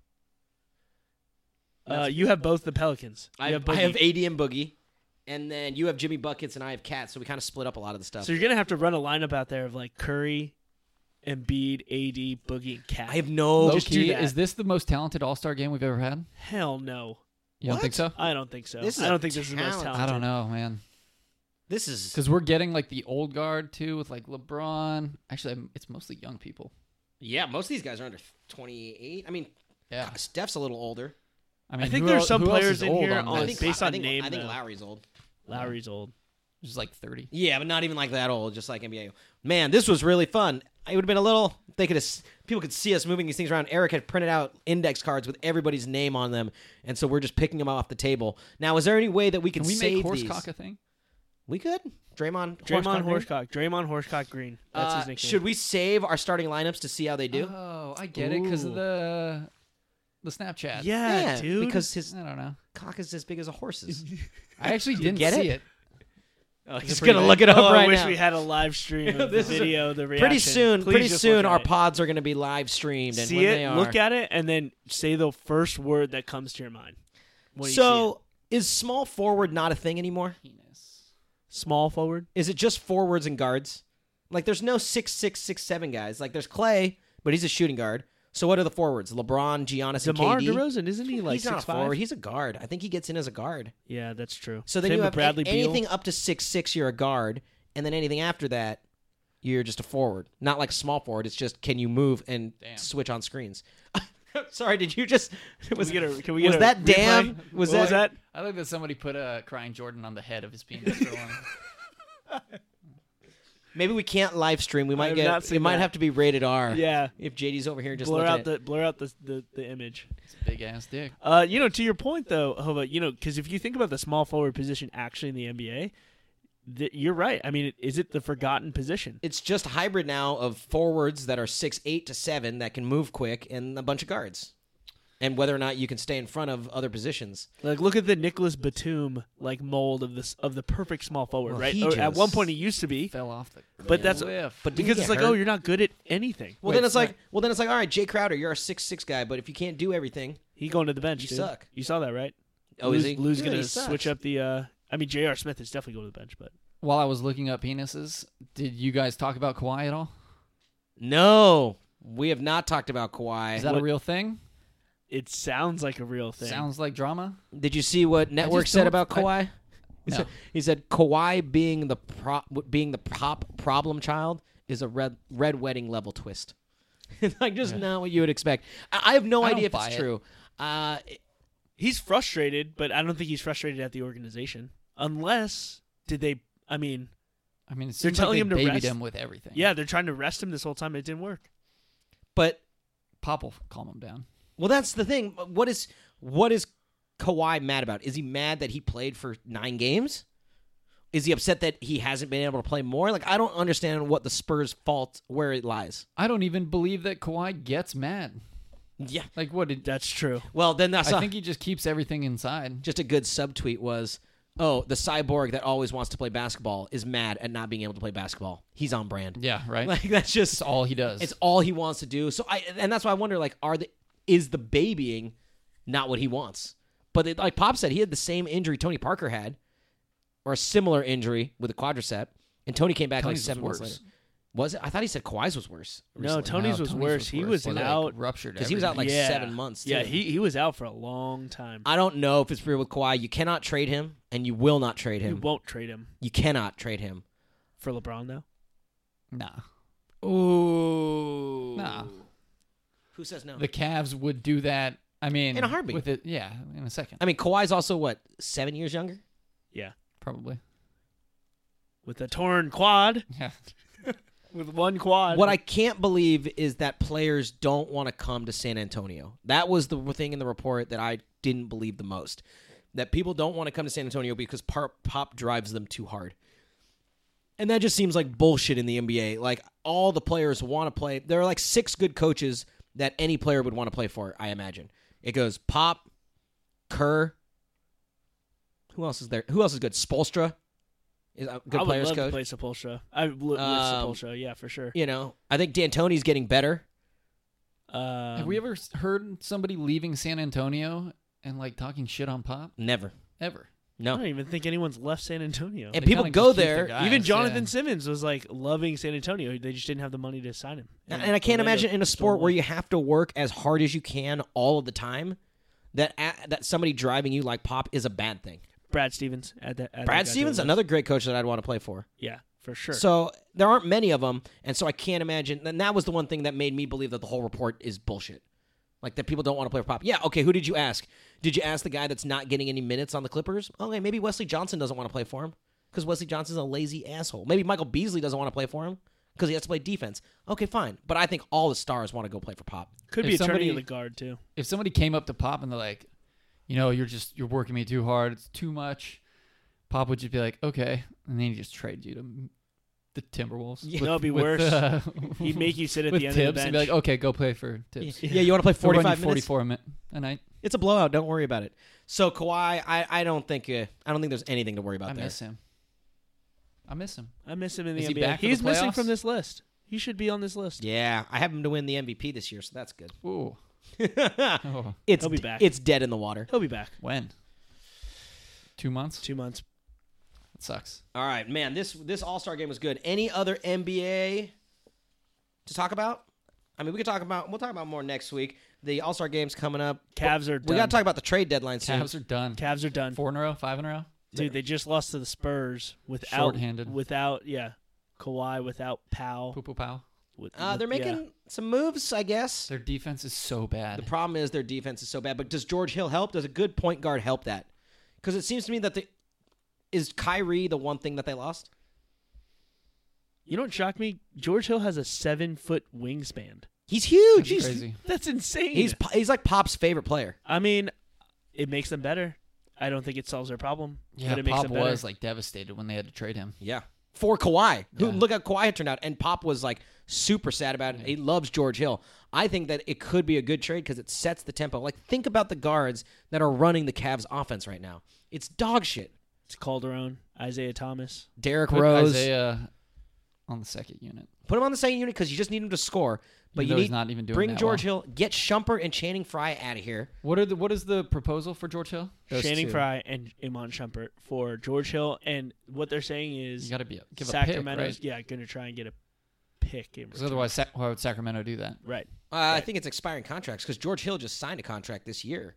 [SPEAKER 2] uh, you have both the Pelicans. You
[SPEAKER 1] I have, I
[SPEAKER 2] both
[SPEAKER 1] have AD and Boogie, and then you have Jimmy buckets, and I have Cat. So we kind of split up a lot of the stuff.
[SPEAKER 2] So you're gonna have to run a lineup out there of like Curry, Embiid, AD, Boogie, and Cat.
[SPEAKER 1] I have no.
[SPEAKER 3] Low
[SPEAKER 2] just do
[SPEAKER 3] key,
[SPEAKER 2] that.
[SPEAKER 3] is this the most talented All Star game we've ever had?
[SPEAKER 2] Hell no.
[SPEAKER 3] You don't think so?
[SPEAKER 2] I don't think so.
[SPEAKER 1] This is
[SPEAKER 2] I
[SPEAKER 1] a
[SPEAKER 2] don't think this is the most
[SPEAKER 1] talent-
[SPEAKER 2] talented.
[SPEAKER 3] I don't know, man.
[SPEAKER 1] This is
[SPEAKER 3] Because we're getting like the old guard too, with like LeBron. Actually, I'm- it's mostly young people.
[SPEAKER 1] yeah. Most of these guys are under twenty eight. I mean,
[SPEAKER 3] Yeah,
[SPEAKER 1] Steph's a little older. Oh,
[SPEAKER 3] mean,
[SPEAKER 2] I think
[SPEAKER 3] who
[SPEAKER 2] there's
[SPEAKER 3] el-
[SPEAKER 2] some
[SPEAKER 3] who else
[SPEAKER 2] players
[SPEAKER 3] is
[SPEAKER 2] in
[SPEAKER 3] old
[SPEAKER 2] here
[SPEAKER 3] on
[SPEAKER 2] on-
[SPEAKER 1] I
[SPEAKER 3] this?
[SPEAKER 1] think,
[SPEAKER 2] based
[SPEAKER 1] I
[SPEAKER 2] on
[SPEAKER 1] think,
[SPEAKER 2] name,
[SPEAKER 1] I think
[SPEAKER 2] though.
[SPEAKER 1] Lowry's old.
[SPEAKER 2] Lowry's old.
[SPEAKER 3] There's like 30.
[SPEAKER 1] Yeah, but not even like that old. Just like NBA. Man, this was really fun. It would have been a little. They could have. s- People could see us moving these things around. Eric had printed out index cards with everybody's name on them, and so we're just picking them off the table. Now, is there any way that we can,
[SPEAKER 3] Can we
[SPEAKER 1] save
[SPEAKER 3] make horsecock
[SPEAKER 1] these?
[SPEAKER 3] a thing?
[SPEAKER 1] We could. Draymond.
[SPEAKER 2] Draymond
[SPEAKER 1] Horsecock Green?
[SPEAKER 2] Horsecock. Draymond Horsecock Green. That's Uh,
[SPEAKER 1] Uh,
[SPEAKER 2] his nickname.
[SPEAKER 1] should we save our starting lineups to see how they do?
[SPEAKER 3] Oh, I get it because
[SPEAKER 2] Ooh.
[SPEAKER 3] of the the Snapchat.
[SPEAKER 2] Yeah, dude.
[SPEAKER 1] Because his
[SPEAKER 3] I don't know.
[SPEAKER 1] cock is as big as a horse's.
[SPEAKER 3] I actually didn't
[SPEAKER 1] get
[SPEAKER 3] see it.
[SPEAKER 1] oh,
[SPEAKER 2] It's
[SPEAKER 1] he's
[SPEAKER 2] pretty
[SPEAKER 1] gonna
[SPEAKER 2] big.
[SPEAKER 1] look it up
[SPEAKER 2] Oh,
[SPEAKER 1] right
[SPEAKER 2] I wish
[SPEAKER 1] now.
[SPEAKER 2] we had a live stream of
[SPEAKER 1] This
[SPEAKER 2] the
[SPEAKER 1] is a-
[SPEAKER 2] video, the reaction.
[SPEAKER 1] pretty soon,
[SPEAKER 2] Please
[SPEAKER 1] pretty
[SPEAKER 2] just
[SPEAKER 1] soon,
[SPEAKER 2] look at
[SPEAKER 1] our
[SPEAKER 2] it.
[SPEAKER 1] pods are gonna be live streamed. And
[SPEAKER 2] see
[SPEAKER 1] when
[SPEAKER 2] it,
[SPEAKER 1] they are,
[SPEAKER 2] look at it, and then say the first word that comes to your mind. When you see
[SPEAKER 1] so is small forward not a thing anymore?
[SPEAKER 3] Penis.
[SPEAKER 2] it. small forward.
[SPEAKER 1] Is it just forwards and guards? Like, there's no six, six, six, seven guys. Like, there's Clay, but he's a shooting guard. So what are the forwards? LeBron, Giannis,
[SPEAKER 2] DeMar
[SPEAKER 1] and KD.
[SPEAKER 2] DeRozan, isn't he like
[SPEAKER 1] he's not a
[SPEAKER 2] six five?
[SPEAKER 1] forward. He's a guard. I think he gets in as a guard.
[SPEAKER 2] Yeah, that's true.
[SPEAKER 1] So then you
[SPEAKER 2] Same with
[SPEAKER 1] have
[SPEAKER 2] Bradley
[SPEAKER 1] a-
[SPEAKER 2] Beal.
[SPEAKER 1] anything up to six six, you're a guard, and then anything after that, you're just a forward. Not like a small forward. It's just can you move and
[SPEAKER 3] Damn.
[SPEAKER 1] switch on screens. Sorry, did you just was
[SPEAKER 2] we get a- can we get
[SPEAKER 1] was
[SPEAKER 2] a
[SPEAKER 1] that
[SPEAKER 2] replay?
[SPEAKER 1] damn? Was
[SPEAKER 2] What
[SPEAKER 1] that,
[SPEAKER 2] was that?
[SPEAKER 3] I like that somebody put a crying Jordan on the head of his penis. For one.
[SPEAKER 1] Maybe we can't live stream. We might
[SPEAKER 2] have
[SPEAKER 1] get
[SPEAKER 2] not
[SPEAKER 1] it.
[SPEAKER 2] seen
[SPEAKER 1] Might
[SPEAKER 2] that.
[SPEAKER 1] have to be rated R.
[SPEAKER 2] Yeah.
[SPEAKER 1] If JD's over here just
[SPEAKER 2] blur
[SPEAKER 1] looking
[SPEAKER 2] out
[SPEAKER 1] at-
[SPEAKER 2] the blur out the, the the image.
[SPEAKER 3] It's a big ass dick.
[SPEAKER 2] Uh, you know, to your point though, Hova, you know, because if you think about the small forward position actually in the NBA, th- you're right. I mean, it- is it the forgotten position?
[SPEAKER 1] it's just a hybrid now of forwards that are six eight to seven that can move quick and a bunch of guards. and whether or not you can stay in front of other positions.
[SPEAKER 2] Like, look at the Nicholas Batum like mold of this of the perfect small forward,
[SPEAKER 1] Well,
[SPEAKER 2] right?
[SPEAKER 1] he
[SPEAKER 2] Or at one
[SPEAKER 1] just-
[SPEAKER 2] point, he used to be,
[SPEAKER 3] Fell off the
[SPEAKER 2] but that's
[SPEAKER 3] cliff.
[SPEAKER 1] But didn't
[SPEAKER 2] because
[SPEAKER 1] he
[SPEAKER 2] it's
[SPEAKER 1] get
[SPEAKER 2] like, oh,
[SPEAKER 1] hurt?
[SPEAKER 2] you're not good at anything.
[SPEAKER 1] Well,
[SPEAKER 3] Wait,
[SPEAKER 1] then it's
[SPEAKER 3] sorry.
[SPEAKER 1] like, well, then it's like, all right, Jay Crowder, you're our six six guy, but if you can't do everything,
[SPEAKER 2] He going to the bench.
[SPEAKER 1] You
[SPEAKER 2] dude.
[SPEAKER 1] suck.
[SPEAKER 2] You saw that, right?
[SPEAKER 1] oh, is
[SPEAKER 2] Lou's,
[SPEAKER 1] he?
[SPEAKER 2] Lou's
[SPEAKER 1] Dude,
[SPEAKER 2] gonna
[SPEAKER 1] he sucks.
[SPEAKER 2] switch up the. uh I mean, J.R. Smith is definitely going to the bench, but
[SPEAKER 3] while I was looking up penises, did you guys talk about Kawhi at all?
[SPEAKER 1] No, we have not talked about Kawhi.
[SPEAKER 3] Is that a
[SPEAKER 2] What-
[SPEAKER 3] real thing?
[SPEAKER 2] it sounds like a real thing.
[SPEAKER 3] Sounds like drama.
[SPEAKER 1] Did you see what network said
[SPEAKER 3] don't-
[SPEAKER 1] about
[SPEAKER 3] I-
[SPEAKER 1] Kawhi? he,
[SPEAKER 3] No.
[SPEAKER 1] said, he said Kawhi being the prop, being the pop problem child is a red red wedding level twist. It's like just not what you would expect. I, I have no
[SPEAKER 3] I don't
[SPEAKER 1] idea if
[SPEAKER 3] buy
[SPEAKER 1] it's
[SPEAKER 3] it.
[SPEAKER 1] true. Uh, it-
[SPEAKER 2] he's frustrated, but I don't think he's frustrated at the organization. Unless did they? I mean,
[SPEAKER 3] I mean, it
[SPEAKER 2] They're
[SPEAKER 3] seems
[SPEAKER 2] telling
[SPEAKER 3] like
[SPEAKER 2] him
[SPEAKER 3] they
[SPEAKER 2] to
[SPEAKER 3] babied
[SPEAKER 2] rest?
[SPEAKER 3] him with everything.
[SPEAKER 2] yeah, they're trying to rest him this whole time. It didn't work.
[SPEAKER 1] but
[SPEAKER 3] Pop will calm him down.
[SPEAKER 1] well, that's the thing. What is what is Kawhi mad about? Is he mad that he played for nine games? Is he upset that he hasn't been able to play more? Like I don't understand what the Spurs' fault where it lies.
[SPEAKER 3] I don't even believe that Kawhi gets mad.
[SPEAKER 1] Yeah.
[SPEAKER 3] Like, what did?
[SPEAKER 2] That's true.
[SPEAKER 1] Well, then that's
[SPEAKER 3] I
[SPEAKER 1] not-
[SPEAKER 3] think he just keeps everything inside.
[SPEAKER 1] just a good subtweet was, "Oh, the cyborg that always wants to play basketball is mad at not being able to play basketball. He's on brand."
[SPEAKER 3] Yeah, right.
[SPEAKER 1] Like that's just
[SPEAKER 3] That's all he does.
[SPEAKER 1] it's all he wants to do. So I and that's why I wonder like are the is the babying not what he wants? But it, like Pop said, he had the same injury Tony Parker had, or a similar injury with a quadricep, and Tony came back
[SPEAKER 3] Tony's
[SPEAKER 1] like
[SPEAKER 3] was
[SPEAKER 1] seven months
[SPEAKER 3] worse.
[SPEAKER 1] later. Was it? I thought he said Kawhi's was worse.
[SPEAKER 2] No, Tony's was worse. He was
[SPEAKER 3] He, like,
[SPEAKER 2] out
[SPEAKER 3] ruptured
[SPEAKER 1] 'Cause he was out,
[SPEAKER 3] everything.
[SPEAKER 1] like,
[SPEAKER 2] yeah.
[SPEAKER 1] seven months,
[SPEAKER 2] Yeah,
[SPEAKER 1] too.
[SPEAKER 2] he he was out for a long time.
[SPEAKER 1] I don't know if it's real with Kawhi. You cannot trade him, and you will not trade
[SPEAKER 2] You
[SPEAKER 1] him.
[SPEAKER 2] won't trade him
[SPEAKER 1] You cannot trade him.
[SPEAKER 2] for LeBron though.
[SPEAKER 1] Ooh.
[SPEAKER 3] Nah.
[SPEAKER 1] Who says no?
[SPEAKER 3] nah. The Cavs would do that. I mean,
[SPEAKER 1] In a heartbeat.
[SPEAKER 3] With it, yeah, in a second,
[SPEAKER 1] I mean, Kawhi's also what seven years younger.
[SPEAKER 2] Yeah,
[SPEAKER 3] probably.
[SPEAKER 2] with a torn quad,
[SPEAKER 3] Yeah,
[SPEAKER 2] with one quad.
[SPEAKER 1] What I can't believe is that players don't want to come to San Antonio. That was the thing in the report that I didn't believe the most. That people don't want to come to San Antonio because Pop, Pop drives them too hard. And that just seems like bullshit in the NBA. Like all the players want to play. There are like six good coaches that any player would want to play for, I imagine. It goes Pop, Kerr, who else is there? Who else is good? Spolstra is a
[SPEAKER 2] I
[SPEAKER 1] good
[SPEAKER 2] would
[SPEAKER 1] players
[SPEAKER 2] love
[SPEAKER 1] coach.
[SPEAKER 2] to play Sepulchra. I would with
[SPEAKER 1] Um,
[SPEAKER 2] Sepulchra, yeah, for sure.
[SPEAKER 1] You know, I think D'Antoni's getting better.
[SPEAKER 2] Um,
[SPEAKER 3] have we ever s- heard somebody leaving San Antonio and like talking shit on Pop
[SPEAKER 1] Never.
[SPEAKER 3] ever?
[SPEAKER 2] I
[SPEAKER 1] No.
[SPEAKER 2] don't even think anyone's left San Antonio.
[SPEAKER 1] And
[SPEAKER 3] They
[SPEAKER 1] people
[SPEAKER 3] kinda
[SPEAKER 1] go
[SPEAKER 3] just keep their
[SPEAKER 1] there,
[SPEAKER 3] guys,
[SPEAKER 2] Even Jonathan
[SPEAKER 3] yeah.
[SPEAKER 2] Simmons was like loving San Antonio. They just didn't have the money to sign him.
[SPEAKER 1] And, and I can't
[SPEAKER 2] Orlando
[SPEAKER 1] imagine in a
[SPEAKER 2] stole
[SPEAKER 1] sport where
[SPEAKER 2] him.
[SPEAKER 1] you have to work as hard as you can all of the time that a that somebody driving you like Pop is a bad thing.
[SPEAKER 2] Brad Stevens at that. add that guy
[SPEAKER 1] Brad
[SPEAKER 2] to
[SPEAKER 1] Stevens,
[SPEAKER 2] the list.
[SPEAKER 1] another great coach that I'd want to play for.
[SPEAKER 2] Yeah, for sure.
[SPEAKER 1] So there aren't many of them, and so I can't imagine. And that was the one thing that made me believe that the whole report is bullshit. Like that people don't want to play for Pop. Yeah, okay. Who did you ask? Did you ask the guy that's not getting any minutes on the Clippers? Okay, maybe Wesley Johnson doesn't want to play for him because Wesley Johnson's a lazy asshole. Maybe Michael Beasley doesn't want to play for him because he has to play defense. Okay, fine. But I think all the stars want to go play for Pop.
[SPEAKER 2] Could
[SPEAKER 3] if
[SPEAKER 2] be a
[SPEAKER 3] somebody-
[SPEAKER 2] turning of the guard too.
[SPEAKER 3] If somebody came up to Pop and they're like, you know, you're just you're working me too hard. It's too much. Pop would just be like, okay, and then he just trade you to m- the Timberwolves.
[SPEAKER 1] Yeah,
[SPEAKER 2] that'd be worse.
[SPEAKER 3] uh,
[SPEAKER 2] He'd make you sit at
[SPEAKER 3] with
[SPEAKER 2] the end
[SPEAKER 3] Tibbs
[SPEAKER 2] of the bench.
[SPEAKER 3] and be like, okay, go play for Tibbs.
[SPEAKER 1] Yeah, you want to play
[SPEAKER 3] They'll run you
[SPEAKER 1] 45 minutes?
[SPEAKER 3] 44 a minute a night.
[SPEAKER 1] It's a blowout. Don't worry about it. So Kawhi, I, I don't think uh, I don't think there's anything to worry about
[SPEAKER 3] I
[SPEAKER 1] there.
[SPEAKER 3] miss him. I miss him.
[SPEAKER 1] "Oh,
[SPEAKER 2] I miss him in the
[SPEAKER 3] Is he
[SPEAKER 2] NBA.
[SPEAKER 3] back for the
[SPEAKER 2] He's missing
[SPEAKER 3] playoffs?
[SPEAKER 2] from this list. He should be on this list.
[SPEAKER 1] Yeah, I have him to win the MVP this year, so that's good.
[SPEAKER 3] Ooh. Oh.
[SPEAKER 1] it's
[SPEAKER 2] He'll be
[SPEAKER 1] d-
[SPEAKER 2] back.
[SPEAKER 1] it's dead in the water.
[SPEAKER 2] He'll be back.
[SPEAKER 3] When? Two months?
[SPEAKER 2] Two months.
[SPEAKER 3] That sucks.
[SPEAKER 1] All right, man. This this All Star game was good. Any other NBA to talk about? I mean, we could talk about. We'll talk about more next week. The All Star game's coming up.
[SPEAKER 2] Cavs are
[SPEAKER 1] We
[SPEAKER 2] done.
[SPEAKER 1] got to talk about the trade deadline soon.
[SPEAKER 3] Cavs are done.
[SPEAKER 2] Cavs are done.
[SPEAKER 3] Four in a row, five in a row.
[SPEAKER 2] Dude, they just lost to the Spurs without
[SPEAKER 3] Shorthanded.
[SPEAKER 2] without yeah, Kawhi, without Powell.
[SPEAKER 3] Poo poo pow.
[SPEAKER 2] With,
[SPEAKER 1] Uh, they're
[SPEAKER 2] with-
[SPEAKER 1] making
[SPEAKER 2] yeah.
[SPEAKER 1] some moves, I guess.
[SPEAKER 3] Their defense is so
[SPEAKER 1] The
[SPEAKER 3] bad.
[SPEAKER 1] problem is their defense is so bad. But does George Hill help? Does a good point guard help that? Because it seems to me that the is Kyrie the one thing that they lost.
[SPEAKER 2] You don't shock me. George Hill has a seven foot wingspan.
[SPEAKER 1] He's huge.
[SPEAKER 3] That's
[SPEAKER 1] He's,
[SPEAKER 3] crazy.
[SPEAKER 2] That's insane.
[SPEAKER 1] he's po- he's like Pop's favorite player.
[SPEAKER 2] I mean, it makes them better. I don't think it solves their problem.
[SPEAKER 3] Yeah,
[SPEAKER 2] but it makes
[SPEAKER 3] Pop
[SPEAKER 2] them better.
[SPEAKER 3] was like devastated when they had to trade him.
[SPEAKER 1] Yeah. for Kawhi. Who,
[SPEAKER 3] Yeah.
[SPEAKER 1] Look how Kawhi had turned out. And Pop was like super sad about it. He
[SPEAKER 3] Mm-hmm.
[SPEAKER 1] loves George Hill. I think that it could be a good trade because it sets the tempo. Like, think about the guards that are running the Cavs offense right now. It's dog shit.
[SPEAKER 2] It's Calderon, Isaiah Thomas.
[SPEAKER 1] Derrick
[SPEAKER 3] Put
[SPEAKER 1] Rose.
[SPEAKER 3] Isaiah on the second unit.
[SPEAKER 1] Put him on the second unit because you just need him to score. But
[SPEAKER 3] Even
[SPEAKER 1] you
[SPEAKER 3] though he's
[SPEAKER 1] need
[SPEAKER 3] not even doing
[SPEAKER 1] bring
[SPEAKER 3] that
[SPEAKER 1] George
[SPEAKER 3] well.
[SPEAKER 1] Hill, get Shumpert and Channing Frye out of here.
[SPEAKER 3] What are the what is the proposal for George Hill? Those
[SPEAKER 2] Shanning
[SPEAKER 3] two.
[SPEAKER 2] Fry and Iman Shumpert for George Hill, and what they're saying
[SPEAKER 3] You
[SPEAKER 2] is
[SPEAKER 3] got to be give
[SPEAKER 2] Sacramento's
[SPEAKER 3] a pick, right?
[SPEAKER 2] yeah going to try and get a pick in
[SPEAKER 3] Because
[SPEAKER 2] return.
[SPEAKER 3] otherwise, Sac- why would Sacramento do that?
[SPEAKER 2] right?
[SPEAKER 1] Uh, I think it's expiring contracts because George Hill just signed a contract this year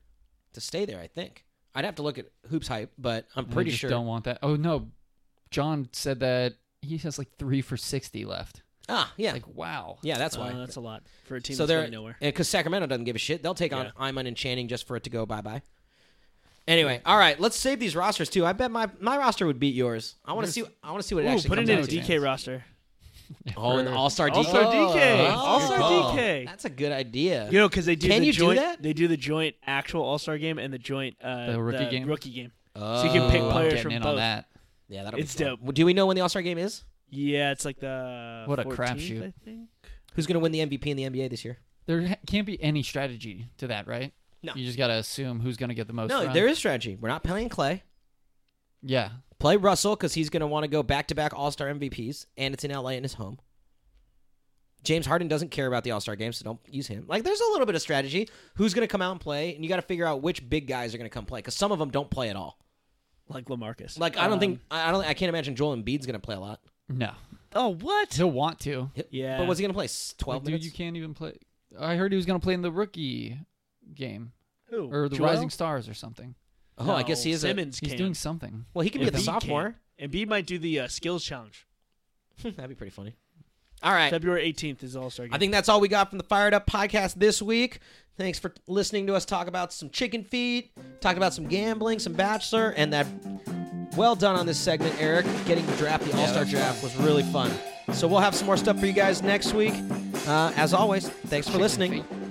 [SPEAKER 1] to stay there. I think I'd have to look at hoops hype, but I'm
[SPEAKER 3] They
[SPEAKER 1] pretty
[SPEAKER 3] just
[SPEAKER 1] sure.
[SPEAKER 3] Don't want that. Oh no, John said that he has like three for sixty left.
[SPEAKER 1] Ah, yeah,
[SPEAKER 3] Like uh, wow.
[SPEAKER 1] yeah, that's
[SPEAKER 2] That's
[SPEAKER 1] why.
[SPEAKER 2] Uh, that's a lot for a team
[SPEAKER 1] so
[SPEAKER 2] that's
[SPEAKER 1] they're
[SPEAKER 2] going nowhere.
[SPEAKER 1] because Sacramento doesn't give a shit. They'll take
[SPEAKER 2] Yeah.
[SPEAKER 1] on Iman and Channing just for it to go bye bye. Anyway, all right, let's save these rosters too. I bet my, my roster would beat yours. I want to
[SPEAKER 3] There's-
[SPEAKER 1] see. I want to see what it
[SPEAKER 2] Ooh,
[SPEAKER 1] actually
[SPEAKER 2] put
[SPEAKER 1] comes
[SPEAKER 2] it in a
[SPEAKER 1] out to.
[SPEAKER 2] DK roster.
[SPEAKER 1] Oh, an
[SPEAKER 3] For-
[SPEAKER 1] All Star DK.
[SPEAKER 2] Also DK.
[SPEAKER 1] Oh,
[SPEAKER 2] Also
[SPEAKER 1] good call.
[SPEAKER 2] DK.
[SPEAKER 1] That's a good idea.
[SPEAKER 2] You know, because they do
[SPEAKER 1] Can
[SPEAKER 2] the
[SPEAKER 1] you do
[SPEAKER 2] joint.
[SPEAKER 1] that?
[SPEAKER 2] They do the joint actual All Star game and the joint uh,
[SPEAKER 3] The rookie game?
[SPEAKER 2] Rookie game.
[SPEAKER 1] oh.
[SPEAKER 2] so you can pick
[SPEAKER 3] I'm
[SPEAKER 2] players
[SPEAKER 3] getting
[SPEAKER 2] from
[SPEAKER 3] in on
[SPEAKER 2] both.
[SPEAKER 3] that.
[SPEAKER 1] Yeah, that'll
[SPEAKER 2] It's
[SPEAKER 1] be fun.
[SPEAKER 2] dope.
[SPEAKER 1] Well, Do we know when the All Star game is?
[SPEAKER 2] Yeah, it's like the
[SPEAKER 3] What a
[SPEAKER 2] 14th,
[SPEAKER 3] crapshoot.
[SPEAKER 2] I think.
[SPEAKER 1] Who's going to win the MVP in the NBA this year?
[SPEAKER 3] There ha- can't be any strategy to that, right?
[SPEAKER 1] No.
[SPEAKER 3] You just got to assume who's going to get the most.
[SPEAKER 1] No,
[SPEAKER 3] run.
[SPEAKER 1] there is strategy. We're not playing Clay.
[SPEAKER 3] Yeah,
[SPEAKER 1] Play Russell because he's going to want to go back to back All Star MVPs, and it's in LA in his home. James Harden doesn't care about the All Star game, so don't use him. Like, there's a little bit of strategy. Who's going to come out and play? And you got to figure out which big guys are going to come play because some of them don't play at all.
[SPEAKER 2] Like Lamarcus.
[SPEAKER 1] Like, I don't
[SPEAKER 2] Um,
[SPEAKER 1] think I I don't I can't imagine Joel Embiid's going to play a lot.
[SPEAKER 3] no,
[SPEAKER 2] Oh, what?
[SPEAKER 3] he'll want to.
[SPEAKER 2] Yeah.
[SPEAKER 1] but what's he going to play? S- Twelve
[SPEAKER 3] Like,
[SPEAKER 1] minutes.
[SPEAKER 3] Dude, you can't even play. I heard he was going to play in the rookie game
[SPEAKER 2] Who?
[SPEAKER 3] or the
[SPEAKER 2] Joel?
[SPEAKER 3] Rising Stars or something.
[SPEAKER 1] oh, I guess he is. A,
[SPEAKER 2] Simmons
[SPEAKER 3] He's
[SPEAKER 2] can.
[SPEAKER 3] doing something.
[SPEAKER 1] well, he can be
[SPEAKER 3] Yeah,
[SPEAKER 1] a
[SPEAKER 3] but he can't.
[SPEAKER 1] sophomore.
[SPEAKER 2] and B might do the uh, skills challenge.
[SPEAKER 1] That'd be pretty funny. All right.
[SPEAKER 2] February 18th is All Star game.
[SPEAKER 1] I think that's all we got from the Fired Up podcast this week. Thanks for listening to us talk about some chicken feet, talk about some gambling, some Bachelor, and that. Well done on this segment, Eric. Getting the draft, the All Star draft was really fun. So we'll have some more stuff for you guys next week. Uh, as always, thanks for
[SPEAKER 3] Chicken
[SPEAKER 1] listening.
[SPEAKER 3] feet.